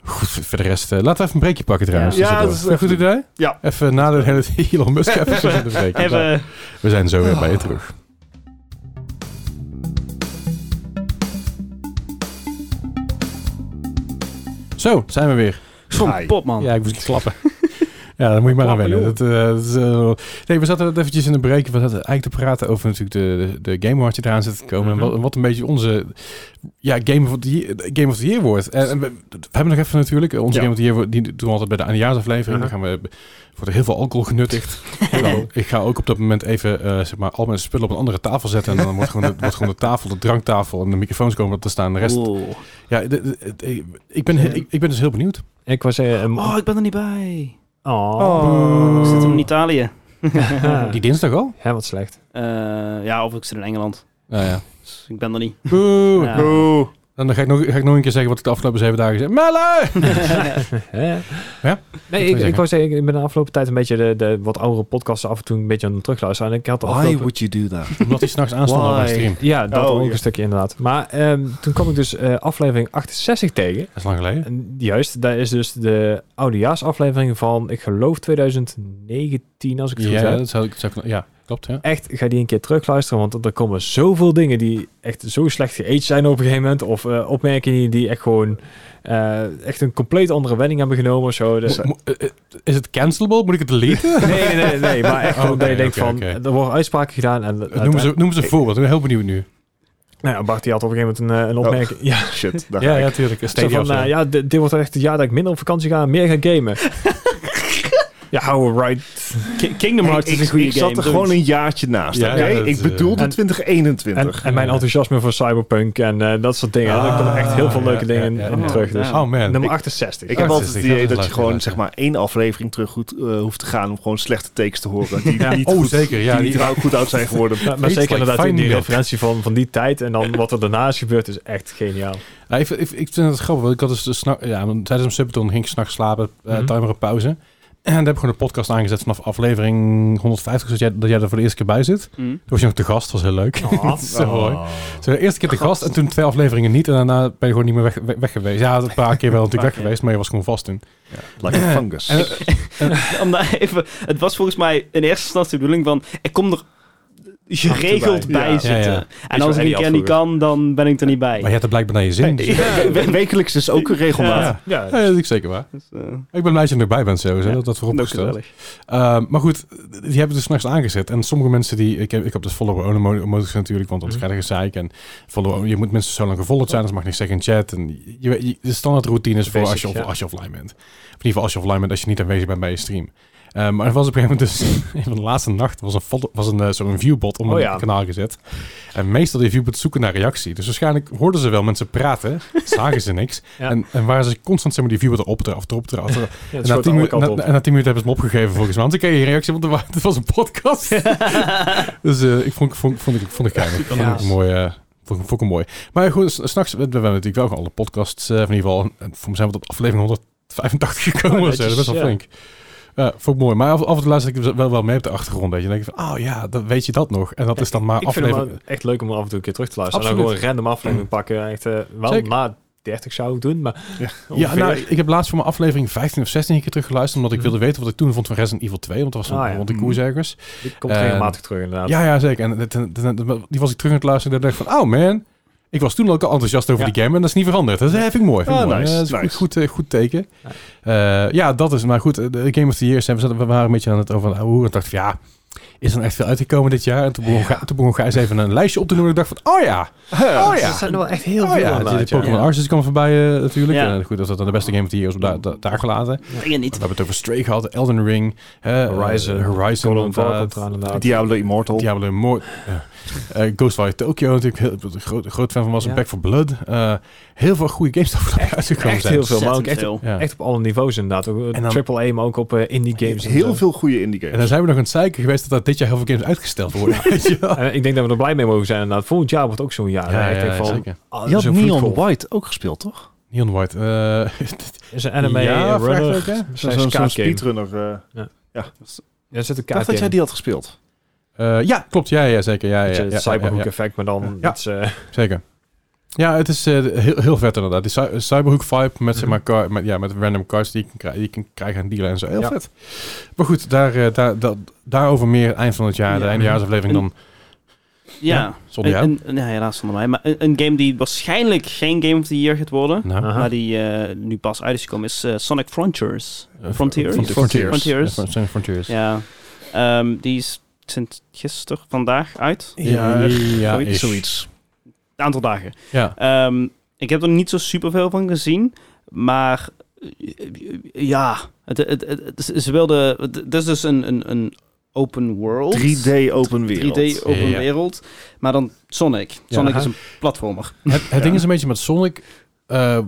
B: goed, voor de rest... eh, laten we even een breekje pakken trouwens.
A: Ja,
B: tussendoor.
A: dat is
B: Vind je een goed idee?
A: Ja.
B: Even na de hele Elon Musk even zo een breekje.
C: Even...
B: We zijn zo weer bij je terug. Zo, zijn we weer.
C: Zo'n
A: Hi.
C: popman.
B: Ja, ik moest klappen. Ja, daar moet je maar aan
D: Klapper,
B: wennen. Dat, eh, dat is, eh, nee, we zaten net eventjes in de break. We zaten eigenlijk te praten over natuurlijk de, de, de game watch die eraan zit te komen. En wat, wat een beetje onze ja, game, of the year, game of the Year wordt. En, en we, we hebben nog even natuurlijk. eh, Onze
A: Ja.
B: Game of the Year wordt- die doen we altijd bij de eindejaarsaflevering. Dan
D: Mhm.
B: gaan we, wordt er heel veel alcohol genuttigd. Nou, ik ga ook op dat moment even eh, zeg maar, al mijn spullen op een andere tafel zetten. En dan wordt gewoon de, wordt gewoon de tafel, de dranktafel en de microfoons komen te staan. De rest...
C: Oeh.
B: Ja, de- de- de- ik, ben, he- ik, ik ben dus heel benieuwd.
D: Ik was... eh, een-
C: Oh, ik ben er niet bij.
D: oh.
C: Ik zit hem in Italië.
B: Die dinsdag al?
D: Hè, wat slecht.
C: Eh, ja, of ik zit in Engeland.
B: Nou ja.
C: Dus ik ben er niet.
B: Boe.
C: Ja.
A: Oeh.
B: En dan ga ik, nog, ga ik nog een keer zeggen wat ik de afgelopen zeven dagen zei. Melle!
D: Hè?
B: Ja?
D: Nee, ik,
B: zeggen?
D: ik wou zeggen, ik ben de afgelopen tijd een beetje de, de wat oudere podcasten af en toe een beetje aan het terugluisteren. En ik had de afgelopen...
A: you do that?
B: Omdat hij s'nachts aanstond op mijn
C: Why?
B: stream.
D: Ja, dat
A: Oh,
D: ook
A: ja.
D: een stukje inderdaad. Maar ehm, toen kwam ik dus eh, aflevering 68 tegen.
B: Dat is lang geleden.
D: En juist, daar is dus de oudejaarsaflevering van, ik geloof 2019 als ik het goed
B: Ja,
D: heb.
B: dat zou ik, zou ik- ja, klopt. Ja.
D: Echt, ga die een keer terugluisteren, want er komen zoveel dingen die echt zo slecht geaged zijn op een gegeven moment. Of eh, opmerkingen die echt gewoon eh, echt een compleet andere wending hebben genomen of zo. Dus,
B: Mo- mo- eh, eh, Is het cancelable? Moet ik het deleten?
D: nee, nee, nee, nee, maar echt gewoon
B: Oké,
D: dat je denkt
B: oké,
D: van,
B: oké.
D: er worden uitspraken gedaan. En,
B: Noem ze, noem ze een voorbeeld. Ik ben heel benieuwd nu.
D: Nou ja, Bart die had op een gegeven moment een, eh, een
A: Oh.
D: opmerking. Ja,
A: Shit, daar
B: Ja,
A: ga ik.
B: ja, tuurlijk. Een
D: Zo
B: stadia of
D: van,
B: zo.
D: eh, ja, dit, dit wordt echt het jaar dat ik minder op vakantie ga en meer ga gamen. ja, hou right.
C: Ki- Kingdom Hearts
A: ik,
C: is een goede
A: ik
C: game.
A: zat er
C: doe
A: gewoon
C: iets.
A: een jaartje naast,
B: Ja,
A: oké?
B: ja, dat,
A: ik
B: eh,
A: bedoel de
D: en-
A: 2021.
D: En, en mijn enthousiasme voor Cyberpunk en eh, dat soort dingen.
B: Ah,
D: er komen echt heel veel
B: ja,
D: leuke dingen
B: ja, ja,
D: in
B: ja.
D: terug. Dus.
C: Ja.
B: Oh man.
D: Nummer
A: Ik-
D: 68.
A: Ik heb
B: Oh,
A: altijd
B: dat
A: het
B: is- dat
A: idee
B: is
A: dat je
B: leuk,
A: gewoon
B: leuk,
A: zeg
B: ja.
A: maar één aflevering terug goed, eh, hoeft te gaan om gewoon slechte takes te horen. Die
D: Ja.
A: niet
B: Oh,
A: goed,
B: zeker, ja,
A: die,
B: die-
A: niet trouw- goed oud zijn geworden.
D: maar, maar
B: Iets
D: zeker
B: like
D: inderdaad in die
B: Finding Up.
D: referentie van, van die tijd. En dan wat er daarna is gebeurd is echt geniaal.
B: Nou, ik, vind- ik, ik vind het grappig. want Ik had dus de sna- ja, want tijdens een subton ging ik s'nachts slapen, eh
D: Mhm.
B: timer op pauze. En daar heb ik gewoon een podcast aangezet vanaf aflevering 150, zodat jij, dat jij er voor de eerste keer bij zit. Toen
C: Mm.
B: was je nog te gast, was heel leuk. Zo mooi. Zo, de eerste keer te gast en toen twee afleveringen niet. En daarna ben je gewoon niet meer weg, weg, weg geweest. Ja, een paar keer wel natuurlijk weg
C: keer.
B: geweest, maar je was gewoon vast toen.
A: Like a fungus.
B: En,
C: Om daar even, het was volgens mij in eerste instantie de bedoeling van... Ik kom er geregeld
A: Achterbij.
C: bij
A: Ja.
C: zitten.
B: Ja, ja.
C: En
A: wat
C: als ik
A: Eddie
C: een
A: had
C: keer niet kan, dan ben ik er niet bij.
B: maar je hebt het blijkbaar naar je zin. dus-
A: Ja, we- wekelijks is ook een regelmaat.
B: Ja.
D: Ja,
B: Ja, dat is zeker waar.
C: Dus, eh,
B: Ik ben blij dat je erbij bent sowieso,
C: Ja,
B: dat dat
C: ook
B: voorop gesteld.
C: gezellig.
B: Ehm, maar goed, die hebben dus s'nachts aangezet. En sommige mensen die... Ik heb, ik heb dus follow-only-modus natuurlijk, want anders
D: Mhm.
B: ga je gezeik. En follow je moet mensen zo lang gevolgd zijn, dat mag niks zeggen in chat. En je, je- de standaard routine is voor
D: Basic,
B: als je, off-
D: ja.
B: als je offline bent. Of in ieder geval als je offline bent, als je niet aanwezig bent bij je stream. Ehm, maar er was op een gegeven moment dus... Een van de laatste nacht was, een follow- was een, eh, zo'n viewbot om
D: Oh
B: een
D: ja.
B: kanaal gezet. En meestal die viewbots zoeken naar reactie. Dus waarschijnlijk hoorden ze wel mensen praten, zagen ze niks.
D: Ja.
B: En, en waren ze constant zeg maar, die viewbot op, eraf, erop, eraf, eraf.
D: Ja, het
B: En na,
D: schoot
B: tien
D: alle
B: minuten,
D: kanten
B: na,
D: op.
B: na- na tien minuten hebben ze hem opgegeven volgens mij. Want ik kreeg je reactie, want er wa- het was een podcast. dus eh, ik vond, vond, vond, ik, vond ik geinig.
D: Ja.
B: Vond ik mooi. eh, vond, ik- vond ik mooi. Maar goed, s- s'nachts, we, we hebben natuurlijk wel alle podcasts. eh, in ieder geval, en voor mij zijn we tot aflevering 185 gekomen.
D: Oh,
B: of zo. dat is best wel
D: netjes,
B: flink. Ja, vond ik mooi. Maar af, af en toe luister ik er wel, wel mee op de achtergrond. Dat je denkt van, oh ja, dan weet je dat nog. En dat is dan maar
D: Ik vind het
B: aflevering...
D: wel echt leuk om er af en toe een keer terug te luisteren. En dan
B: Absoluut. Mm.
D: gewoon een random aflevering pakken. Echt, eh, wel
B: Zeker.
D: na 30 zou ik doen, maar
A: Ja.
B: Ja,
D: ongeveer.
B: nou, ik heb laatst voor mijn aflevering 15 of 16 een keer teruggeluisterd. Omdat ik
D: Mhm.
B: wilde weten wat ik toen vond van Resident Evil 2. Want dat was
D: Ah,
B: rond
D: ja.
B: de koers ergens.
D: Die komt
B: eh,
D: regelmatig terug inderdaad.
B: Ja, ja, zeker. En het- het- het- het- die was ik terug aan het luisteren en dacht ik van, oh man, ik was toen ook al enthousiast over
D: Ja.
B: die game en dat is niet veranderd. Dat is, eh, vind ik mooi. Vind ik
A: Ah,
B: mooi.
A: nice,
B: Eh, dat is
A: nice.
B: goed, goed, eh, goed teken. Eh, ja, dat is. Maar goed, eh, de Game of the Year, zijn- we, zaten- we waren een beetje aan het over hoe en dacht van, ja, is er nou echt veel uitgekomen dit jaar? En toen begon, Ga- toen begon Gijs even een lijstje op te noemen. Ik dacht van, oh ja, oh ja.
D: Dus Er zijn er wel echt heel
B: Oh
D: veel
B: ja, de
D: inderdaad, ja. Mm.
B: Pokémon Arceus kwam voorbij eh, natuurlijk.
C: Ja.
B: Eh, goed, dat dat dan de beste Game of the Year is, daar, daar, daar gelaten.
C: Denk je
B: We
C: niet.
B: hebben het over Stray gehad, Elden Ring, eh,
D: Horizon,
B: Horizon eh,
D: Call of Duty
B: inderdaad.
D: komt eraan inderdaad.
A: Diablo Immortal.
B: Diablo mooi. Eh Ghostwire Tokyo natuurlijk, heel, een groot, groot fan van was.
D: Ja.
B: Back for Blood. Eh, heel veel goede games daarvoor uitgekomen
D: echt
B: zijn.
D: heel veel, maar ook echt,
C: Ontzettend
B: Ja.
D: echt op alle niveaus inderdaad. Ook,
B: eh, En dan-
D: Triple A, maar ook op eh, indie games. en zo.
A: Heel veel goede indie games.
B: En dan zijn we nog aan het zeiken geweest dat er dit jaar heel veel games uitgesteld worden. weet je wel.
D: En Eh, ik denk dat we er blij mee mogen zijn inderdaad. Volgend jaar wordt ook zo'n jaar. hè. Echt denk van,
B: zeker.
D: ah,
A: Je Oh, had
D: zo'n
A: Neon
D: vloedgolf.
A: White ook gespeeld, toch?
B: Neon White. eh,
D: Is een anime
B: Ja,
D: eh, runner.
B: vraag ook,
A: Zo'n
D: slash
A: zo'n
D: kaartgame.
A: speedrunner. eh.
D: Ja, Er zit een
A: Ik dacht
D: kaart
A: dat jij
D: in.
A: die had gespeeld.
B: eh, ja, klopt. Ja, ja zeker. Ja, ja, ja,
D: Het
B: ja,
D: cyberhoek
B: ja, ja,
D: effect, maar dan eh,
B: Ja.
D: met z'n-
B: zeker. Ja, het is eh, heel, heel vet inderdaad. Die cy- cyberhoek vibe met,
D: Mhm.
B: zeg maar, car- met, ja, met random cards die je kan, krijgen- die je kan krijgen en dealen en zo. Heel
D: Ja.
B: vet. Maar goed, daar, eh, daar, daar, daarover meer eind van het jaar.
D: Ja.
B: De eindejaarsaflevering dan
C: Ja,
B: Zonder jou?
C: Een, een- nee, helaas zonder mij. Maar een, een game die waarschijnlijk geen Game of the Year gaat worden.
B: Nou,
D: Aha.
C: Maar die eh, nu pas uit is gekomen is eh, Sonic Frontiers.
B: eh,
C: Frontiers.
B: Frontiers.
C: Frontiers.
B: Ja, Fron- Sonic Frontiers.
C: Ja. Ehm, die is sinds gisteren, vandaag uit.
B: Ja, ja,
C: zoiets.
B: ish.
A: Zoiets.
C: Een aantal dagen.
B: Ja.
C: Ehm, ik heb er niet zo super veel van gezien, maar eh, ja, het, het, het, het is- ze wilden. het- Het is dus een, een, een open world.
A: 3D open wereld.
C: 3D open
B: Ja.
C: wereld, maar dan Sonic. Sonic
D: aha.
C: is een platformer.
B: Het, het ding is een beetje met Sonic. eh,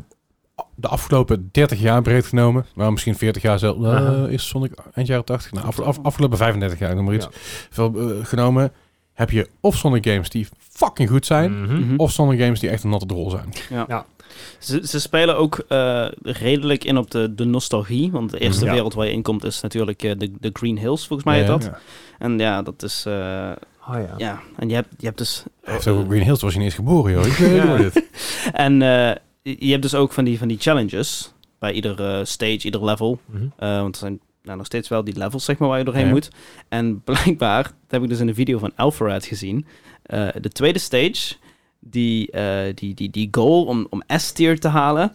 B: de afgelopen 30 jaar breed genomen, maar misschien 40 jaar zelf, eh,
D: Aha.
B: is Sonic eind jaren 80. Nou, af, af- afgelopen 35 jaar, ik noem maar iets. Veel, eh, genomen heb je of Sonic games die fucking goed zijn,
D: Mhm.
C: Mhm.
B: of Sonic games die echt een natte drol zijn.
C: Ze, ze spelen ook eh, redelijk in op de, de nostalgie, want de eerste
B: Mhm. Ja.
C: wereld waar je in komt is natuurlijk eh, de, de Green Hills, volgens mij heet
B: Ja,
C: dat.
A: ja.
C: En ja, dat is, eh,
D: Ah, ja.
C: ja, en je hebt, je hebt dus...
B: Hij heeft over Green Hills was je niet eens geboren, joh. Ik weet
C: Ja.
B: niet dit.
C: En eh, je hebt dus ook van die, van die challenges bij ieder eh, stage, ieder level.
D: Mhm.
C: Eh, want er zijn nou, nog steeds wel die levels zeg maar, waar je doorheen
B: Ja.
C: moet. En blijkbaar, dat heb ik dus in de video van Alpharad gezien, eh, de tweede stage, die, eh, die, die, die goal om, om S-tier te halen,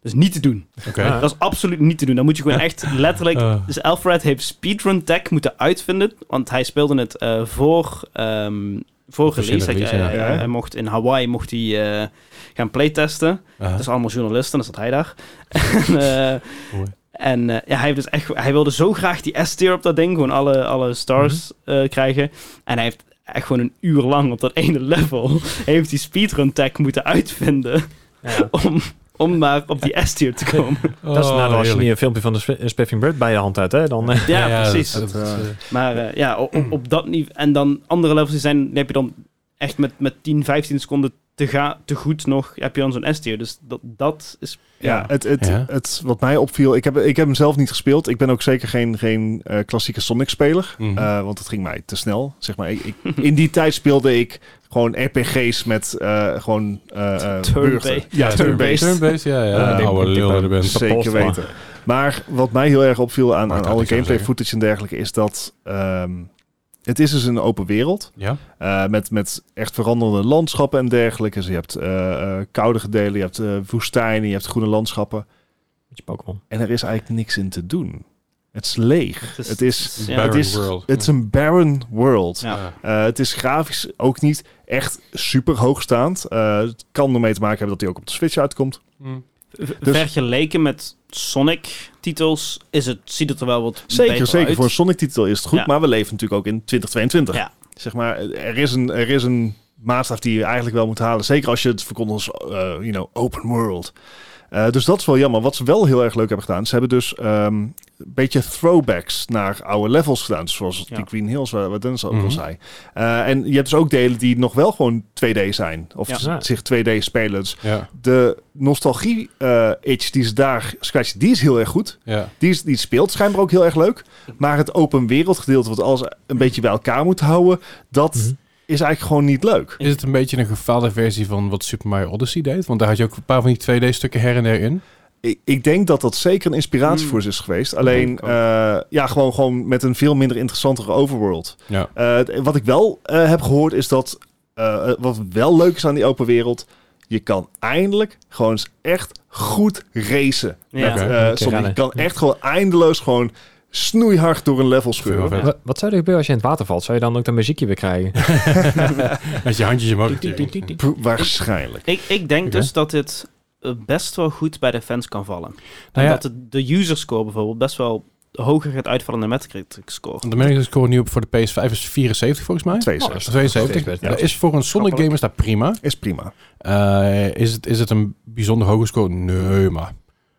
C: dus niet te doen.
B: Oké.
D: Ja.
C: Dat is absoluut niet te doen. Dan moet je gewoon echt letterlijk...
B: Eh.
C: Dus Alfred heeft speedrun tech moeten uitvinden, want hij speelde het eh, voor, ehm voor
B: Officiële
C: release. Hij,
B: release,
C: hij-
A: ja.
C: hij- hij mocht, in Hawaii mocht hij eh, gaan playtesten.
B: Aha.
C: Dat is allemaal journalisten, dan zat hij daar. en eh,
B: Mooi.
C: en eh, ja, hij, heeft dus echt, hij wilde zo graag die S-tier op dat ding, gewoon alle, alle stars eh, krijgen. En hij heeft echt gewoon een uur lang op dat ene level, heeft die speedrun tech moeten uitvinden
D: Ja.
C: om, om maar op die S-tier te komen.
D: Dat is
B: Oh,
D: nou, als je
B: heerlijk.
D: niet een filmpje van de Sp- eh, Spiffing Bird bij je hand hebt, hè, dan... eh,
C: Ja, precies.
B: dat- dat-
A: Dat,
C: Maar eh, ja, o- op, op dat niveau. En dan andere levels die zijn, die heb je dan echt met, met 10, 15 seconden te, ga, te goed nog, heb je dan zo'n S-tier. Dus dat, dat is.
A: Ja, het, het,
B: Ja.
A: het, wat mij opviel, ik heb, ik heb hem zelf niet gespeeld. Ik ben ook zeker geen, geen eh, klassieke Sonic-speler.
B: Mhm.
A: Eh, want het ging mij te snel. Zeg maar. ik, ik- in die tijd speelde ik gewoon RPG's met eh, gewoon eh, eh,
C: Turn-based.
A: beurten. Ja, turn-based.
B: Turn-based, ja.
A: Eh,
B: ja.
A: ik
B: oude
A: denk
B: lul
A: dat
B: dat je bent.
A: Zeker
D: Kapot, maar.
A: weten. Maar wat mij heel erg opviel aan,
B: Maar
A: aan
B: dat
A: alle
B: ik zou
A: gameplay
B: zeggen.
A: footage en dergelijke is dat ehm, het is dus een open wereld.
B: Ja.
A: Eh, met, met echt veranderende landschappen en dergelijke. Dus je hebt eh, eh, koude gedeelten, je hebt eh, woestijnen, je hebt groene landschappen.
D: beetje Pokémon.
A: En er is eigenlijk niks in te doen. Het is leeg.
C: Het is-
A: Het is,
C: Dus Ja.
A: het
B: Barren
A: is,
B: world.
A: het is een barren world.
C: Ja.
B: Ja.
A: Eh, het is grafisch ook niet echt super hoogstaand. Eh, het kan ermee te maken hebben dat hij ook op de Switch uitkomt.
B: Mm.
C: v-
A: dus-
C: Vergeleken met Sonic-titels is het, ziet het er wel wat.
A: Zeker,
C: beter
A: zeker.
C: uit.
A: Voor een Sonic-titel is het goed,
C: Ja.
A: maar we leven natuurlijk ook in 2022.
C: Ja.
A: Zeg maar, er is, een, er is een maatstaf die je eigenlijk wel moet halen. Zeker als je het verkondigt als, eh, you know, open world. Eh, dus dat is wel jammer. Wat ze wel heel erg leuk hebben gedaan, ze hebben dus ehm, een beetje throwbacks naar oude levels gedaan. Zoals
C: Ja.
A: die Green Hills, waar, waar Dennis ook
B: Mhm.
A: al zei. Eh, en je hebt dus ook delen die nog wel gewoon 2D zijn. Of
C: Ja.
A: z- zich 2D spelen. Dus
B: Ja.
A: de nostalgie-itch die ze daar scratchen, die is heel erg goed.
B: Ja.
A: Die, is, die speelt schijnbaar ook heel erg leuk. Maar het open wereld gedeelte, wat alles een beetje bij elkaar moet houden, dat
D: Mhm.
A: is eigenlijk gewoon niet leuk.
B: Is het een beetje een gefaalde versie van wat Super Mario Odyssey deed? Want daar had je ook een paar van die 2D-stukken her en der in.
A: Ik, ik denk dat dat zeker een inspiratie
C: Mm.
A: voor ze is geweest.
C: denk
A: Alleen,
C: ik ook.
A: eh, ja, gewoon, gewoon met een veel minder interessantere overworld.
B: Ja.
A: Eh, het- wat ik wel eh, heb gehoord is dat, eh, wat wel leuk is aan die open wereld, je kan eindelijk gewoon eens echt goed racen.
C: Ja.
A: Met, eh,
B: Oké,
D: oké,
A: Sonic.
D: rennen.
A: je kan echt gewoon eindeloos gewoon snoeihard door een level scheuren.
B: Vet.
D: Wat, wat zou er gebeuren als je in het water valt? Zou je dan ook dat muziekje weer krijgen?
B: Met je handjes in je
D: Tiet, tiet, tiet,
B: mouw.
D: tiet.
A: Pr- Waarschijnlijk.
C: Ik, ik denk
B: Oké.
C: dus dat dit eh, best wel goed bij de fans kan vallen. en
A: Nou
B: ja.
C: dat de, de user score bijvoorbeeld best wel hoger gaat uitvallen dan de Metacritic score.
B: De Metacritic score nu op voor de PS5 is 74 volgens mij.
A: 62.
B: 72.
D: best,
B: Dat is voor een Sonic game is dat prima.
A: Is prima.
B: Eh, is, het, is het een bijzonder hoge score? Nee, maar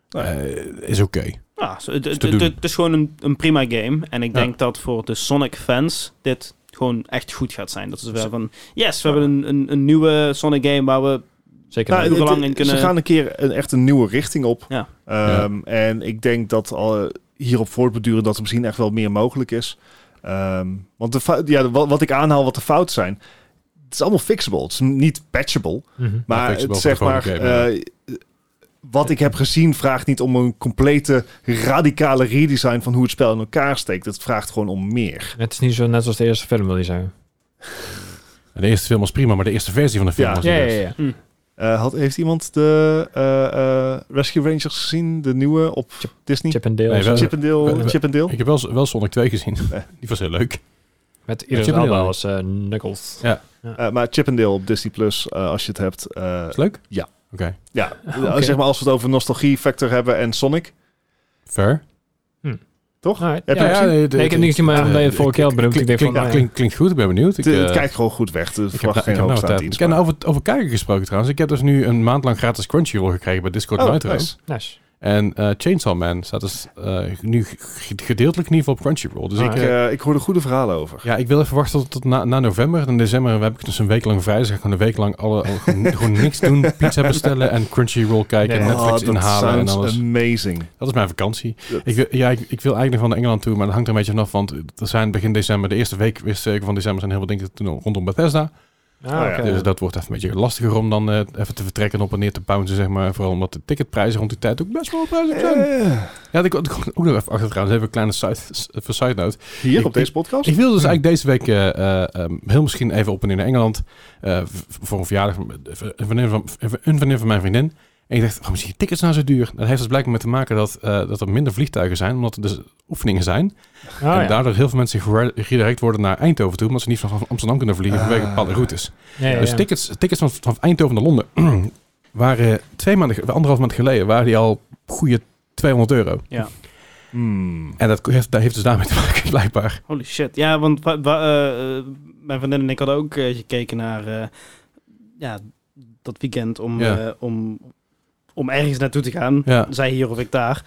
A: Nou,
B: eh, is oké.
C: Ja, zo, het, het,
B: te
C: het-
B: doen.
C: het is gewoon een, een prima game. En ik
B: Ja.
C: denk dat voor de Sonic-fans dit gewoon echt goed gaat zijn. Dat is wel van, yes, we hebben een, een, een nieuwe Sonic-game waar we...
D: Zeker.
A: nou,
D: wel.
C: uren
A: het-
C: lang in kunnen-
A: Ze gaan een keer een, echt een nieuwe richting op.
C: Ja.
A: Ehm, En ik denk dat al, eh, hierop voortbeduren dat er misschien echt wel meer mogelijk is. Ehm, want de fout, ja, wat, wat ik aanhaal, wat de fouten zijn. Het is allemaal fixable. Het is niet patchable.
D: Mhm.
A: Maar
B: fixable
A: het,
B: voor
A: zeg
B: gewoon
A: maar,
B: een game,
A: eh, wat ik heb gezien vraagt niet om een complete radicale redesign van hoe het spel in elkaar steekt. Het vraagt gewoon om meer.
D: Het is niet zo net zoals de eerste film, wil je zeggen.
B: De eerste film was prima, maar de eerste versie van de film
A: Ja.
B: was
D: Ja,
B: niet
D: ja,
B: best.
D: ja.
A: Eh, had, heeft iemand de eh, eh, Rescue Rangers gezien? De nieuwe op Disney? Chip,
D: Chip and Dale.
B: Nee, wel-
A: and Dale.
B: Eh, we- we-
A: Chip and Dale.
B: Ik heb wel, wel Sonic 2 gezien.
A: Nee.
B: Die was heel leuk.
D: Met
B: Chip
D: Idris
B: and Dale.
D: Elba als eh, Knuckles.
B: Ja.
A: Eh, maar Chip and Dale op Disney Plus, eh, als je het hebt. eh,
B: Is leuk?
A: Ja.
B: Oké.
A: ja,
B: Ah,
D: Oké.
A: zeg maar als we het over nostalgie factor hebben en Sonic.
B: Fair.
D: Alright.
A: Heb je hem
D: Ja, ja.
A: gezien?
B: de- de-
D: Nee, ik heb niet gezien, maar
B: eh,
D: omdat je het
B: ik-
D: vorige keer had benoemd, ik denk van,
B: klink-
D: ah, ja.
B: klink- Klinkt goed, ik ben benieuwd. Ik,
A: Het, het
B: eh,
A: kijkt gewoon goed weg. Er
B: Ik heb,
A: verwacht
B: nou- ik
A: geen
B: heb nou wat
A: hoogstaand
B: tijd.
A: iets.
B: Ik heb
A: maar-
B: nou over, over kijken gesproken trouwens. Ik heb dus nu een maand lang gratis Crunchyroll gekregen bij Discord
A: Oh,
B: Night
A: nice.
B: Race.
D: Nice.
B: En eh, Chainsaw Man staat dus eh, nu g- gedeeltelijk in ieder geval op Crunchyroll. Dus ik,
A: ik,
B: eh,
A: eh, ik hoorde goede verhalen over.
B: ja, ik wil even wachten tot, tot na, na november. En in december heb ik dus een week lang vrij. Dus ik ga gewoon een week lang alle, alle- gewoon, gewoon niks doen. Pizza bestellen en Crunchyroll kijken en
D: Nee.
B: Netflix
A: Oh, dat
B: inhalen en
A: sounds
B: alles.
A: amazing.
B: Dat is mijn vakantie.
A: Dat-
B: Ik wil, ja, ik, ik wil eigenlijk nog wel naar Engeland toe, maar dat hangt er een beetje vanaf. Want er zijn begin december, de eerste week eerste week van december, zijn heel veel dingen te doen rondom Bethesda.
D: Ah,
A: ja.
D: oké.
B: Dus dat wordt even een beetje lastiger om dan eh, even te vertrekken en op en neer te bouncen, zeg maar. Vooral omdat de ticketprijzen rond die tijd ook best wel prijzig zijn.
A: Eh,
B: Ja, ik kwam ook nog even achter trouwens, even een kleine side, s- even side note.
A: hier
B: Ik-
A: op deze podcast?
B: Ik wilde dus eigenlijk deze week eh, eh, ehm, heel misschien even op en neer naar Engeland eh, v- voor een verjaardag van een vriendin van, een vriendin van mijn vriendin. En ik dacht, waarom zijn die tickets nou zo duur? Dat heeft dus blijkbaar mee te maken dat, eh, dat er minder vliegtuigen zijn, omdat er dus oefeningen zijn.
D: Ah,
B: en
D: ja.
B: daardoor heel veel mensen gere- geredirect worden naar Eindhoven toe, omdat ze niet van Amsterdam kunnen vliegen vanwege
A: Ah.
B: bepaalde routes.
D: Ja, ja,
B: Dus
D: ja.
B: tickets, tickets van, van Eindhoven naar Londen waren twee maanden, ge- anderhalf maand geleden, waren die al goede 200 euro.
A: Hmm.
B: En dat heeft, dat heeft dus daarmee te maken, blijkbaar.
C: Holy shit. Ja, want wa- wa- eh, eh, mijn vriendin en ik hadden ook eh, gekeken naar eh, ja, dat weekend om,
B: Ja.
C: eh, om, om ergens naartoe te gaan.
B: Ja.
C: Zij hier of ik daar.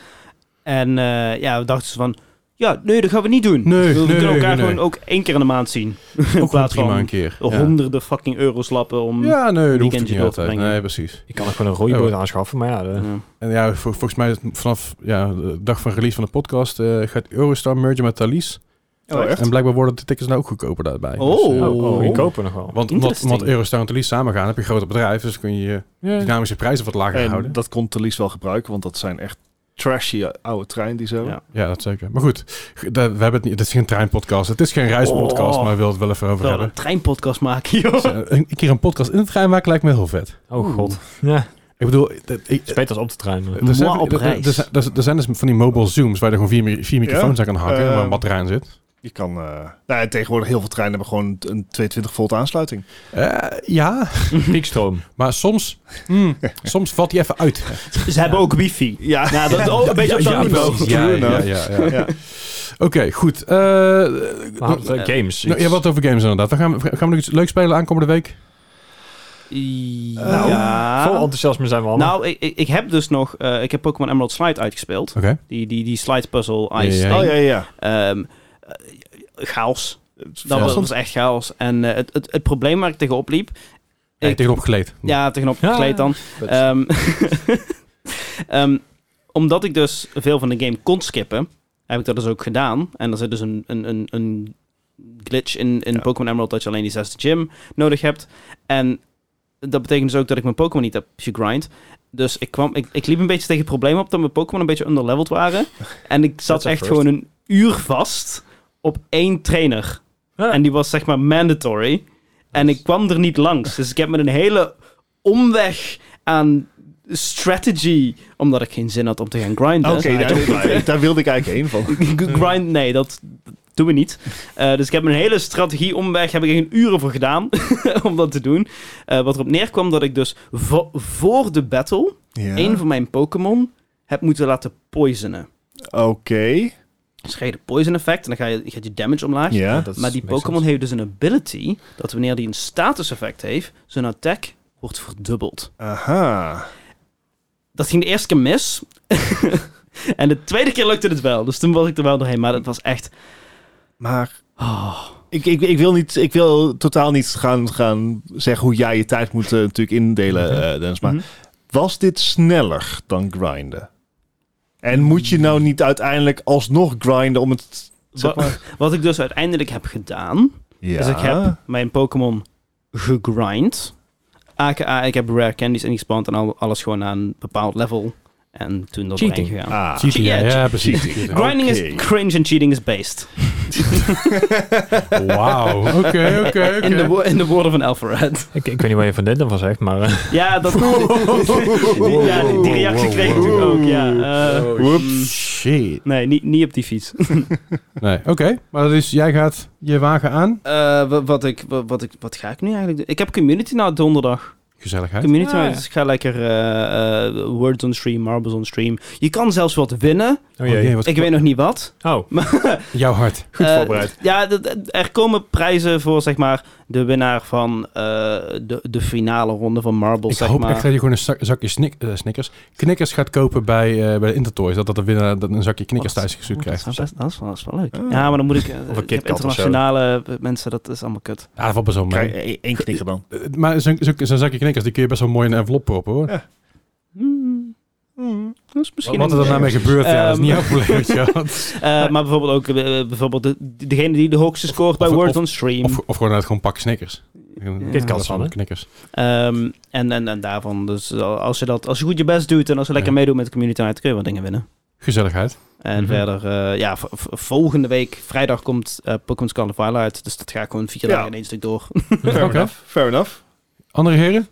C: En eh, ja, we dachten ze van, ja, nee, dat gaan we niet doen.
B: Nee,
C: Ik bedoel, we
B: nee,
C: kunnen elkaar
B: nee,
C: gewoon
B: nee.
C: ook één keer in de maand zien.
B: Ook gewoon
C: plaats
B: prima
C: van
B: een keer. Ja.
C: Honderden fucking euro's lappen om...
B: Ja, nee, dat hoeft
C: weekendje
B: ook niet
C: door te
B: altijd.
C: brengen.
B: Nee, precies.
D: Je kan ook gewoon een roeiboot aanschaffen, maar ja.
C: Ja.
D: de-
B: En ja, vol- volgens mij is het vanaf ja, de dag van release van de podcast eh, gaat Eurostar mergen met Thalys.
A: Oh, echt?
B: En blijkbaar worden de tickets nou ook goedkoper daarbij.
C: Oh.
B: Dus, ja.
D: Oh,
C: Oh.
D: goedkoper nog wel.
B: Want omdat,
C: Interesting.
B: omdat Eurostar en Thalys samen gaan, heb je een groter bedrijf. Dus kun je je dynamische prijzen wat lager
A: En
B: houden.
A: dat kon Thalys wel gebruiken, want dat zijn echt trashy eh, oude trein die zo.
C: Ja.
B: Ja, dat zeker. Maar goed, g- dat, we hebben het niet. Het is geen treinpodcast. Het is geen reispodcast,
C: Oh.
B: maar we willen het wel even over
C: Terwijl we een
B: hebben.
C: treinpodcast maken, joh.
B: Dus, eh, een keer een podcast in de trein maken lijkt me heel vet.
D: Oh god. Ja, het
B: Ik bedoel, eh, dat- ik,
D: is beter als op te trainen.
B: Er zijn,
C: Moi op
B: er- er-
C: reis.
B: er zijn- er zijn- er zijn dus van die mobile zooms waar je gewoon vier, mi- vier microfoons aan kan hangen,
A: Eh.
B: waar een batterij in zit.
A: Je kan. eh, nou, ja, tegenwoordig heel veel treinen hebben gewoon een 220 volt aansluiting.
B: Eh, ja,
D: Piekstroom.
B: maar soms, hmm, soms valt die even uit.
C: Ze hebben ook wifi.
A: Ja.
C: Nou, dat is ook een beetje op dat
B: ja,
C: niveau. Nou.
B: precies. Ja,
A: True
B: ja,
A: enough.
B: ja, ja.
A: Ja.
B: Oké, goed. Eh nou,
D: eh, games.
B: nou, ja, wat over games inderdaad. Dan gaan, we, gaan we nog iets leuks spelen aankomende week?
C: Nou,
D: Vol enthousiasme zijn we allemaal.
C: Nou, ik, ik, ik heb dus nog... eh, ik heb Pokémon Emerald Slide uitgespeeld.
B: Oké.
C: Die, die, die slide puzzle ice
B: Ja,
A: Oh
C: thing.
A: ja, ja.
C: Ehm, eh, chaos. Dat
B: Ja.
C: was, was echt chaos. En eh, het, het, het probleem waar ik tegenop liep...
B: Ja,
C: Ik-
B: tegenop geleed.
C: Ja, tegenop
D: Ja.
C: gekleed dan.
A: Dat-
C: Ehm, ehm, omdat ik dus veel van de game kon skippen, heb ik dat dus ook gedaan. En er zit dus een, een, een, een glitch in, in
A: Ja.
C: Pokémon Emerald dat je alleen die zesde gym nodig hebt. En dat betekent dus ook dat ik mijn Pokémon niet heb gegrind. Dus ik, kwam, ik, ik liep een beetje tegen het probleem op dat mijn Pokémon een beetje underleveled waren. En ik zat
D: That's a
C: echt
D: first.
C: gewoon een uur vast op één trainer.
D: Ja.
C: En die was zeg maar mandatory. En
D: Nice.
C: ik kwam er niet langs. Dus ik heb met een hele omweg aan strategy, omdat ik geen zin had om te gaan grinden.
A: Oké, nou, daar, daar wilde ik eigenlijk heen van.
C: Grind, nee, dat doen we niet. Eh, dus ik heb een hele strategie omweg, heb ik er geen uren voor gedaan om dat te doen. Eh, wat erop neerkwam dat ik dus vo- voor de battle
A: Ja.
C: één van mijn Pokémon heb moeten laten poisonen.
A: Oké.
C: Dus krijg je de poison effect en dan ga je, gaat je damage omlaag.
A: Ja.
C: Maar die Pokémon heeft dus een ability dat wanneer die een status effect heeft, zijn attack wordt verdubbeld.
A: Aha.
C: Dat ging de eerste keer mis. en de tweede keer lukte het wel. Dus toen was ik er wel doorheen. Maar dat was echt...
A: Maar
C: Oh,
A: ik, ik, ik, wil niet, ik wil totaal niet gaan, gaan zeggen hoe jij je tijd moet eh, natuurlijk indelen, eh Dennis. Maar
C: Mhm.
A: was dit sneller dan grinden? En moet je nou niet uiteindelijk alsnog grinden om het... Zeg
C: Wa-
A: maar,
C: Wat ik dus uiteindelijk heb gedaan...
A: ja.
C: Dus ik heb mijn Pokémon gegrind. AKA, ik heb rare candies ingespand en al, alles gewoon aan een bepaald level. En toen dat
D: Cheating.
C: doorheen gegaan.
A: Ah,
B: Cheating, ja,
C: Ja,
B: ja, precies.
A: cheating.
C: Grinding
A: Ah, Oké.
C: is cringe en cheating is based.
B: Wauw. Oké, Oh, oké, oké.
C: In, de, wo- in de woorden van Alfred.
D: Ik, ik weet niet waar je van dit dan van zegt, maar... eh,
C: Ja, dat, die, ja, die, die reactie kreeg ik toen ook. Ja, eh,
B: Oh, Shit.
C: nee, niet, niet op die fiets.
B: Nee, oké. Maar dat is, jij gaat je wagen aan.
C: Eh, wa- wat, ik, wa- wat, ik, wat ga ik nu eigenlijk doen? Ik heb community na donderdag.
B: Gezelligheid.
C: Community
D: Ah,
C: night,
D: ja.
C: dus ik ga lekker eh, eh, words on stream, marbles on stream. Je kan zelfs wat winnen.
D: Oh jee.
B: wat-
C: ik weet nog niet wat.
D: Oh,
B: Jouw hart.
A: Goed
C: Eh,
A: voorbereid.
C: Ja, d- d- er komen prijzen voor zeg maar, de winnaar van eh, de, de finale ronde van Marbles.
B: Ik
C: zeg
B: hoop
C: maar.
B: echt dat je gewoon een zak- zakje snik, eh, Snickers, knikkers gaat kopen bij, eh, bij de Intertoys. Dat dat de winnaar dat een zakje knikkers
C: Wat?
B: thuis gestuurd
C: Oh, dat is
B: krijgt.
C: wel best- Dat is wel, dat is wel leuk.
A: Ah.
C: Ja, maar dan moet ik... eh,
A: een
C: ik
A: KitKat
C: heb
A: of zo.
C: internationale eh, mensen, dat is allemaal kut.
B: Ja, dat valt best wel mee.
A: Eén e- één knikker dan.
B: Eh, Maar zo'n zo'n- zo'n zakje knikkers, die kun je best wel mooi in een envelop proppen hoor.
A: Ja,
C: Hmm,
D: Mm.
C: Dat is misschien
B: Wat er daarna mee gebeurt, ja, dat is
C: Ehm,
B: niet jouw probleem. weet je wel. Of,
C: Eh, maar bijvoorbeeld ook eh, bijvoorbeeld de, degene die de hoogste scoort bij
B: of-
C: Word
B: of-
C: on Stream.
B: of gewoon uit gewoon pak Snickers.
C: Kit
D: Kat dan, hè?
B: Knikkers.
C: Ehm, en, en, en daarvan. Dus als je, dat, als je goed je best doet en als je lekker
B: Ja.
C: meedoet met de community night, kun je wat dingen winnen.
B: Gezelligheid.
C: En
D: Mhm.
C: verder, eh, ja, v- v- volgende week, vrijdag, komt eh Pokémon Scarlet Violet uit. Dus dat ga ik gewoon vier
A: Ja.
C: dagen in één stuk door.
A: Fair
B: Oké.
A: enough. Fair enough.
B: Andere heren?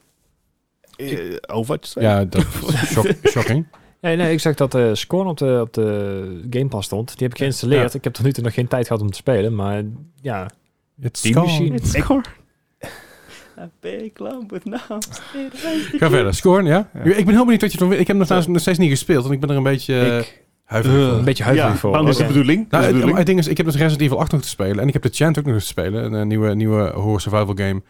A: Eh, Overwatch. zei
B: Ja, dat shock- shocking.
D: nee, nee, ik zag dat eh Scorn op de, op de Game Pass stond. Die heb ik geïnstalleerd. Ik heb tot nu toe nog geen tijd gehad om te spelen, maar ja.
B: It's
D: Die
B: gone.
D: machine.
C: It's score. A big lamp with nails.
B: Ga verder. Scorn, ja?
A: Ja.
B: Ik ben heel benieuwd wat je van Ik heb nog, trouwens nog steeds niet gespeeld, want ik ben er een beetje eh,
A: ik.
B: huiverig
A: Eh,
B: van.
D: Een beetje
A: Ja,
D: huiverig voor.
A: Dat is de
D: Oké.
A: bedoeling. Dat
B: Nou,
A: is de
B: het, maar
A: bedoeling.
B: het ding is, ik heb dus Resident Evil 8 nog te spelen. En ik heb de Chant ook nog te spelen. Een, eh, nieuwe, nieuwe horror survival game.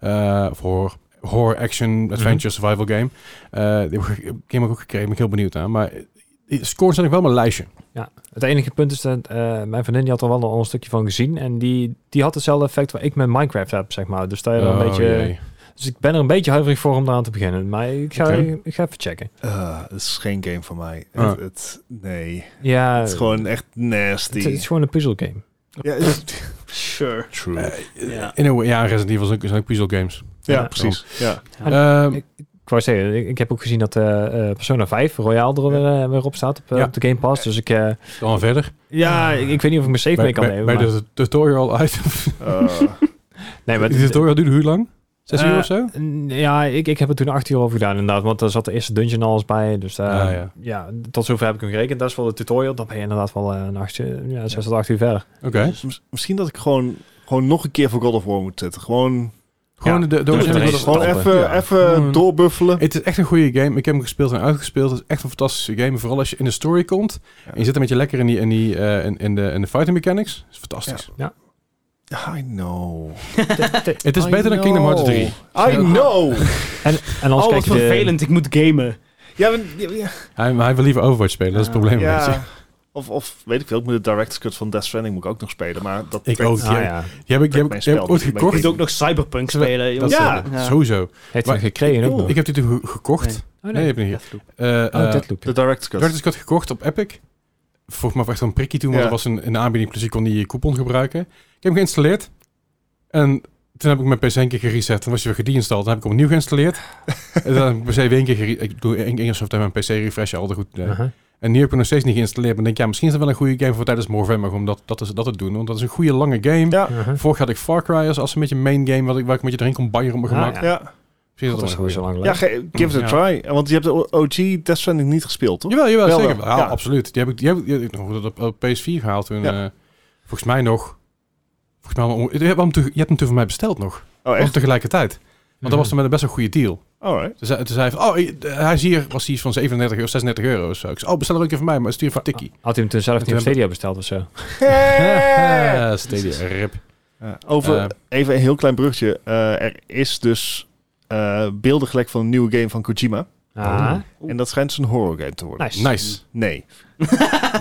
B: eh, of horror, horror action
A: Mhm.
B: adventure survival game. Eh, die heb ik die game heb ik ook gekregen. Ben ik heel benieuwd naar. Maar eh, scores zijn nog wel op mijn lijstje.
D: Het enige punt is dat eh, mijn vriendin die had er wel al een stukje van gezien. En die, die had hetzelfde effect waar ik met Minecraft heb, zeg maar. Dus, daar een
B: Oh,
D: beetje,
B: jee.
D: dus ik ben er een beetje huiverig voor om eraan te beginnen. Maar ik ga,
B: Oké.
D: ik ga even checken.
A: Eh, Het is geen game van mij.
B: Ah.
A: Het- het- Nee.
D: Ja,
A: Het is gewoon echt
D: Oh. het, het
A: nasty.
D: is gewoon een puzzelgame.
A: Ja, het-
C: Sure.
A: True.
C: Ja.
B: In a way, ja, Resident Evil zijn ook- zijn ook puzzle games.
A: ja,
D: ja.
A: precies. oh. Ja.
B: Ehm,
D: ik- Ik wou zeggen, ik, ik heb ook gezien dat eh, eh, Persona 5 Royal er weer, eh, weer op staat op, eh,
B: Ja.
D: op de Game Pass. Dus ik, eh,
B: dan verder.
D: ja, ik, ik weet niet of ik mijn save mee kan
B: bij,
D: nemen.
B: bij
D: maar-
B: de tutorial uit.
A: Eh,
D: nee, maar
B: de
D: het-
B: tutorial duurde hoe lang? Zes
D: Eh,
B: uur of zo?
D: Mm, Ja, ik, ik heb er toen acht uur over gedaan inderdaad, want daar zat de eerste dungeon al eens bij. Dus eh,
B: Ah, ja.
D: ja. tot zover heb ik hem gerekend. Dat is wel de tutorial. Dan ben je inderdaad wel eh, een achtje, ja, zes tot acht uur verder.
B: Oké.
A: dus mis- misschien dat ik gewoon, gewoon nog een keer voor God of War moet zetten. Gewoon,
B: Gewoon
D: Ja,
B: de, de, de
D: doe het
B: originele
D: ineens.
B: God of-
A: gewoon
D: stappen,
A: even,
B: ja.
A: even
B: Gewoon-
A: doorbuffelen.
B: Het is echt een goede game. Ik heb hem gespeeld en uitgespeeld. Het is echt een fantastische game. Vooral als je in de story komt. En je zit een beetje lekker in, die, in, die, eh, in, in de, in de fighting mechanics. Het is fantastisch.
A: I know.
B: Het is
A: I
B: beter dan
A: know.
B: Kingdom Hearts 3.
A: I know.
D: En, en als
C: Oh,
D: kijk
C: wat
D: je de-
C: vervelend. Ik moet gamen.
A: ja, maar- ja, ja.
B: Hij, maar hij wil liever Overwatch spelen. Dat is het probleem een beetje.
A: Ja. Of, of weet ik veel, ik moet de director's cut van Death Stranding moet ik ook nog spelen. Maar dat
B: Ik
A: trekt-
B: ook.
D: Ah, ja.
B: Die heb ik, die heb,
A: Mijn
B: ik- die heb ik
A: spel
B: ooit
A: niet, maar
C: Ik
B: gekocht.
C: moet ook nog Cyberpunk spelen.
B: Dat
C: jongens.
B: is, eh,
A: Ja.
C: Ja.
B: sowieso.
D: Heeft hij
B: Maar-
D: gekregen ook
A: Cool.
D: nog?
B: Ik heb die toen ge- gekocht.
C: Nee.
D: oh,
B: Nee, heb ik niet.
C: Deathloop.
B: Eh, eh,
D: Oh, Deadloop.
A: De director's cut.
B: Director's Cut dus gekocht op Epic. Volgens mij was echt wel een prikkie toen, want
A: Ja.
B: er was een, een aanbieding, plus ik kon die coupon gebruiken. Ik heb hem geïnstalleerd en toen heb ik mijn PC een keer gereset. Dan was hij weer gedeinstalled, dan heb ik hem opnieuw geïnstalleerd. en dan heb ik mijn PC weer een keer gereset. Ik doe één keer of zo mijn PC refreshen, altijd goed. eh.
D: Aha.
B: En nu heb ik hem nog steeds niet geïnstalleerd. Maar ik denk, ja, misschien is dat wel een goede game voor tijdens Morvember om dat, dat, is- dat te doen. Want dat is een goede lange game.
A: Ja.
D: Aha.
B: Vorig had ik Far Cry als, als een beetje main game, wat ik, waar ik een beetje erin kon baieren op mijn
D: Ah,
B: gemak.
D: ja.
A: Ja,
B: Misschien is
D: Dat is
B: wel een
D: gewoon
B: goeie.
D: zo lang
A: ja
D: geleden.
A: ge- give it a
B: Ja.
A: try. Want je hebt de OG Death Stranding niet gespeeld, toch?
B: Jawel, jawel,
A: Wel,
B: zeker.
A: wel.
B: Ja,
A: Ja.
B: absoluut. Die heb ik, die heb, ik- die heb ik nog op, op PS4 gehaald toen.
A: Ja.
B: eh, volgens mij nog. Volgens mij, wel- je hebt hem toen, je hebt hem toen voor mij besteld nog.
A: Oh,
B: Of
A: echt? Mhm.
B: tegelijkertijd. Want dat was dan met een best wel goede deal.
A: Alright.
B: Toen zei, toen zei hij van, oh, eh, hij is hier, was hij iets van 37 euro, 36 euro of zo. Ik zei, oh, bestel er ook even voor mij, maar stuur voor tikkie.
D: Had hij hem toen zelf
B: Toen
D: niet op
B: hebben-
D: Stadia besteld of zo?
A: Ja.
B: Ah, Stadia, rip.
A: Over,
B: Eh.
A: even een heel klein brugje. er is dus eh, beelden gelekt van een nieuwe game van Kojima.
D: Ah,
A: En dat schijnt dus een horror game te worden.
D: nice.
B: Nice.
A: Nee.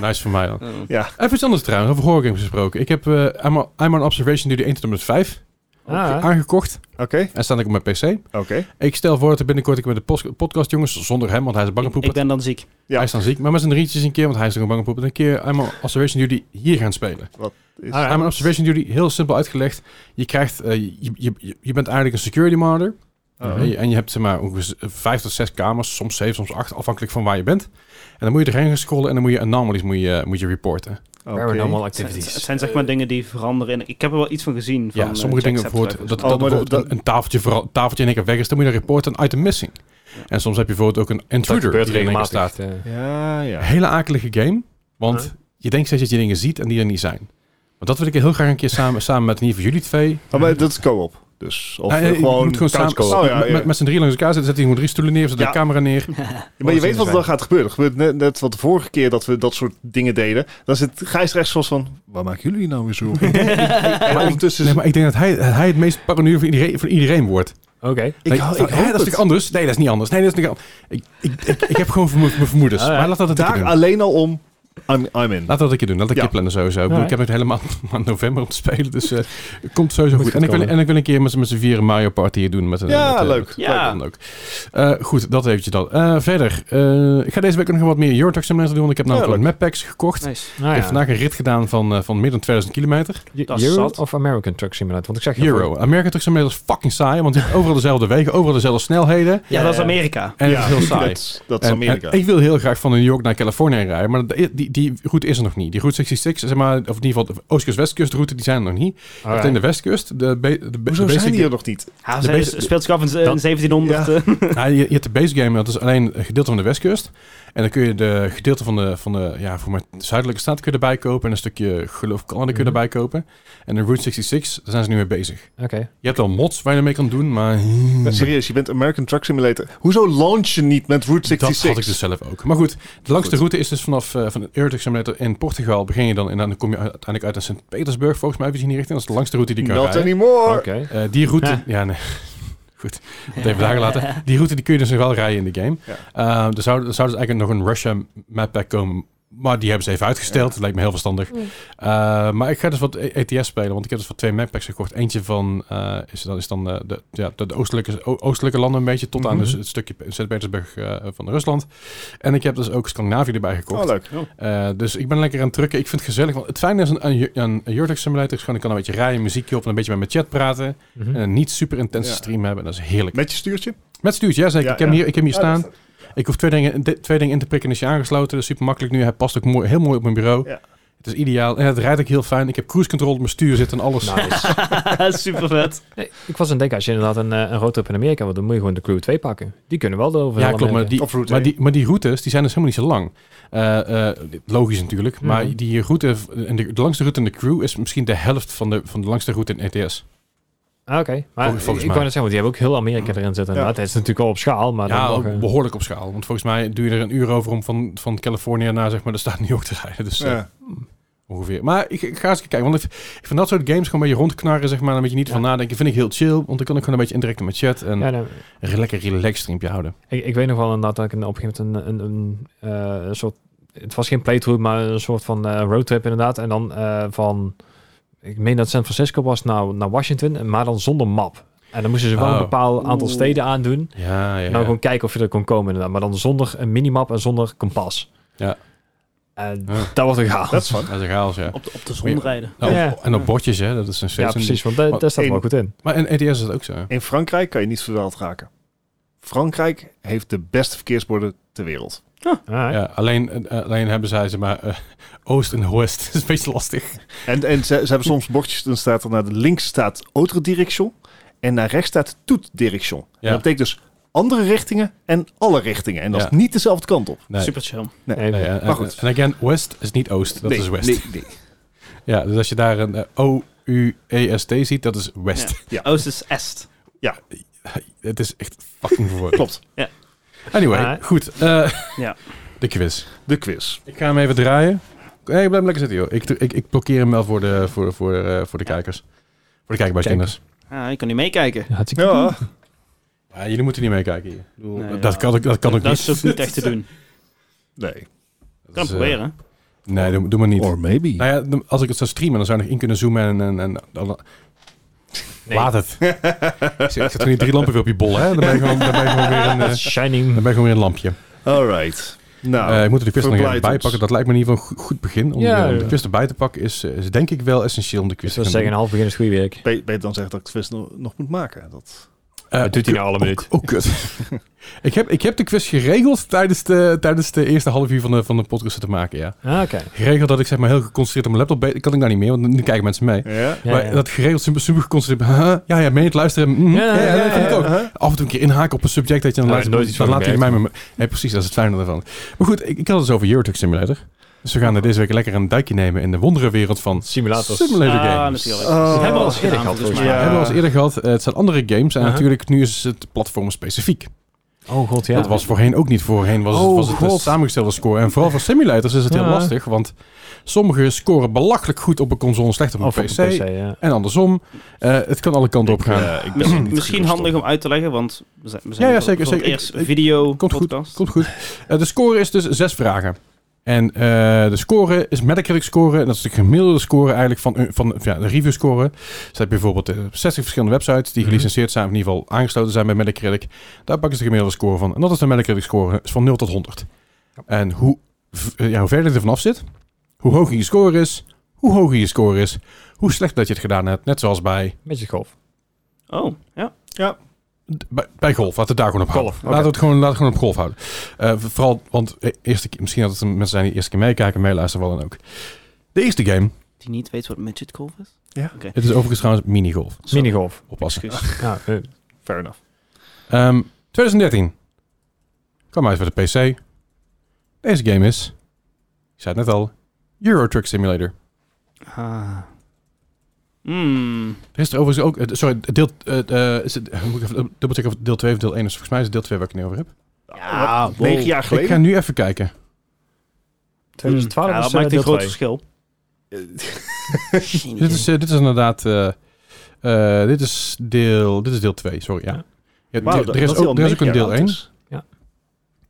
B: Nice voor mij dan.
C: Oh.
B: Even iets anders trouwens, over horror games gesproken. Ik heb eh I'm, on, I'm on Observation Duty 1 tot en met 5
D: Ah,
B: aangekocht.
A: Oké,
B: En staat ik op mijn pc.
A: oké.
B: Ik stel voor dat er binnenkort ik met de pos- podcast jongens, zonder hem, want hij is bang
C: Ik, ik ben dan ziek.
A: Ja.
B: Hij is dan ziek, maar met zijn drietjes een keer, want hij is nog een bang op. En een keer I'm on Observation Duty hier gaan spelen.
A: Is-
D: Ah, ja.
B: I'm on Observation Duty, heel simpel uitgelegd. Je, krijgt, eh, je, je, je- je bent eigenlijk een security monitor.
A: Oh.
B: En, je, en je hebt zeg maar ongeveer vijf tot zes kamers, soms zeven, soms acht, afhankelijk van waar je bent. En dan moet je erheen gaan scrollen en dan moet je anomalies moet je, moet je reporten.
A: Oké.
D: Paranormal
C: Het zijn, het
D: activities.
C: zijn zeg maar dingen die veranderen. In, ik heb er wel iets van gezien. Van,
B: Ja,
C: eh,
B: sommige dingen
C: Jack Satisfied
B: bijvoorbeeld, dat,
C: of zo.
A: Oh,
B: dat
A: maar dat-
B: bijvoorbeeld een- een tafeltje, vooral, een tafeltje in één keer weg is, dan moet je een report een item missing. En soms heb je bijvoorbeeld ook een
D: Dat
B: intruder
D: gebeurt
B: die er in één keer
D: regelmatig.
B: staat.
D: eh.
A: Ja, ja.
B: Hele akelige game, want je denkt steeds dat je dingen ziet en die er niet zijn. Maar dat wil ik heel graag een keer samen, samen met in ieder geval jullie twee.
A: Oh, maar dat is co-op. Dus of
B: Nee,
A: eh,
B: nee, je
A: gewoon...
B: moet gewoon samen,
A: couch co-op. Oh, ja,
B: met-
A: ja.
B: met, met z'n drieën langs elkaar zitten, zetten hier gewoon drie stoelen neer, zetten
A: Ja.
B: de camera neer.
A: maar je weet wat er dan
B: zijn.
A: gaat gebeuren. Er gebeurt net, net wat de vorige keer dat we dat soort dingen deden. Dan zit Gijs rechts zoals van... Waar maken jullie nou weer zo? op?" en ondertussen...
B: Nee, maar ik denk dat hij, hij het meest paranoïde van iedereen, van iedereen wordt.
D: Oké. Nou
A: ik,
B: Nee,
A: ho- ik
B: van,
A: hoop
B: hè, dat is
A: het.
B: natuurlijk anders. Nee, dat is niet anders. Nee, dat is niet anders. Ik, ik, ik, ik heb gewoon vermo- mijn vermoedens.
D: Ah, ja.
B: Maar laat dat het
A: Daar alleen al om... I'm, I'm in.
B: Laat dat ik je doen. Laat dat ik
A: Ja.
B: je plannen sowieso. Ik, bedoel,
D: Alright.
B: ik heb het helemaal maand november om te spelen. Dus eh, het komt sowieso
A: Moet
B: goed. En
A: goed
B: ik, wil,
A: komen.
B: en ik wil een keer met, z'n- met z'n vieren Mario Party hier doen. Met, een-
A: Ja,
B: met, eh,
A: leuk.
B: met-
C: Ja.
B: dan ook. Eh, goed, dat eventjes dan. Eh, verder. eh, ik ga deze week ook nog wat meer Euro Truck Simulator doen. Want ik heb
A: Ja,
B: namelijk wat mappacks gekocht.
C: Oh, Nice.
D: Nou
B: Ik
A: Ah,
D: ja.
B: heb vandaag een rit gedaan van, eh, van meer dan 2000 kilometer.
D: Je-
C: Dat is
D: Euro
B: Oh.
C: zat.
D: of American Truck Simulator? Want ik zeg je
B: Euro. Amerika Truck Simulator is fucking saai. Want je hebt overal dezelfde wegen, overal dezelfde snelheden.
C: Ja, dat is Amerika.
B: En het is heel saai.
A: Dat, is- dat is
B: En-
A: Amerika.
B: en ik wil heel graag van New York naar Californië rijden, maar die, die, die route is er nog niet. Die route 66, zeg maar, of in ieder geval de Oostkust-Westkust route, die zijn er nog niet. Alleen de Westkust, de, ba- de, ba- de
A: Oh, Hoezo
B: basic
A: zijn die er nog niet?
C: Ja,
B: De
C: ze
B: beste-
C: speelt zich af in, z- in
A: Dat-
C: 1700. eh.
B: Ja, Nou, je, je hebt de base game, dat is alleen een gedeelte van de Westkust. En dan kun je de gedeelte van de, van de ja, voor mij, de zuidelijke staat kun je erbij kopen. En een stukje geloof ik Canada kun je
D: Mhm.
B: erbij kopen. En de Route 66, daar zijn ze nu mee bezig.
D: Oké.
B: Je hebt al mods waar je mee kan doen, maar Hmm.
A: Maar serieus, je bent American Truck Simulator. Hoezo launch je niet met Route 66?
B: dat had ik dus zelf ook. Maar goed, de langste
A: Goed.
B: route is dus vanaf eh, van de Eurotruck Simulator in Portugal begin je dan. En dan kom je uiteindelijk uit in Sint-Petersburg, volgens mij, even in die richting. Dat is de langste route die je kan
A: Not
B: rijden.
A: anymore.
D: Oké.
B: Eh, die route... Ja,
D: Ja.
B: nee. Goed, dat even daar laten. Die route die kun je dus nog wel rijden in de game. Eh, er, zou, er zou dus eigenlijk nog een Russia map pack komen. Maar die hebben ze even uitgesteld. Dat lijkt me heel verstandig. Eh, maar ik ga dus wat E- ETS spelen. Want ik heb dus wat twee mappacks gekocht. Eentje van eh, is, dat is dan eh, de, ja, de, de oostelijke, o- oostelijke landen een beetje. Tot aan
D: Mhm.
B: dus het stukje P- Sint-Petersburg eh, van Rusland. En ik heb dus ook Scandinavië erbij gekocht.
A: Oh, leuk.
B: Eh, dus ik ben lekker aan het trucken. Ik vind het gezellig. Want het fijne is een, een, een Eurotruck simulator. Is gewoon, ik kan een beetje rijden, muziekje op en een beetje met mijn chat praten.
D: Mhm.
B: En een niet super intense
A: Ja.
B: stream hebben. Dat is heerlijk.
A: Met je stuurtje?
B: Met stuurtje, ja zeker.
A: Ja,
B: ik, heb
A: ja.
B: Hier, ik heb hier staan. Ik hoef twee dingen, de- twee dingen in te prikken en is je aangesloten. Dat is super makkelijk nu. Hij past ook mooi, heel mooi op mijn bureau.
A: Ja.
B: Het is ideaal. En het rijdt ook heel fijn. Ik heb cruise control op mijn stuur zitten en alles.
D: Nice.
C: Super vet.
D: Nee, ik was aan het denken, als je inderdaad een, eh, een roadtrip in Amerika wil, dan moet je gewoon de Crew 2 pakken. Die kunnen wel over
B: Ja,
D: heel
B: klopt. Maar
D: Amerika.
B: die,
A: Of route
B: maar,
A: één.
B: die, maar die routes die zijn dus helemaal niet zo lang. Eh, eh, logisch natuurlijk.
D: Mhm.
B: Maar die route, en de, de langste route in de crew is misschien de helft van de, van de langste route in E ETS.
D: Ah, Oké, maar
B: Volgens- volgens
D: ik
B: mij.
D: kan het zeggen, want die hebben ook heel Amerika erin zitten. inderdaad. Het is natuurlijk al op schaal, maar
B: ja,
D: dan nog, eh,
B: behoorlijk op schaal. Want volgens mij doe je er een uur over om van, van Californië naar zeg maar, de staat New York te rijden. Dus eh,
A: Ja.
B: Ongeveer. Maar ik, ik ga eens kijken. Want ik, ik vind dat soort games gewoon een beetje rondknarren, zeg maar. Een beetje niet van nadenken. Vind ik heel chill. Want dan kan ik gewoon een beetje interacten met chat. En
D: ja, nee,
B: een lekker relaxed streampje houden.
D: ik, ik weet nog wel inderdaad dat ik een- op een gegeven moment een, een, een, eh, een soort... Het was geen playthrough, maar een soort van eh, roadtrip inderdaad. En dan eh, van... Ik meen dat San Francisco was naar, naar Washington, maar dan zonder map. En dan moesten ze wel
B: Oh.
D: een bepaald aantal
A: Oeh.
D: steden aandoen.
B: Ja, ja.
D: En dan Nou, gewoon kijken of je er kon komen inderdaad. Maar dan zonder een minimap en zonder kompas.
B: Ja.
D: En
B: Ja.
D: dat was een gaaf.
A: Dat is van.
B: Dat is een chaos, ja.
C: Op de, op de zon rijden.
B: Nou,
D: Ja.
B: En op bordjes, hè. Dat is een
D: Ja,
B: steeds een-
D: precies, want daar, daar staat
A: één-
D: wel goed in.
B: Maar in ETS is dat ook zo. hè?
A: In Frankrijk kan je niet verdwaald raken. Frankrijk heeft de beste verkeersborden ter wereld.
D: Ah,
B: Ja, alleen, eh, alleen hebben zij, zeg maar, eh, oost en oost. dat is een beetje lastig.
A: En, en ze, ze hebben soms bordjes, dan staat er naar de links staat autre direction en naar rechts staat toute direction. En
B: Ja.
A: dat betekent dus andere richtingen en alle richtingen. En dat
B: Ja.
A: is niet dezelfde kant op.
B: Nee.
C: Super chill.
D: nee,
B: Nee,
D: nee.
B: en,
A: Maar goed.
B: en again, west is niet oost. Dat
A: nee,
B: is west.
A: Nee, nee.
B: Ja, dus als je daar een eh, O-U-E-S-T ziet, dat is west.
C: Oost Oh, is Est.
B: Het is echt fucking verwoord.
A: Klopt.
B: Anyway,
D: Ah.
B: goed. eh,
C: Ja.
B: De quiz.
A: De quiz.
B: Ik ga hem even draaien. Nee, blijf lekker zitten, joh. Ik, ik, ik blokkeer hem wel voor de, voor, voor, eh, voor de kijkers. Voor de kijkbuiskinders.
C: Ah, je kan niet meekijken.
D: Hartstikke
A: Ja.
B: Ja, jullie moeten niet meekijken hier. Ik bedoel,
C: Nee,
B: dat,
C: ja.
B: kan, ook- dat kan ook
C: Dat
B: niet.
C: is ook niet echt te doen.
A: Nee.
B: Dat
C: Kan
B: is, eh,
C: proberen.
B: nee, doe, doe maar niet.
A: Or maybe.
B: Nou ja, dan- als ik het zou streamen, dan zou ik nog in kunnen zoomen en... en, en dan-
D: Nee.
B: Laat het. ik zet ik zet gewoon die drie lampen weer op je bol, hè. Dan ben je gewoon, dan ben je gewoon weer een... eh,
D: Shining.
B: dan ben je gewoon weer een lampje.
A: All right. Nou,
B: Eh, ik moet er de quiz er nog
A: verblijd
B: even bij
A: ons.
B: pakken. Dat lijkt me in ieder geval een goed- goed begin. Om,
D: Ja,
B: eh, om de
D: ja.
B: quiz erbij te pakken is, eh, is denk ik wel essentieel om de
D: Dus
B: quiz
D: dat
B: te gaan
D: zeggen, een half begin is goede week.
A: Be- beter dan zeggen dat ik het quiz nog, nog moet maken. Dat
B: Eh,
D: Dat doet hij nou alle
B: ook-
D: minuut.
B: Ook, kut. ik, heb, ik heb de quiz geregeld tijdens de, tijdens de eerste half uur van de, van de podcast te maken, ja.
D: Ah, oké.
B: Geregeld dat ik zeg maar heel geconcentreerd op mijn laptop... be- Kan ik nou niet meer, want nu kijken mensen mee.
A: Ja.
D: Ja,
B: maar
D: ja.
B: dat geregeld super, super geconcentreerd... huh? ja, ja, meen je het luisteren? Mhm.
D: Ja,
B: ja, ja,
D: ja,
B: dat vind ik
D: ja,
B: ook.
A: Huh?
B: Af en toe een keer inhaken op een subject dat je dan
D: Ja,
B: luistert.
D: nooit iets
B: dan
D: van
B: laat hij mij...
D: gemerkt.
B: me- Nee, precies, dat is het fijne daarvan. Maar goed, ik, ik had het dus over Eurotruck Simulator. Dus we gaan er deze week lekker een duikje nemen in de wonderenwereld van
D: Simulators.
B: simulator
C: ah,
B: games.
C: natuurlijk.
A: Oh.
C: Dat hebben we al eens
D: Erik
C: gedaan.
D: had
C: volgens
A: volgens
C: mij.
B: We
A: mij.
B: hebben we al eens eerder gehad. Eh, het zijn andere games. En
D: Uh-huh.
B: natuurlijk, nu is het platform specifiek.
D: Oh god, ja.
B: Dat was voorheen ook niet. Voorheen was, het,
D: Oh,
B: was het een
D: God.
B: samengestelde score. En vooral voor simulators is het heel
D: Ja.
B: lastig. Want sommige scoren belachelijk goed op een console en slecht op een,
D: Of op
B: PC,
D: een PC, ja.
B: En andersom. Eh, het kan alle kanten op
A: Ik,
B: gaan.
A: eh, ik ben er niet
C: Misschien
A: gerust op.
C: handig om uit te leggen, want we zijn, we zijn
B: Ja, ja,
C: voor-
B: zeker,
C: voor het
B: zeker.
C: eerst
B: Ik- ik-
C: video
B: komt goed,
C: podcast.
B: Komt goed. Eh, de score is dus zes vragen. En eh, de score is Metacritic score. En dat is de gemiddelde score eigenlijk van, eh, van ja, de review score. Dus heb je bijvoorbeeld eh, 60 verschillende websites die
D: Mhm.
B: gelicenseerd zijn. Of in ieder geval aangesloten zijn bij Metacritic. Daar pakken ze de gemiddelde score van. En dat is de Metacritic score. is van 0 tot 100. En hoe, v- eh, ja, hoe verder je er vanaf zit. Hoe hoger je score is. Hoe hoger je score is. Hoe slecht dat je het gedaan hebt. Net zoals bij,
D: Magic Golf.
C: Oh, ja.
B: bij, bij golf. Laten we het daar gewoon op houden.
D: Golf. oké.
B: Laten we het gewoon, laten we het gewoon op golf houden. Eh, v- vooral, want eh, eerste, keer- misschien dat het mensen zijn die eerste keer meekijken, meeluisteren, wat dan ook. De eerste game,
C: Die niet weet wat midget golf is.
B: het is overigens trouwens minigolf.
D: Minigolf.
B: Oppassen.
D: Ja, eh,
A: Fair enough.
B: Ehm 2013. Kwam uit voor de PC. Deze game is, ik zei het net al, Euro Truck Simulator.
C: Ah. Hmm.
B: Er is er overigens ook, eh, d- sorry, deel, eh, eh, is het, moet ik even dubbelchecken of het deel 2 of deel 1 is. Volgens mij is het deel 2 waar ik het nu over heb.
C: Ja,
A: Wat, negen
C: wow.
A: jaar
B: Ik
A: geleden.
B: ga nu even kijken.
D: 2012
C: Ja, dat
D: was,
C: maakt
D: eh,
C: een
D: deel
C: groot
D: twee.
C: verschil. Geen
B: Dit
C: idee.
B: is,
A: dus-
B: eh, dit is inderdaad. eh, eh, dit, is deel, dit is deel 2, sorry. Ja.
D: Ja.
B: Ja,
A: Wauw,
B: er-
A: dat-
B: er is
A: dat die
B: ook,
A: al
B: er is ook een
A: negen jaar
B: deel
A: oud dus.
B: 1.
A: is.
D: Ja.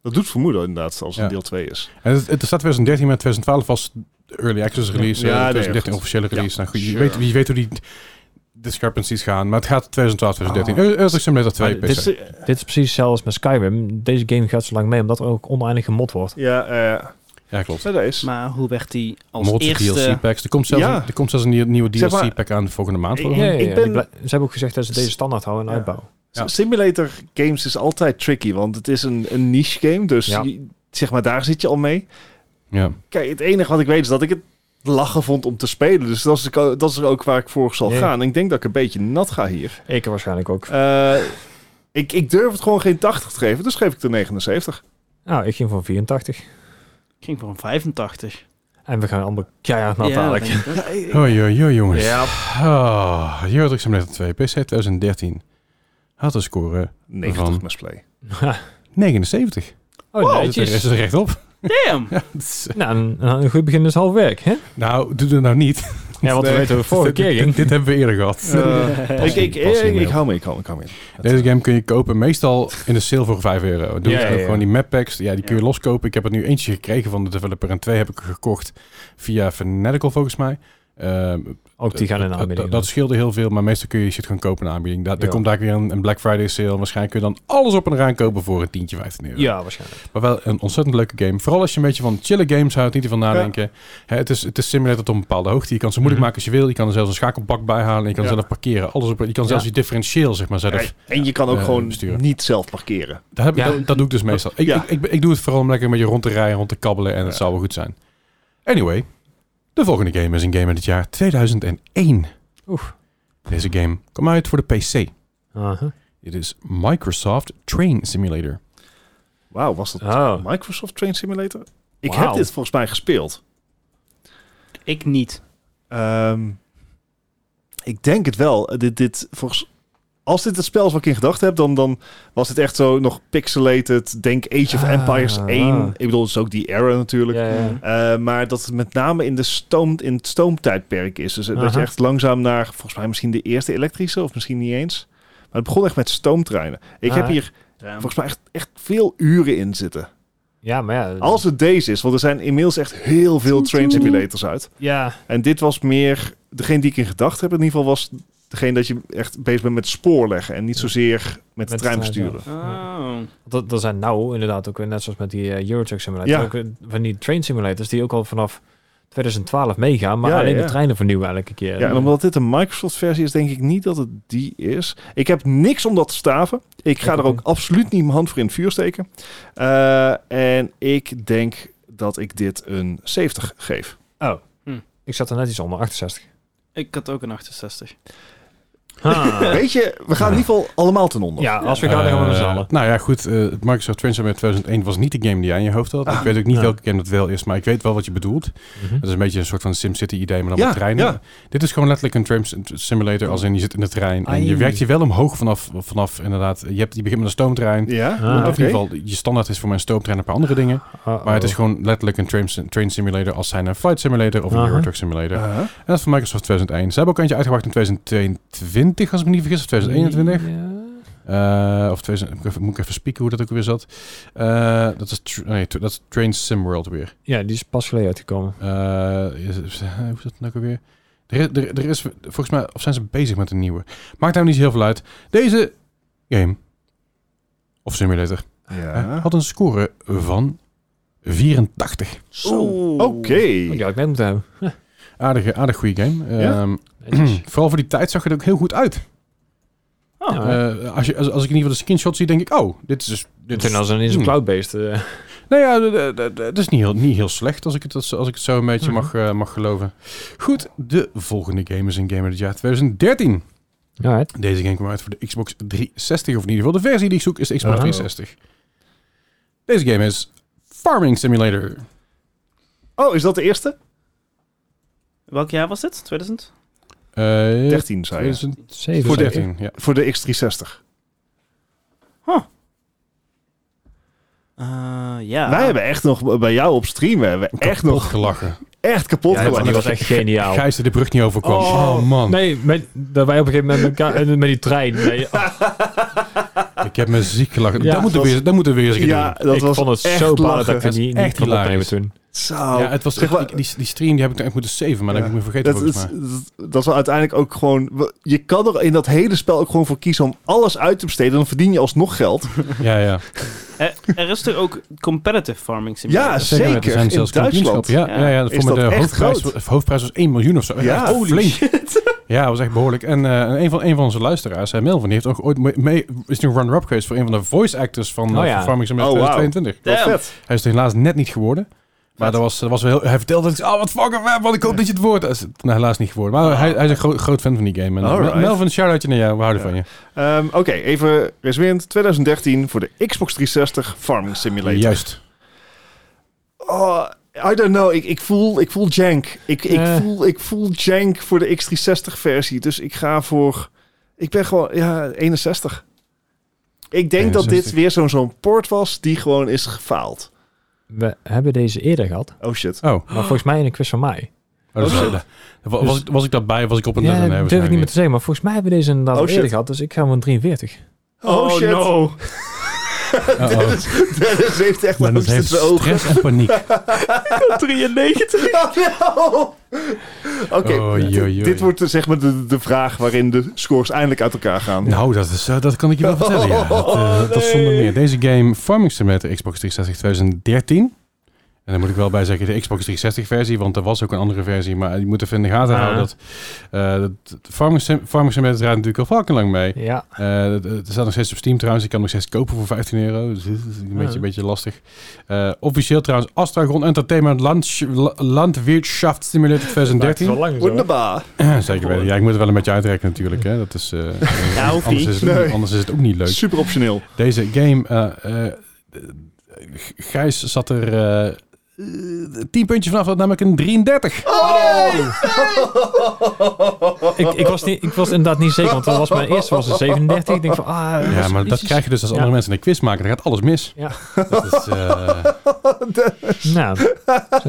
A: Dat doet vermoeden inderdaad als het
B: Ja.
A: deel 2 is.
B: En het, het staat 2013, maar 2012 was de early access release.
A: Ja,
B: eh,
A: nee,
B: 2013
A: goed.
B: officiële release.
A: Ja,
B: nou, goed, je,
A: sure.
B: weet, je weet hoe die discrepancies gaan. Maar het gaat 2012,
A: Ah.
B: 2013. Early Access Simulator 2
D: Maar dit
B: PC.
D: is- Dit is precies zelfs met Skyrim. Deze game gaat zo lang mee, omdat er ook oneindig gemod wordt.
A: Ja, eh
B: Ja, klopt.
A: ja, dat is.
C: Maar hoe werd die als
B: Multi
C: eerste...
B: DLC-packs. Er komt zelfs,
A: Ja.
B: een, er komt zelfs een nieuwe- nieuwe
A: Zeg maar-
B: DLC-pack aan volgende maand.
A: Ik-
B: volgens
D: Ja,
B: mij.
D: ja, ja.
A: Ik ben-
D: Die blij- Ze hebben ook gezegd dat ze deze standaard houden en
A: Ja.
D: uitbouwen.
B: Ja.
A: Simulator games is altijd tricky, want het is een, een niche game. Dus
D: Ja.
A: je- zeg maar, daar zit je al mee.
B: Ja.
A: Kijk, het enige wat ik weet is dat ik het lachen vond om te spelen. Dus dat is, de ko- dat is ook waar ik voor zal
D: Ja.
A: gaan. En ik denk dat ik een beetje nat ga hier.
D: Ik waarschijnlijk ook.
A: Eh, ik, ik durf het gewoon geen 80 te geven, dus geef ik de 79.
D: Nou, ik ging voor 84.
C: Ik ging voor een 85.
D: En we gaan allemaal keihard naar
C: Ja,
D: dadelijk.
C: denk ik ook.
B: Oei, oei, oei, jongens.
A: Ja,
B: Ah, Euro Truck Simulator 2 PC 2013 had een score
A: 90
B: Van-
A: misplay.
B: eh, 79.
D: oh,
B: Oh,
D: netjes.
B: is er recht op.
C: Damn!
D: Nou, een, een goed begin is half werk, hè?
B: Nou, doe dat nou niet.
D: Ja, want
A: Nee.
D: we weten hoe het vorige keer ging.
B: Dit, dit hebben we eerder gehad.
A: Eh, ik, ik,
B: Pas niet, pas niet
A: ik,
B: meer.
A: ik hou mee, ik hou mee, ik hou mee.
B: Deze game kun je kopen meestal in de sale voor 5 euro. Doe
D: Ja,
B: het
D: ja, ja.
B: gewoon die map packs. Ja, die kun je
C: Ja.
B: loskopen. Ik heb er nu eentje gekregen van de developer. En twee heb ik gekocht via Fanatical volgens mij. Ehm,
D: Ook die gaan in de
B: dat-
D: aanbieding.
B: Dat, dat scheelde heel veel, maar meestal kun je shit gewoon kopen in de aanbieding. Daar, daar
D: Ja.
B: komt eigenlijk weer een, een Black Friday sale. Waarschijnlijk kun je dan alles op en eraan kopen voor een tientje, 15 euro.
D: ja, waarschijnlijk.
B: Maar wel een ontzettend leuke game. Vooral als je een beetje van chille games houdt, niet ervan nadenken. Hè, het, is, het is simulator tot een bepaalde hoogte. Je kan ze moeilijk
D: Mhm.
B: maken als je wil. Je kan er zelfs een schakelbak bij halen. Je kan
A: Ja.
B: zelf parkeren. Alles op, je kan
D: Ja.
B: zelfs je differentieel zeg maar, zelf.
A: en je kan ook
B: eh,
A: gewoon
B: besturen.
A: niet zelf parkeren.
B: Dat, heb ik,
D: Ja.
B: dat, dat doe ik dus meestal. Ik,
A: Ja.
B: ik, ik, ik doe het vooral om lekker met je rond te rijden, rond te kabbelen. En het
A: Ja.
B: zal wel goed zijn. Anyway, de volgende game is een game uit het jaar 2001.
D: Oef.
B: Deze game kwam uit voor de PC.
D: Aha.
B: Dit is Microsoft Train Simulator.
A: Wauw, was
B: Ah.
A: dat
D: Oh.
A: Microsoft Train Simulator? Ik
D: Wauw.
A: heb dit volgens mij gespeeld.
C: Ik niet.
A: Ehm, ik denk het wel. Eh, Dit, dit, volgens, als dit het spel is wat ik in gedachten heb, dan, dan was het echt zo nog pixelated. Denk Age of
D: Ah,
A: Empires 1.
D: ah.
A: Ik bedoel, het is ook die era natuurlijk.
D: Ja, ja.
C: Hmm.
A: Eh, maar dat het met name in, de stoom, in het stoomtijdperk is. Dus eh, dat je
D: Aha.
A: echt langzaam naar, volgens mij misschien de eerste elektrische, of misschien niet eens. Maar het begon echt met stoomtreinen. Ik
D: Ah,
A: heb hier volgens mij echt, echt veel uren in zitten.
D: ja, maar ja.
A: Als het deze is, want er zijn inmiddels echt heel veel train simulators uit.
D: Ja,
A: En dit was meer, degene die ik in gedachten heb in ieder geval, was degene dat je echt bezig bent met spoor leggen. En niet zozeer met, de
D: de
A: trein
D: trein
A: besturen.
D: zelf.
C: Oh.
D: Dat, dat zijn nou inderdaad ook weer net zoals met die eh, Eurotruck simulator.
A: Ja.
D: Ook, eh, van die train simulators die ook al vanaf 2012 meegaan, maar
A: Ja,
D: alleen
A: ja, ja.
D: de treinen vernieuwen elke keer.
A: Ja, en omdat dit een Microsoft-versie is, denk ik niet dat het die is. Ik heb niks om dat te staven. Ik ga
D: Ik
A: er
D: ook
A: ook absoluut niet mijn hand voor in het vuur steken. Eh, en ik denk dat ik dit een 70 geef.
D: Ik zat er net iets onder, 68.
C: Ik had ook een 68.
A: Weet je, we gaan in ieder geval allemaal ten onder.
D: Ja, als Dus we gaan, dan gaan we met z'n
B: Eh,
D: allen.
B: Nou ja, goed. eh, het Microsoft Train Summit 2001 was niet de game die jij in je hoofd had.
A: Ah,
B: Ik weet ook niet
D: ja.
B: welke game dat wel is, maar ik weet wel wat je bedoelt. Dat is een beetje een soort van SimCity-idee, maar dan
A: Ja,
B: met treinen.
A: ja.
B: Dit is gewoon letterlijk een train sim- simulator, als in je zit in de trein. En je
D: Ai.
B: werkt je wel omhoog vanaf, vanaf inderdaad. Je, hebt, je begint met een stoomtrein.
A: Ja,
D: Ah,
B: Of
A: oké. Oh.
B: in ieder geval, je standaard is voor mijn stoomtrein een paar andere dingen.
D: Uh-oh.
B: Maar het is gewoon letterlijk een train, sim- train simulator als zijn een flight simulator of een
D: Aha.
B: Eurotruck simulator.
A: Uh-huh.
B: En dat is van Microsoft 2001. Ze hebben ook eentje uitgebracht in 2022, als ik me niet vergis, of 2021.
D: Ja.
B: Eh, of 2000, moet ik even- moet ik even spieken hoe dat ook weer zat. Eh, dat, is tr- nee, tr- dat is Train Sim World weer.
D: Ja, die is pas geleden uitgekomen.
B: Eh, is, is- hoe is dat nou ook alweer? Er, is- er, er is volgens mij, of zijn ze bezig met een nieuwe? Maakt nou niet zo heel veel uit. Deze game, of simulator, eh,
A: Ja.
B: had een score van 84.
A: Oeh, Oké.
D: Oh, Die had ik net moeten hebben.
B: Aardige, aardig goede game.
A: Ja?
B: Ehm,
D: Netjes.
B: vooral voor die tijd zag het ook heel goed uit.
A: Ah,
C: Oh.
D: Ja.
B: Eh, als, je, als, als ik in ieder geval de screenshot zie, denk ik, oh, dit is dus... Dit
D: Toen
B: is,
D: als een in zo'n
B: Hmm.
D: cloud-based. eh,
B: nou ja, d- d- d- d- het is niet heel, niet heel slecht als ik het, als ik het zo een beetje
D: Mhm.
B: mag, eh, mag geloven. Goed, de volgende game is een game uit het jaar 2013.
D: alright.
B: Deze game kwam uit voor de Xbox 360, of in ieder geval de versie die ik zoek is de Xbox
D: Oh.
B: 360. Deze game is Farming Simulator.
A: Oh, is dat de eerste?
C: Welk jaar was dit? 2000?
B: Eh,
A: 13, zei je.
B: 2000
D: Zeven,
B: voor
D: zeker.
B: 13, ja.
A: Voor de X360.
C: Eh, ja.
A: Wij hebben echt nog, bij jou op stream, we hebben echt
B: Kapot
A: nog Nou.
B: gelachen.
A: echt kapot
D: Ja, maar die
A: gelachen.
D: was echt geniaal.
B: Gijs die de brug niet overkwam. Oh,
D: Oh.
B: man,
D: Nee, met, dat wij op een gegeven moment met, elkaar, met die trein. Nee, oh,
B: ik heb me ziek gelachen.
D: Ja,
B: dat, moet
A: dat
B: weer, dat moet er weer eens een keer
A: Ja,
B: doen.
A: dat
D: ik
A: was
D: vond het
A: echt
D: zo balen dat
A: lachen.
D: ik het niet,
B: echt
D: niet kon opnemen
B: hilarisch.
D: toen.
A: Zo.
B: Ja, het was
A: Zeg
B: echt-
A: maar-
B: ik- die, die stream die heb ik dan echt moeten saven, maar dat
A: Oh. Ja.
B: heb ik me vergeten
A: Dat is,
B: volgens mij.
A: dat dat is uiteindelijk ook gewoon... we- Je kan er in dat hele spel ook gewoon voor kiezen om alles uit te besteden. Dan verdien je alsnog geld.
B: Ja, ja.
C: Eh, er is er ook competitive farming simulator.
A: Ja,
B: Zeker,
A: zeker.
B: er zijn
A: In
B: zelfs
A: Duitsland.
B: kampioenschappen. Ja, ja.
C: Ja.
B: ja,
A: Is dat
B: voor
A: echt
B: de hoofdprijs,
A: groot?
B: hoofdprijs was 1 miljoen of zo.
A: Ja.
B: Echt
A: Holy
B: flink. Ja, dat was echt behoorlijk. En eh, een, van, een van onze luisteraars, zei Melvin, die heeft ook ooit mee- mee, is nu runner-up geweest voor een van de voice actors van,
D: Oh
B: eh,
D: ja.
B: van Farming Simulator
A: Oh, wauw.
B: 2022.
A: Wat
C: Damn.
A: vet.
B: Hij is het helaas net niet geworden. Maar
A: Vet.
B: dat was, dat was wel heel, hij vertelde dat ik, oh wat fucking vet, want ik hoop dat je het woord... Dat is het, nou, helaas niet geworden. Maar hij, hij is een groot, groot fan van die game. En eh,
A: Alright.
B: Melvin, shout-outje naar jou, we houden
A: Ja.
B: van je.
A: Ehm, Oké, even resumerend. 2013 voor de Xbox 360 Farming Simulator.
B: Juist.
A: Oh, I don't know. Ik, ik, voel, ik voel jank. Ik, ik,
D: Eh.
A: voel, ik voel jank voor de X360 versie. Dus ik ga voor... Ik ben gewoon... Ja, 61. Ik denk dat dit
B: 61.
A: weer zo'n zo'n port was die gewoon is gefaald.
D: We hebben deze eerder gehad,
A: Oh shit.
B: Oh, oh,
D: maar volgens mij in een quiz van mij.
B: dat was,
A: Oh.
B: dat- was, was ik, was ik daarbij? Was ik op een...
D: Ja,
B: nee,
D: dat durf ik
B: waarschijnlijk
D: niet meer te zeggen, maar volgens mij hebben we deze inderdaad
A: Oh,
D: al eerder
A: shit.
D: gehad. Dus ik ga voor een 43.
A: Oh, shit.
C: no.
B: Uh-oh.
A: Dennis, Dennis heeft echt
B: Maar
A: angst
B: dat
A: in
B: heeft
A: zijn dus ogen.
B: stress en paniek.
C: 93.
A: No! Oké,
B: Oei,
A: dit-
B: oei, oei.
A: dit wordt eh, zeg maar de, de vraag waarin de scores eindelijk uit elkaar gaan.
B: Nou, dat, is, eh, dat kan ik je wel vertellen. Ja. Dat, eh,
A: Oh,
B: dat zonder meer. Deze game Farming Simulator Xbox 360 2013. En dan moet ik wel bij zeggen de Xbox 360 versie, want er was ook een andere versie. Maar je moet even in de gaten
D: Ah.
B: houden dat, eh, dat de Farming, Sim- Farming Simulator draait natuurlijk al fucking lang mee.
D: Ja,
B: Eh, dat- dat- er staat nog steeds op Steam trouwens. Ik kan hem nog steeds kopen voor 15 euro. Dus dat is een, beetje,
D: Ah.
B: een beetje lastig. Eh, officieel trouwens Astragon Entertainment Landsch- La- Landwirtschaft Simulator 2013.
D: lang
A: Wonderbaar.
B: Zeker weten. Ja, ik moet het wel een beetje uitrekenen natuurlijk. Hè. Dat is, eh,
C: Ja, hoeft
B: anders,
C: niet.
B: is het ook
A: Nee.
B: niet- anders is het ook niet leuk.
A: Super optioneel.
B: Deze game. eh, eh, G- Gijs zat er. eh 10 puntjes vanaf had namelijk een 33.
D: Ik, ik, was niet, ik was inderdaad niet zeker, want dat was mijn eerste was een 37. Ik denk van, ah...
B: Ja, maar dat
D: ietsjes-
B: krijg je dus als
D: Ja.
B: andere mensen een quiz maken. Dan gaat alles mis.
D: Ja.
B: Dat is, eh,
D: Nou,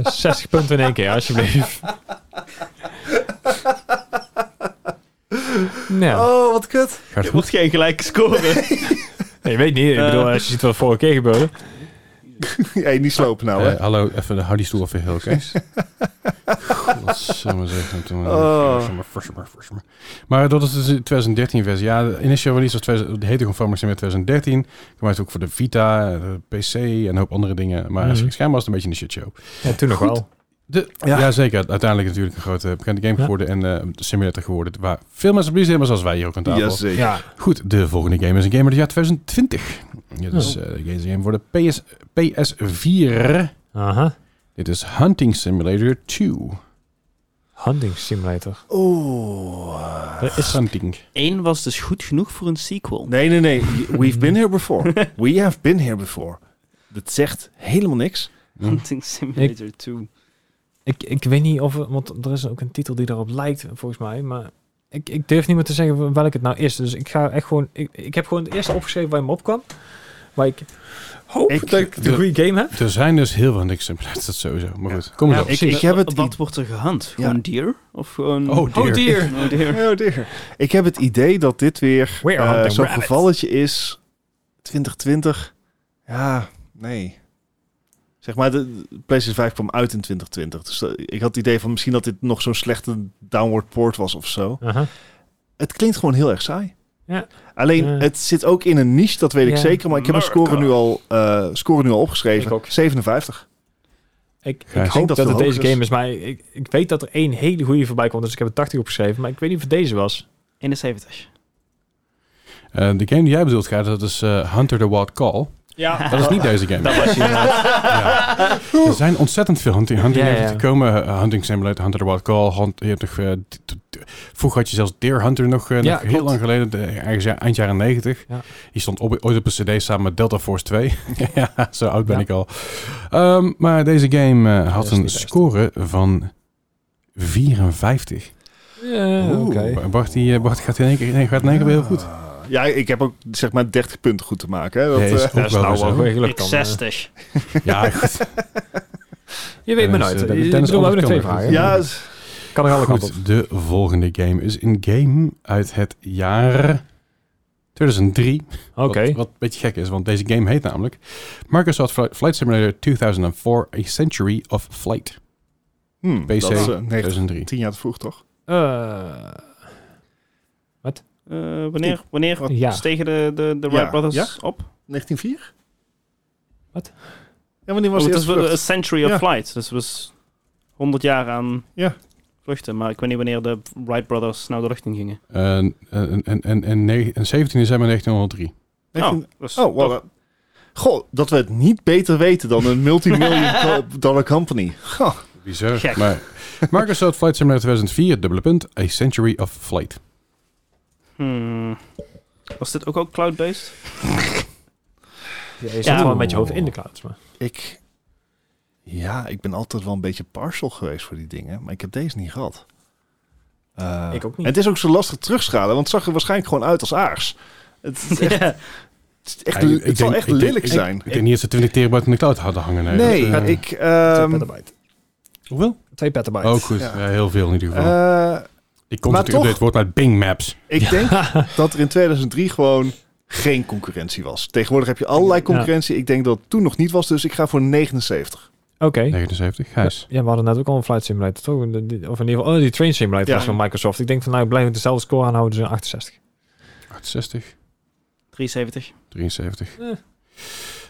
D: 60 punten in één keer, alsjeblieft. Nou,
A: Oh, wat kut.
B: gaat
C: Je
B: goed.
C: wordt geen gelijke score.
D: je weet niet. Ik bedoel, als je ziet wat vorige keer gebeurde.
A: hey, niet slopen nou, hè.
B: Eh, hallo, even hou die stoel even heel, Kees. Godsamme zeg, nou, toen-
A: Oh.
B: versamme, versamme, versamme. Maar dat is dus de 2013 versie. Ja, de initial release was 2000, die heette gewoon Farming Simulator 2013. Kwam uit ook voor de Vita, de PC en een hoop andere dingen. Maar
D: Mhm.
B: schijnbaar was het een beetje een shitshow.
D: Ja, toen nog
B: Goed.
D: wel.
B: De,
A: Ja.
B: ja. zeker. Uiteindelijk natuurlijk een grote bekende game
D: Ja.
B: geworden en eh, een simulator geworden. Waar veel mensen plezier hebben, zoals wij hier ook aan tafel.
A: Jazeker.
D: Ja,
B: Goed, de volgende game is een game uit het jaar 2020. Ja, dus eh, deze game voor de PS, PS4.
D: aha.
B: Dit is Hunting Simulator 2.
D: Hunting Simulator.
A: Oeh.
D: Er is,
B: Hunting.
C: Eén was dus goed genoeg voor een sequel.
A: Nee, nee, nee. We've been here before. We have been here before. Dat zegt helemaal niks.
B: Hm.
C: Hunting Simulator 2.
D: ik, ik weet niet of... Want er is ook een titel die daarop lijkt, volgens mij. Maar ik, ik durf niet meer te zeggen welk het nou is. Dus ik ga echt gewoon... Ik, ik heb gewoon het eerste opgeschreven waar hij me opkwam. Waar ik hoop
A: Ik-
D: dat ik de
B: de-
D: goede game heb.
B: Er zijn dus heel veel Hunting Simulators, dat sowieso. Maar goed, kom
D: Ja,
B: eens op.
A: Ik, ik heb het
C: Wat wordt er gehunt? Gewoon dier? Of gewoon...
B: Oh, dear.
C: Oh, dear.
A: Oh dear. Ik heb het idee dat dit weer
D: We're
A: eh,
D: hunting
A: zo'n
D: rabbits.
A: gevalletje is. 2020. Ja, nee. Zeg maar, de de PlayStation 5 kwam uit in 2020. Dus eh, ik had het idee van misschien dat dit nog zo'n slechte downward port was of zo.
D: Aha.
A: Het klinkt gewoon heel erg saai.
D: Ja.
A: Alleen,
D: Ja.
A: het zit ook in een niche, dat weet ik
D: Ja.
A: zeker. Maar ik heb een score nu al, eh, score nu al opgeschreven.
D: Ik ook.
A: 57.
D: Ik, ik
B: Ja, ik
D: hoop
A: denk dat
D: dat, het
A: het
D: deze
A: hoog is.
D: game is, maar ik, ik weet dat er één hele goede voorbij komt, dus ik heb er 80 opgeschreven, maar ik weet niet of het deze was.
C: 71.
B: Eh, de game die jij bedoelt, gaat, dat is eh, Hunter the Wild Call.
D: Ja,
B: Dat is niet deze game.
D: Oh. dat was je.
B: Ja. Er zijn ontzettend veel hunting, hunting
D: Ja,
B: games
D: ja.
B: die komen. Eh, hunting Simulator, Hunter the Wild Call. Hunt, je hebt nog, eh, d- d- d- vroeger had je zelfs Deer Hunter nog, eh,
D: Ja,
B: nog heel
D: klopt.
B: lang geleden. de- ergens ja- eind jaren 90.
D: Ja.
B: Die stond op, ooit op een cd samen met Delta Force 2. ja, zo oud ben
D: Ja.
B: ik al. Ehm, maar deze game eh, had
D: is
B: een
D: niet best.
B: score van 54.
D: Ja,
A: Oeh.
D: oké.
B: Bart, die, eh, Bart gaat in één keer, nee, gaat in één keer weer heel goed.
A: Ah, Ja, ik heb ook zeg maar 30 punten goed te maken. Hè? Dat,
B: Ja, is
A: eh,
B: ook wel
D: Dat is nou
B: weer zo.
D: wel weer gelukt dan. eh.
C: 60.
B: Ja, goed.
D: Je weet
B: Dennis,
D: maar nooit.
B: eh, Dennis
D: Ik bedoel, we hebben nog
B: Anders
D: twee
B: kan
D: vragen.
B: het.
D: Ja.
A: ja,
D: Kan er alle kanten op.
B: goed. De volgende game is een game uit het jaar 2003.
D: Oké.
B: Wat, wat een beetje gek is, want deze game heet namelijk Microsoft Fli- Flight Simulator 2004 A Century of Flight.
A: hmm,
B: PC.
A: dat is eh, 90,
B: 2003.
A: 10 jaar te vroeg, toch?
D: Eh,
C: Eh, wanneer wanneer
A: Wat?
D: ja.
C: stegen de, de, de
A: Ja.
C: Wright Brothers
A: Ja?
C: op?
A: 1904?
D: Wat?
A: Ja, wanneer was
C: Oh,
A: de
C: het is
A: eerste
C: wel
A: vlucht?
C: een century of
A: Ja.
C: flight. Dus het was 100 jaar aan
A: Ja.
C: vluchten. Maar ik weet niet wanneer de Wright Brothers nou de lucht in gingen.
B: En, en, en, en, en negen- en 17 december 1903.
C: Oh,
A: 19
C: dus
A: Oh, wow.
C: toch-
A: Goh, dat we het niet beter weten dan een multimillion co- dollar company. Goh,
B: Bizar.
C: Gek.
B: Maar Microsoft Flight Simulator 2004, dubbele punt, A Century of Flight.
C: Hmm. Was dit ook al cloud-based?
D: je zit
C: Ja.
D: wel met je hoofd in de clouds. Maar.
A: ik... Ja, ik ben altijd wel een beetje partial geweest voor die dingen. Maar ik heb deze niet gehad. Eh,
D: Ik ook niet.
A: en het is ook zo lastig terugschalen, want het zag er waarschijnlijk gewoon uit als aars. Het, is echt,
C: Ja.
A: het, is echt,
B: Ja, ik-
A: het
B: ik
A: zal
B: denk-
A: echt
B: ik denk-
A: lelijk
B: ik-
A: zijn.
B: Ik denk niet dat ze 20 terabyte in de cloud hadden hangen. Nee,
A: nee,
B: Dat, eh,
A: ik...
D: Twee
A: ehm,
D: petabyte.
B: Hoeveel?
D: Twee petabyte.
B: Oh, goed.
A: Ja.
B: Ja, heel veel in ieder geval.
A: eh,
B: ik kon
A: maar
B: natuurlijk
A: toch-
B: dit woord met Bing Maps.
A: Ik denk dat er in 2003 gewoon geen concurrentie was. Tegenwoordig heb je allerlei concurrentie. Ik denk dat het toen nog niet was, dus ik ga voor 79.
D: Oké.
B: 79, Gijs.
D: Ja, we hadden net ook al een flight simulator, toch? De- die- Of in ieder geval, oh, die train simulator
A: Ja.
D: was van Microsoft. Ik denk van, nou, blijven we dezelfde score aanhouden, dus een 68.
B: 68,
C: 73.
B: 73.
D: Eh.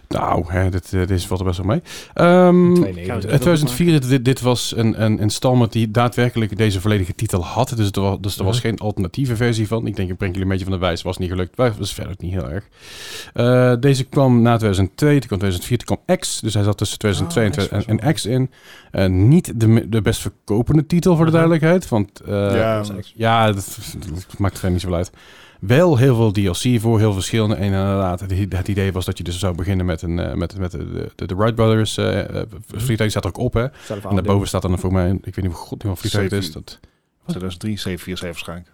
B: Nou, hè, dit, eh, dit valt er best wel mee. Ehm,
C: Gaan we-
D: 92.
B: eh, 2004, dit, dit was een, een installment die daadwerkelijk deze volledige titel had. Dus er was, dus er was
D: Mhm.
B: geen alternatieve versie van. Ik denk, ik breng jullie een beetje van de wijs. Was niet gelukt. Maar was verder niet heel erg. Eh, deze kwam na 2002, toen kwam 2004, toen kwam X. Dus hij zat tussen 2002 en
A: Oh, X was
B: twe- en, en X in. Eh, niet de, me- de best verkopende titel, voor de
D: Mhm.
B: duidelijkheid. Want eh,
A: ja,
B: ja, dat, dat maakt verder niet zoveel uit. Wel heel veel DLC voor, heel verschillende. En inderdaad, het, i- het idee was dat je dus zou beginnen met, een, eh, met, met de, de, de Wright Brothers eh eh,
A: Mhm.
B: vliegtuig. staat er ook op, hè.
D: Zelf
B: En daarboven staat dan voor mij, een- ik weet niet hoe god hoeveel vliegtuig het is. Dat,
A: 2003, 747 waarschijnlijk.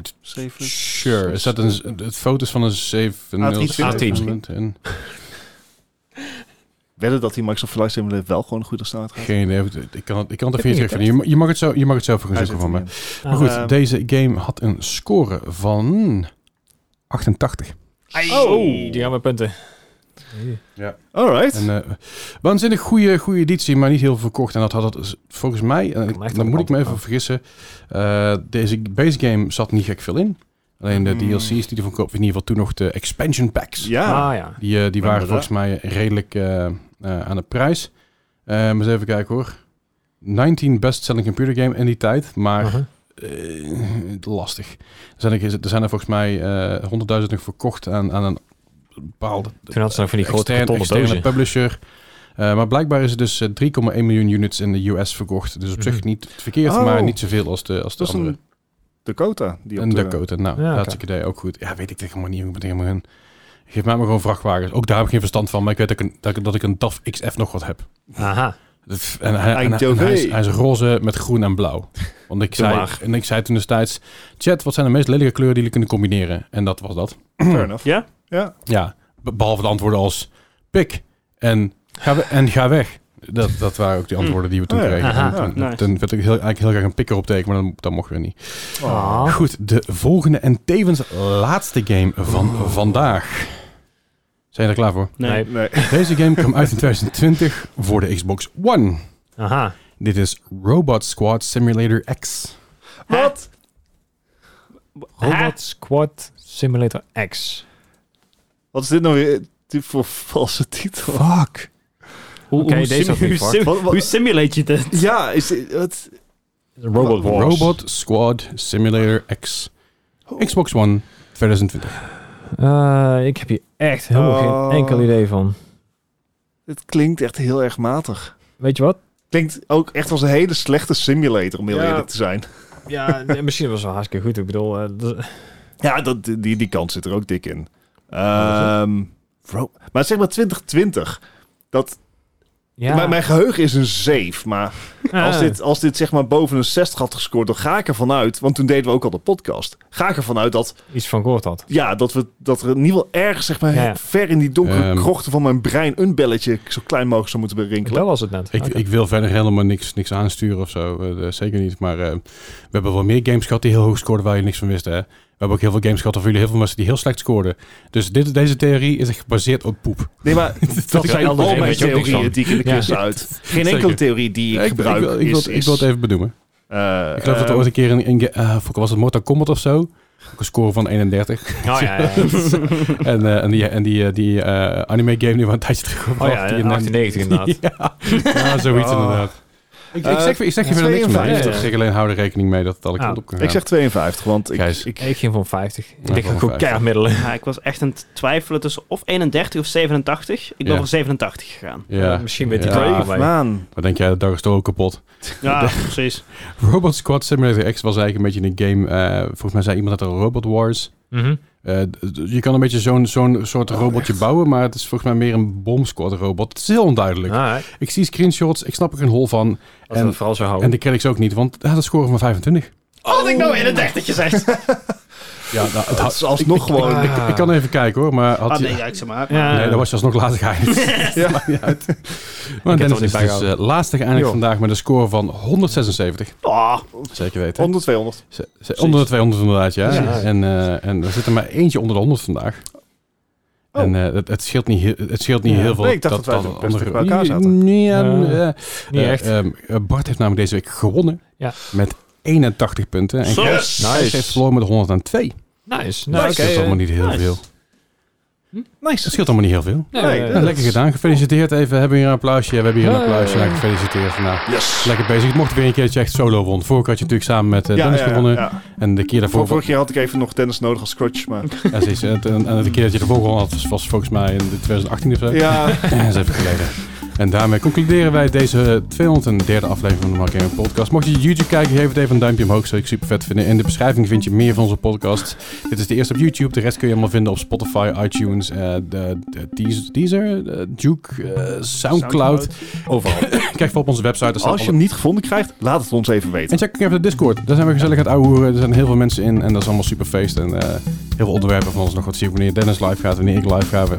B: eh,
A: Zeven.
B: sure, is dat een, het foto's van een 707?
A: A320
B: en- en-
A: Wedden dat die Microsoft Flight Simulator wel gewoon een goede snelheid gaat?
B: Geen idee, ik kan, het- ik kan het
D: Ik heb
B: er via
D: niet
B: terugvinden. Je, mag- je mag het zo, je mag het zo voor
A: Hij
B: gaan
A: zit er
B: zoeken van mij.
A: niet in.
B: Maar goed,
A: Ehm.
B: deze game had een score van 88.
D: Oh, die gaan we punten.
A: Alright.
B: Een eh, waanzinnig goede, goede editie, maar niet heel veel verkocht. En dat had het volgens mij, en
D: Kan
B: ik-
D: echt
B: dan
D: op
B: moet ik me
D: kant
B: even
D: gaan.
B: vergissen, eh, deze base game zat niet gek veel in. Alleen de
A: Hmm.
B: DLC's die ervan kopen, in ieder geval toen nog de expansion packs.
A: ja.
D: Ah ja.
B: Die, eh, die waren
A: dat.
B: volgens mij redelijk eh, eh, aan de prijs. Eh maar eens even kijken hoor. 19 best-selling computer game in die tijd, maar
D: Aha.
B: eh, lastig. Er zijn er, er zijn er volgens mij eh 100.000 nog verkocht aan, aan een bepaalde
D: Toen hadden ze nog van die grote
B: externe,
D: kartonnen
B: externe
D: dozen.
B: publisher. Eh, maar blijkbaar is het dus eh, 3,1 miljoen units in de US verkocht. Dus op zich
D: Mhm.
B: niet verkeerd,
A: Oh.
B: maar niet zoveel als de, als de
A: Dat is
B: andere.
A: een Dakota. Die op
B: En
A: de-
B: Dakota, nou,
D: Ja, oké.
B: hartstikke idee, ook goed. Ja, weet ik tegen helemaal niet, ik ben tegen mijn... Geef mij maar gewoon vrachtwagens. Ook daar heb ik geen verstand van, maar ik weet dat ik een, dat ik, dat ik een DAF XF nog wat heb.
D: Aha.
B: Dat- En hij, en-
A: Eindhoven.
B: en hij, is, hij is roze met groen en blauw. Want ik
D: Doe
B: zei,
D: maar.
B: en ik zei toen destijds... Chat, wat zijn de meest lelijke kleuren die jullie kunnen combineren? En dat was dat.
A: Fair enough.
C: Ja?
A: Ja.
B: Ja, be- behalve de antwoorden als... Pik en ga, we- en ga weg. Dat, dat waren ook die antwoorden die we toen
A: Oh ja.
B: kregen.
D: Aha.
B: En toen,
C: Nice.
B: toen werd ik heel, eigenlijk heel graag een pikker opteken, maar dan, dat mochten we niet.
A: Oh.
D: Ah.
B: Goed, de volgende en tevens laatste game van vandaag. Zijn jullie er klaar voor?
C: Nee.
D: Nee.
A: Nee.
B: Deze game kwam uit in 2020 voor de Xbox One.
D: Aha.
B: Dit is Robot Squad Simulator X.
C: Hè?
A: Wat?
C: Hè?
D: Robot Squad Simulator X.
A: Wat is dit nou weer typ voor valse titel?
B: Fuck.
D: Hoe,
C: Oké,
D: hoe
C: deze
D: deze
C: hoe, sim-
A: Wat- wat-
C: hoe simulate je dit?
A: Ja, is dit... Wat?
D: Robot Wars.
B: Robot Squad Simulator X. Xbox One 2020.
D: Eh, ik heb hier echt helemaal
A: Oh.
D: geen enkel idee van.
A: Het klinkt echt heel erg matig.
D: Weet je wat?
A: Klinkt ook echt als een hele slechte simulator, om heel
D: Ja.
A: eerlijk te zijn.
D: Ja, nee, misschien was het wel hartstikke goed. Ik bedoel, eh, dat-
A: Ja, dat, die, die kant zit er ook dik in. Ehm, bro- maar zeg maar 2020. Dat,
D: ja.
A: mijn, mijn geheugen is een zeef, maar
D: Eh,
A: als, dit, als dit zeg maar boven een 60 had gescoord, dan ga ik ervan uit, want toen deden we ook al de podcast, ga ik ervan uit dat,
D: iets van gehoord had.
A: ja, dat, we, dat er in ieder geval ergens zeg maar,
D: Ja.
A: ver in die donkere
B: Ehm.
A: krochten van mijn brein een belletje zo klein mogelijk zou moeten berinkelen.
D: Dat was het net. Oh,
B: Ik,
D: Oké.
B: ik wil verder helemaal niks, niks aansturen of zo. Eh, eh, zeker niet. Maar eh, we hebben wel meer games gehad die heel hoog scoorden waar je niks van wist. Hè? We hebben ook heel veel games gehad waarvan jullie heel veel mensen die heel slecht scoorden. Dus dit, deze theorie is echt gebaseerd op poep.
A: Nee, maar dat
D: is
A: zijn
D: wel de
A: al
D: reden
A: mijn
D: dat je ook niks
A: theorieën
D: van-
A: die ik in de
D: Ja.
A: quiz uit. Geen
B: Zeker.
A: enkele theorie die ik,
B: Ja,
A: gebruik
B: ik, wil, ik, wil,
A: is...
B: ik wil het even benoemen.
A: eh,
B: Ik geloof dat
A: eh,
B: er ooit een keer in... in eh, fuck, was het Mortal Kombat of zo? Ook een score van 31.
D: Oh ja, ja, ja.
B: en, eh, en die, en die, eh, die eh, anime game die we een tijdje terug
D: Oh
B: hadden,
D: ja,
B: die
D: in
B: een-
D: 98 inderdaad.
B: ja, ja, zoiets
A: Oh.
B: inderdaad. Ik, ik
A: Eh,
B: zeg, ik zeg je verder niks mee.
A: 52.
B: Ik zeg alleen hou er rekening mee dat het alle
D: Ah,
B: kanten op kan gaan.
A: Ik zeg 52, want ik...
B: Gijs.
A: ik
D: Ik ging voor 50.
B: Ja, voor
D: ik ga goed
B: 50.
D: keihard middelen.
C: Ja, ik was echt aan het twijfelen tussen of 31 of 87. Ik ben
B: Ja.
C: voor 87 gegaan.
B: ja.
D: Misschien met die
B: Ja.
D: Brave.
A: Brave man.
B: Wat denk jij, de dag is toch ook kapot.
C: Ja, precies.
B: Robot Squad Simulator X was eigenlijk een beetje een game... eh, volgens mij zei iemand dat er Robot Wars...
D: Mhm.
B: Eh, d- d- je kan een beetje zo'n zo'n soort
A: Oh,
B: robotje
A: echt?
B: bouwen, maar het is volgens mij meer een bomsquad robot. Het is heel onduidelijk.
D: Alright.
B: Ik zie screenshots, ik snap er geen hol van.
D: Laten we het vooral zo houden.
B: En de credits ook niet, want hij had een score van 25.
C: Had ik nou 31 gezegd?
B: Ja, nou, het
A: Dat
B: had-
A: is alsnog gewoon...
D: ik-
B: ik kan even kijken hoor, maar had
C: Ah,
B: je-
C: nee, ja, ik zeg maar.
D: Ja.
B: Nee, dat was je alsnog later geëindigd.
A: Ja.
B: Maakt niet uit. Maar
D: het
B: Dennis
D: wel niet
B: is dus
D: bijgehouden.
B: eh, laatste geëindigd
D: Joh.
B: vandaag met een score van 176.
C: Ah,
B: Zeker weten.
A: Onder 200.
B: Ze- ze- onder de 200 inderdaad, ja.
D: Precies.
B: En, eh, en er zit er maar eentje onder de 100 vandaag.
A: Oh.
B: En eh, het, het scheelt niet, heel- het scheelt niet
D: Ja.
B: heel veel.
A: Nee, ik dacht dat wij
B: dat
A: best dicht bij elkaar zaten.
B: Nee, ja, eh,
D: Ja. Niet
B: eh,
D: echt.
B: ehm, eh, Bart heeft namelijk deze week gewonnen
D: Ja.
B: met 81 punten. En
C: Zo.
B: Gijs Gijs heeft verloren met 102.
D: nice.
B: Nou,
D: Nou,
B: dat
D: oké.
B: scheelt
D: eh,
B: allemaal niet heel
C: nice.
B: veel. Dat
A: Nice.
B: scheelt allemaal niet heel veel.
D: nee,
A: Nee,
D: eh,
A: dat-
B: Nou, lekker gedaan. Gefeliciteerd even. Hebben we hier een applausje? We hebben hier een
D: Hey.
B: applausje. Nou, gefeliciteerd. Nou,
A: Yes.
B: lekker bezig. Het mocht weer een keertje echt solo won. Vorige keer had je natuurlijk samen met eh,
A: Ja,
B: Dennis
A: ja, ja,
B: gewonnen.
A: ja.
B: En de keer daarvoor...
A: Voor vorig jaar had ik even nog Dennis nodig als crutch, maar...
B: Ja, precies. En, en, en de keer dat je ervoor gewonnen had, was, was volgens mij in de 2018 of zo.
A: Ja,
B: Dat is even geleden. En daarmee concluderen wij deze 203e aflevering van de Mark Gaming Podcast. Mocht je YouTube kijken, geef het even een duimpje omhoog. Zou ik super vet vinden. In de beschrijving vind je meer van onze podcast. Dit is de eerste op YouTube. De rest kun je allemaal vinden op Spotify, iTunes, eh, de, de Deezer, Deezer, eh, Duke, eh, Soundcloud.
A: overal.
B: Kijk even op onze website. daar staan
A: Als je hem niet gevonden krijgt, laat het ons even weten.
B: en check even de Discord. Daar zijn we gezellig aan het ouwehoeren. Er zijn heel veel mensen in en dat is allemaal super feest. En eh, heel veel onderwerpen van ons nog wat zien. Wanneer Dennis live gaat, wanneer ik live ga. we-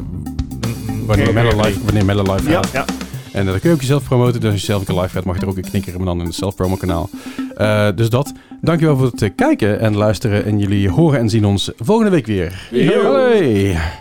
B: Wanneer Melle live, wanneer Melle live
A: Ja,
B: gaat.
A: ja.
B: En eh, dan kun je ook jezelf promoten. Dus als je zelf een keer live gaat, mag je er ook een knikker in dan in het self-promo kanaal. Eh, dus dat. Dankjewel voor het eh, kijken en luisteren. En jullie horen en zien ons volgende week weer.
A: Yo.
B: Hoi.